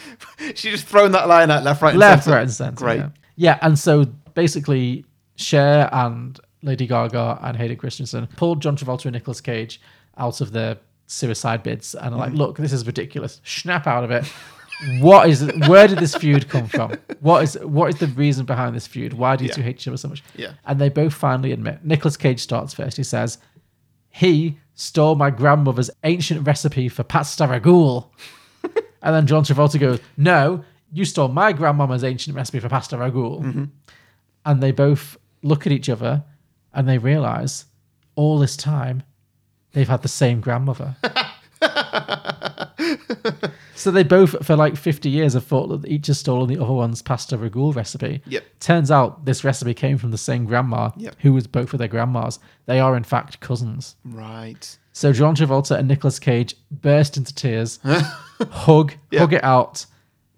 Speaker 2: She's just thrown that line out left, right, and
Speaker 1: left,
Speaker 2: centre.
Speaker 1: right, and centre.
Speaker 2: Great.
Speaker 1: Yeah. Yeah, and so basically, Cher and Lady Gaga and Hayden Christensen pulled John Travolta and Nicolas Cage out of their suicide bids and are like, "Look, this is ridiculous. Snap out of it. what is? Where did this feud come from? What is? What is the reason behind this feud? Why do you
Speaker 2: Yeah.
Speaker 1: two hate each other so much?"
Speaker 2: Yeah.
Speaker 1: and they both finally admit. Nicolas Cage starts first. He says, "He stole my grandmother's ancient recipe for pasta ragout." And then John Travolta goes, No, you stole my grandmama's ancient recipe for pasta ragout.
Speaker 2: Mm-hmm.
Speaker 1: And they both look at each other and they realize all this time they've had the same grandmother. so they both, for like 50 years, have thought that each has stolen the other one's pasta ragout recipe.
Speaker 2: Yep.
Speaker 1: Turns out this recipe came from the same grandma
Speaker 2: Yep.
Speaker 1: who was both of their grandmas. They are, in fact, cousins.
Speaker 2: Right.
Speaker 1: So John Travolta and Nicolas Cage burst into tears, hug, hug it out,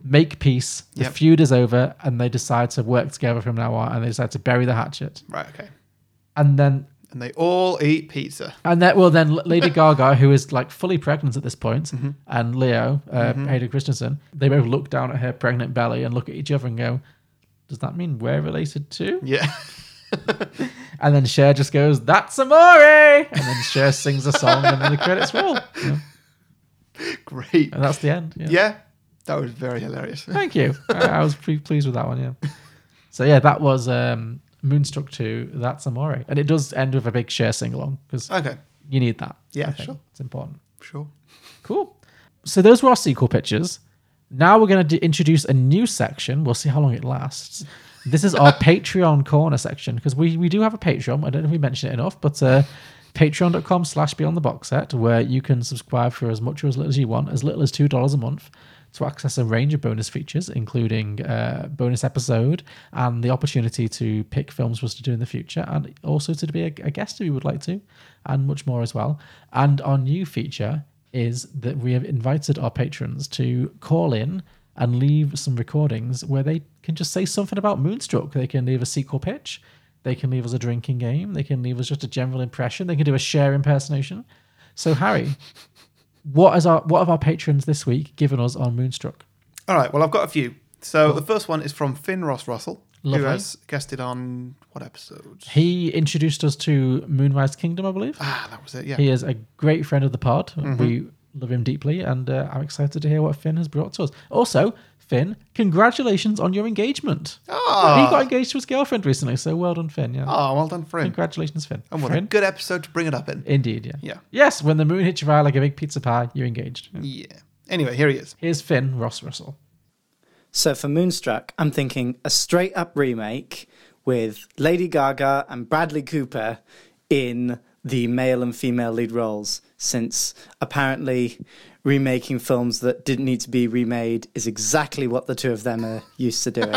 Speaker 1: make peace. The
Speaker 2: Yep.
Speaker 1: feud is over, and they decide to work together from now on. And they decide to bury the hatchet.
Speaker 2: Right. Okay.
Speaker 1: And then
Speaker 2: and they all eat pizza.
Speaker 1: And that well, then Lady Gaga, who is like fully pregnant at this point,
Speaker 2: Mm-hmm.
Speaker 1: and Leo, uh,
Speaker 2: Mhm.
Speaker 1: Hayden Christensen, they both look down at her pregnant belly and look at each other and go, "Does that mean we're related too?"
Speaker 2: Yeah.
Speaker 1: and then Cher just goes, "That's amore," and then Cher sings a song, and then the credits roll. Yeah.
Speaker 2: Great.
Speaker 1: And that's the end.
Speaker 2: Yeah.
Speaker 1: Yeah.
Speaker 2: that was very hilarious.
Speaker 1: Thank you. I, I was pretty pleased with that one. Yeah. So yeah, that was um, Moonstruck Two. That's amore, and it does end with a big Cher sing along because
Speaker 2: Okay.
Speaker 1: you need that.
Speaker 2: Yeah,
Speaker 1: I think.
Speaker 2: sure.
Speaker 1: It's important.
Speaker 2: Sure.
Speaker 1: Cool. So those were our sequel pictures. Now we're going to d- introduce a new section. We'll see how long it lasts. This is our Patreon corner section because we, we do have a Patreon. I don't know if we mentioned it enough, but uh, patreon.com slash beyond the box set where you can subscribe for as much or as little as you want, as little as $2 a month to access a range of bonus features, including uh, bonus episode and the opportunity to pick films for us to do in the future, and also to be a, a guest if you would like to, and much more as well. And our new feature is that we have invited our patrons to call in and leave some recordings where they can just say something about Moonstruck. They can leave a sequel pitch. They can leave us a drinking game. They can leave us just a general impression. They can do a share impersonation. So Harry, what is our what have our patrons this week given us on Moonstruck?
Speaker 2: All right. Well, I've got a few. So the first one is from Finn Ross Russell, who
Speaker 1: Lovely.
Speaker 2: has guested on what episode?
Speaker 1: He introduced us to Moonrise Kingdom, I believe.
Speaker 2: Ah, that was it. Yeah.
Speaker 1: He is a great friend of the pod.
Speaker 2: Mhm.
Speaker 1: We love him deeply, and uh, I'm excited to hear what Finn has brought to us. Also, Finn, congratulations on your engagement.
Speaker 2: Ah.
Speaker 1: He got engaged to his girlfriend recently, so well done, Finn. Yeah.
Speaker 2: Oh, well done, Finn.
Speaker 1: Congratulations, Finn.
Speaker 2: And what a
Speaker 1: Finn.
Speaker 2: good episode to bring it up in.
Speaker 1: Indeed, yeah.
Speaker 2: Yeah.
Speaker 1: Yes, when the moon hits your eye like a big pizza pie, you're engaged.
Speaker 2: Yeah. Anyway, here he is.
Speaker 1: Here's Finn Ross Russell.
Speaker 13: So for Moonstruck, I'm thinking a straight up remake with Lady Gaga and Bradley Cooper in the male and female lead roles, since apparently remaking films that didn't need to be remade is exactly what the two of them are used to doing.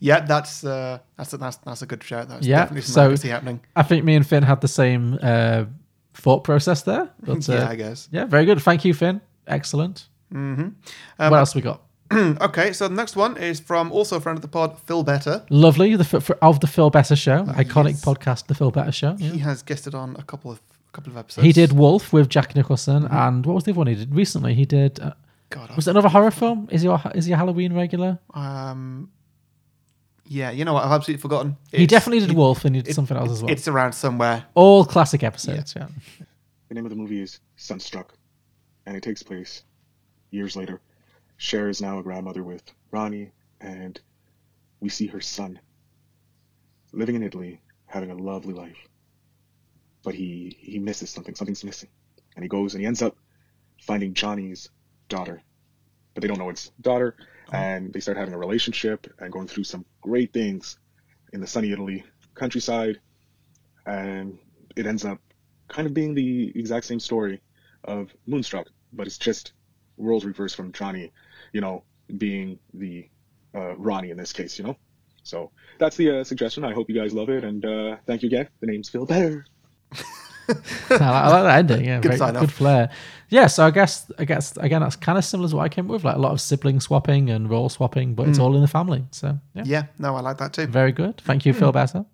Speaker 2: Yeah, that's uh, that's a, that's that's a good shout. That's
Speaker 1: yeah.
Speaker 2: definitely something I
Speaker 1: So
Speaker 2: can see happening.
Speaker 1: I think me and Finn had the same uh, thought process there. But, uh,
Speaker 2: Yeah, I guess.
Speaker 1: Yeah, very good. Thank you, Finn. Excellent.
Speaker 2: Mm-hmm.
Speaker 1: what else we got?
Speaker 2: Hmm, okay, so the next one is from also a friend of the pod, Phil Better.
Speaker 1: Lovely, the f- for, of the Phil Better Show, iconic podcast, the Phil Better Show.
Speaker 2: Oh, He has guested on a couple of a couple of episodes.
Speaker 1: He did Wolf with Jack Nicholson, and what was the other one he did recently? He did. Uh,
Speaker 2: Mm-hmm. God,
Speaker 1: was it another horror film? Is he a- is he a Halloween regular?
Speaker 2: Um, yeah, you know what? I've absolutely forgotten.
Speaker 1: he definitely did Wolf, and he did something else as well.
Speaker 2: It's around somewhere.
Speaker 1: All classic episodes. Yeah.
Speaker 14: The name of the movie is Sunstruck, and it takes place years later. Cher is now a grandmother with Ronnie, and we see her son living in Italy, having a lovely life. But he, he misses something, something's missing. And he goes and he ends up finding Johnny's daughter. But they don't know it's daughter,
Speaker 6: Oh.
Speaker 14: and they start having a relationship and going through some great things in the sunny Italy countryside. And it ends up kind of being the exact same story of Moonstruck, but it's just roles reversed from Johnny, you know, being the uh, Ronnie in this case, you know. So that's the uh, suggestion. I hope you guys love it, and uh, thank you again. The name's Phil Better.
Speaker 1: I, like, I like that ending. Yeah,
Speaker 14: Good
Speaker 1: very,
Speaker 14: sign
Speaker 1: good
Speaker 14: off.
Speaker 1: flair. Yeah, so I guess I guess again that's kind of similar to what I came up with, like a lot of sibling swapping and role swapping, but it's
Speaker 2: Mm.
Speaker 1: all in the family. So yeah,
Speaker 2: Yeah. no, I like that too.
Speaker 1: very good. Thank you, Phil
Speaker 2: Mm.
Speaker 1: Better.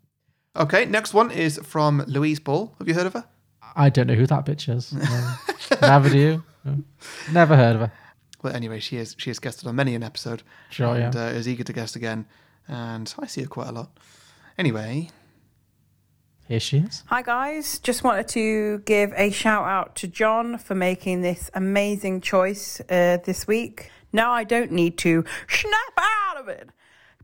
Speaker 2: Okay, next one is from Louise Ball. Have you heard of her?
Speaker 1: I don't know who that bitch is. No. Never do you. No. Never heard of her.
Speaker 2: Well, anyway, she is she has guested on many an episode.
Speaker 1: Sure,
Speaker 2: and,
Speaker 1: yeah.
Speaker 2: uh, is eager to guest again, and I see her quite a lot. Anyway,
Speaker 1: Here she is.
Speaker 15: Hi guys, just wanted to give a shout out to John for making this amazing choice uh, this week. Now I don't need to snap out of it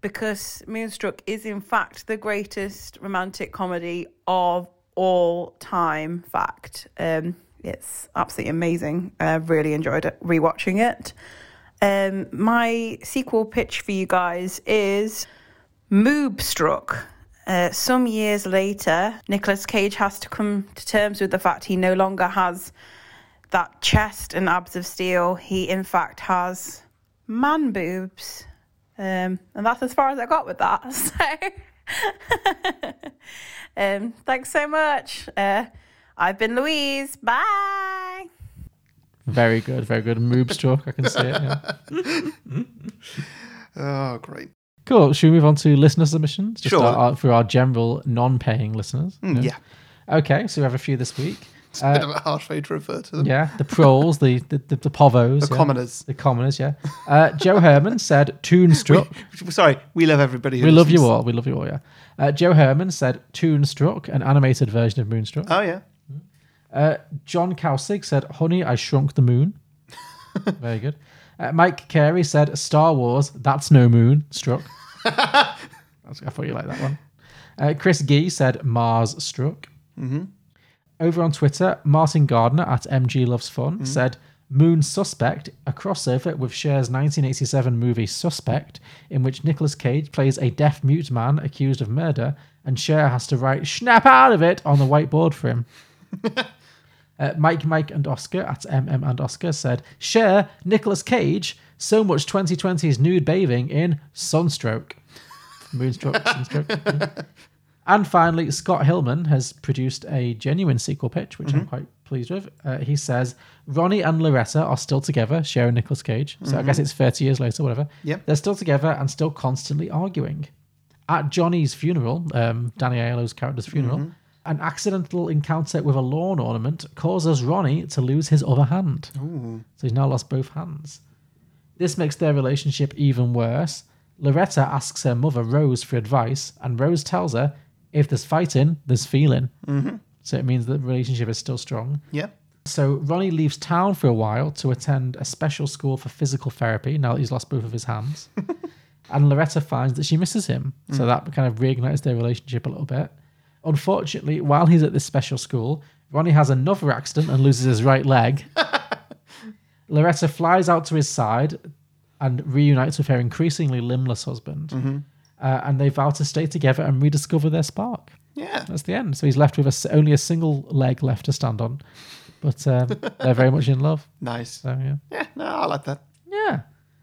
Speaker 15: because Moonstruck is in fact the greatest romantic comedy of all time. Fact, um, it's absolutely amazing. I really enjoyed it, rewatching it. Um, my sequel pitch for you guys is Moobstruck. Uh, some years later, Nicolas Cage has to come to terms with the fact he no longer has that chest and abs of steel. He, in fact, has man boobs. Um, and that's as far as I got with that. So, um, thanks so much. Uh, I've been Louise. Bye.
Speaker 1: Very good, very good. Moobstruck, I can see it. Yeah.
Speaker 2: oh great.
Speaker 1: Cool. Should we move on to listener submissions? Just
Speaker 2: Sure.
Speaker 1: our- our- for our general non-paying listeners.
Speaker 2: Mm, yeah.
Speaker 1: Okay, so we have a few this week.
Speaker 2: It's a bit of a harsh way to refer to them.
Speaker 1: Yeah, the proles, the the, the, the povos,
Speaker 2: The
Speaker 1: yeah.
Speaker 2: commoners.
Speaker 1: the commoners. Yeah. Uh, Joe Herman said
Speaker 2: We,
Speaker 1: Toonstruck.
Speaker 2: sorry, we love everybody. Who
Speaker 1: We love you
Speaker 2: listens.
Speaker 1: all. We love you all. Yeah. Uh, Joe Herman said Toonstruck, an animated version of Moonstruck.
Speaker 2: Oh yeah.
Speaker 1: Uh, John Cowsig said, "Honey, I shrunk the moon." Very good. Uh, Mike Carey said, "Star Wars, that's no moon." Struck. That's- I thought you liked that one. Uh, Chris Gee said, "Mars struck."
Speaker 2: Mhm.
Speaker 1: Over on Twitter, Martin Gardner at MG Loves Fun
Speaker 2: Mhm.
Speaker 1: said, "Moon Suspect, a crossover with Cher's 1987 movie Suspect, in which Nicolas Cage plays a deaf mute man accused of murder, and Cher has to write snap out of it on the whiteboard for him." Uh, Mike, Mike, and Oscar at MM and Oscar said, "Share Nicolas Cage so much 2020's nude bathing in Sunstroke, Moonstruck, Sunstroke." Mm. and finally, Scott Hillman has produced a genuine sequel pitch, which I'm
Speaker 2: Mhm.
Speaker 1: quite pleased with. Uh, he says, "Ronnie and Loretta are still together, sharing Nicolas Cage. So I guess
Speaker 2: Mhm.
Speaker 1: it's 30 years later, whatever.
Speaker 2: Yep.
Speaker 1: They're still together and still constantly arguing. At Johnny's funeral, um, Danny Aiello's character's funeral,
Speaker 2: Mhm.
Speaker 1: an accidental encounter with a lawn ornament causes Ronnie to lose his other hand.
Speaker 2: Ooh.
Speaker 1: So he's now lost both hands. This makes their relationship even worse. Loretta asks her mother, Rose, for advice, and Rose tells her, if there's fighting, there's feeling.
Speaker 2: Mhm.
Speaker 1: So it means that the relationship is still strong.
Speaker 2: Yeah.
Speaker 1: So Ronnie leaves town for a while to attend a special school for physical therapy now that he's lost both of his hands. and Loretta finds that she misses him. So
Speaker 2: Mm.
Speaker 1: that kind of reignites their relationship a little bit. Unfortunately, while he's at this special school, Ronnie has another accident and loses his right leg. Loretta flies out to his side and reunites with her increasingly limbless husband.
Speaker 2: Mhm.
Speaker 1: Uh, and they vow to stay together and rediscover their spark.
Speaker 2: Yeah.
Speaker 1: That's the end. So he's left with a s only a single leg left to stand on. But um, they're very much in love.
Speaker 2: Nice.
Speaker 1: So, yeah.
Speaker 2: Yeah. No, I like that.
Speaker 1: Yeah.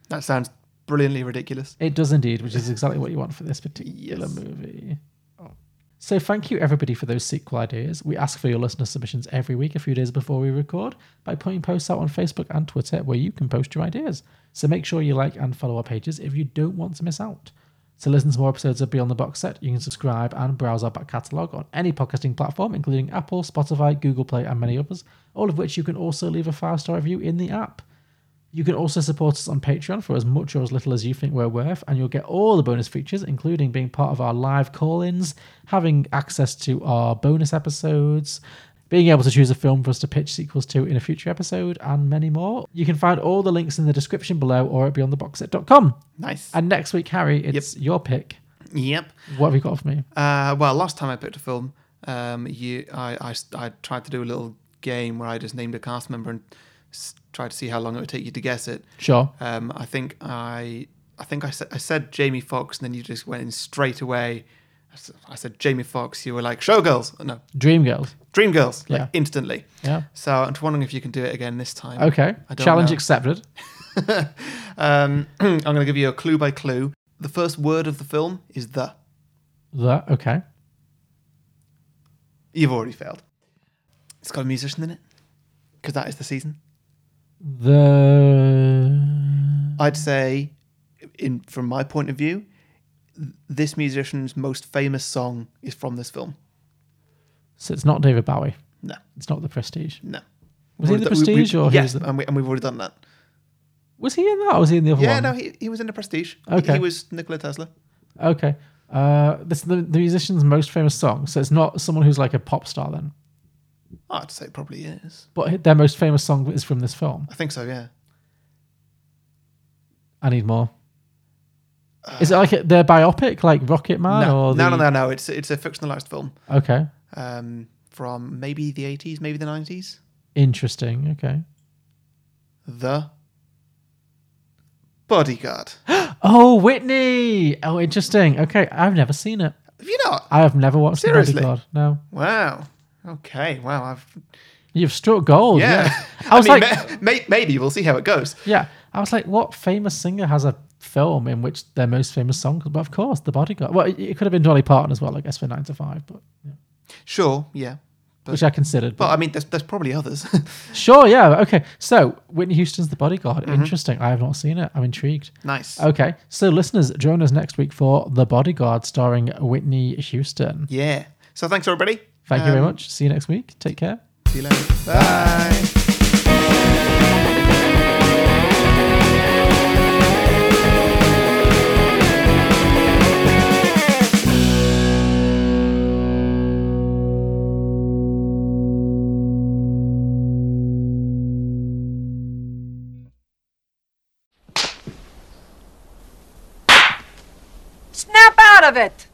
Speaker 2: That sounds brilliantly ridiculous.
Speaker 1: It does indeed, which is exactly what you want for this particular movie. So thank you everybody for those sequel ideas. We ask for your listener submissions every week a few days before we record by putting posts out on Facebook and Twitter where you can post your ideas. So make sure you like and follow our pages if you don't want to miss out. To listen to more episodes of Beyond the Box Set, you can subscribe and browse our back catalogue on any podcasting platform, including Apple, Spotify, Google Play, and many others, all of which you can also leave a five star review in the app. You can also support us on Patreon for as much or as little as you think we're worth, and you'll get all the bonus features, including being part of our live call ins, having access to our bonus episodes, being able to choose a film for us to pitch sequels to in a future episode, and many more. You can find all the links in the description below or at beyondtheboxset.com.
Speaker 2: Nice.
Speaker 1: And next week, Harry, it's your pick.
Speaker 2: Yep.
Speaker 1: What have you got for me?
Speaker 2: Uh, well, last time I picked a film, um, you, I, I s- I tried to do a little game where I just named a cast member and s- tried to see how long it would take you to guess it.
Speaker 1: Sure.
Speaker 2: Um, I think I, I think I said, I said Jamie Fox, and then you just went in straight away. I s- I said Jamie Fox. You were like Showgirls. No,
Speaker 1: Dreamgirls.
Speaker 2: Dreamgirls. Like
Speaker 1: Yeah.
Speaker 2: instantly.
Speaker 1: Yeah.
Speaker 2: So I'm just wondering if you can do it again this time.
Speaker 1: Okay.
Speaker 2: I don't
Speaker 1: Challenge
Speaker 2: know.
Speaker 1: accepted.
Speaker 2: Um, I'm going to give you a clue by clue. The first word of the film is the.
Speaker 1: That, okay.
Speaker 2: You've already failed. It's got a musician in it because that is the season.
Speaker 1: The.
Speaker 2: I'd say, in from my point of view, th- this musician's most famous song is from this film.
Speaker 1: So it's not David Bowie.
Speaker 2: No.
Speaker 1: It's not The Prestige.
Speaker 2: No.
Speaker 1: Was he in The
Speaker 2: We've already done- we-
Speaker 1: Prestige
Speaker 2: we-
Speaker 1: or he
Speaker 2: yes,
Speaker 1: was the-
Speaker 2: and, we, and we've already done that.
Speaker 1: Was he in that or was he in the other
Speaker 2: yeah,
Speaker 1: one?
Speaker 2: no, he, he was in the Prestige. He-
Speaker 1: Okay.
Speaker 2: he was Nikola Tesla.
Speaker 1: Okay. Uh, this is the, the musician's most famous song. So it's not someone who's like a pop star then.
Speaker 2: I'd say it probably is.
Speaker 1: But their most famous song is from this film.
Speaker 2: I think so. Yeah.
Speaker 1: I need more. is it like a, their biopic, like Rocket Man?
Speaker 2: Uh, no.
Speaker 1: or
Speaker 2: no,
Speaker 1: the-
Speaker 2: no, no, no. It's it's a fictionalized film.
Speaker 1: Okay.
Speaker 2: Um, from maybe the eighties, maybe the nineties.
Speaker 1: Interesting. Okay.
Speaker 2: The Bodyguard.
Speaker 1: Oh, Whitney. Oh, interesting. Okay. I've never seen it.
Speaker 2: Have you not?
Speaker 1: I have never watched
Speaker 2: Seriously?
Speaker 1: The Bodyguard. No.
Speaker 2: Wow. Okay. Wow. I've
Speaker 1: You've struck gold. Yeah.
Speaker 2: yeah.
Speaker 1: I was
Speaker 2: mean,
Speaker 1: like,
Speaker 2: may, may, maybe we'll see how it goes.
Speaker 1: yeah. I was like, what famous singer has a film in which their most famous song? But of course, The Bodyguard. Well, it, it could have been Dolly Parton as well, I guess, for Nine to Five. But
Speaker 2: Sure. Yeah.
Speaker 1: which I considered.
Speaker 2: But I mean, there's, there's probably others.
Speaker 1: Sure, yeah, okay. So Whitney Houston's The Bodyguard.
Speaker 2: Mhm.
Speaker 1: Interesting. I have not seen it. I'm intrigued.
Speaker 2: Nice.
Speaker 1: Okay, so listeners, join us next week for The Bodyguard, starring Whitney Houston.
Speaker 2: yeah. So thanks everybody.
Speaker 1: Thank you very
Speaker 2: Um,
Speaker 1: much. See you next week. Take care.
Speaker 2: See you later. Bye.
Speaker 8: Snap out of it!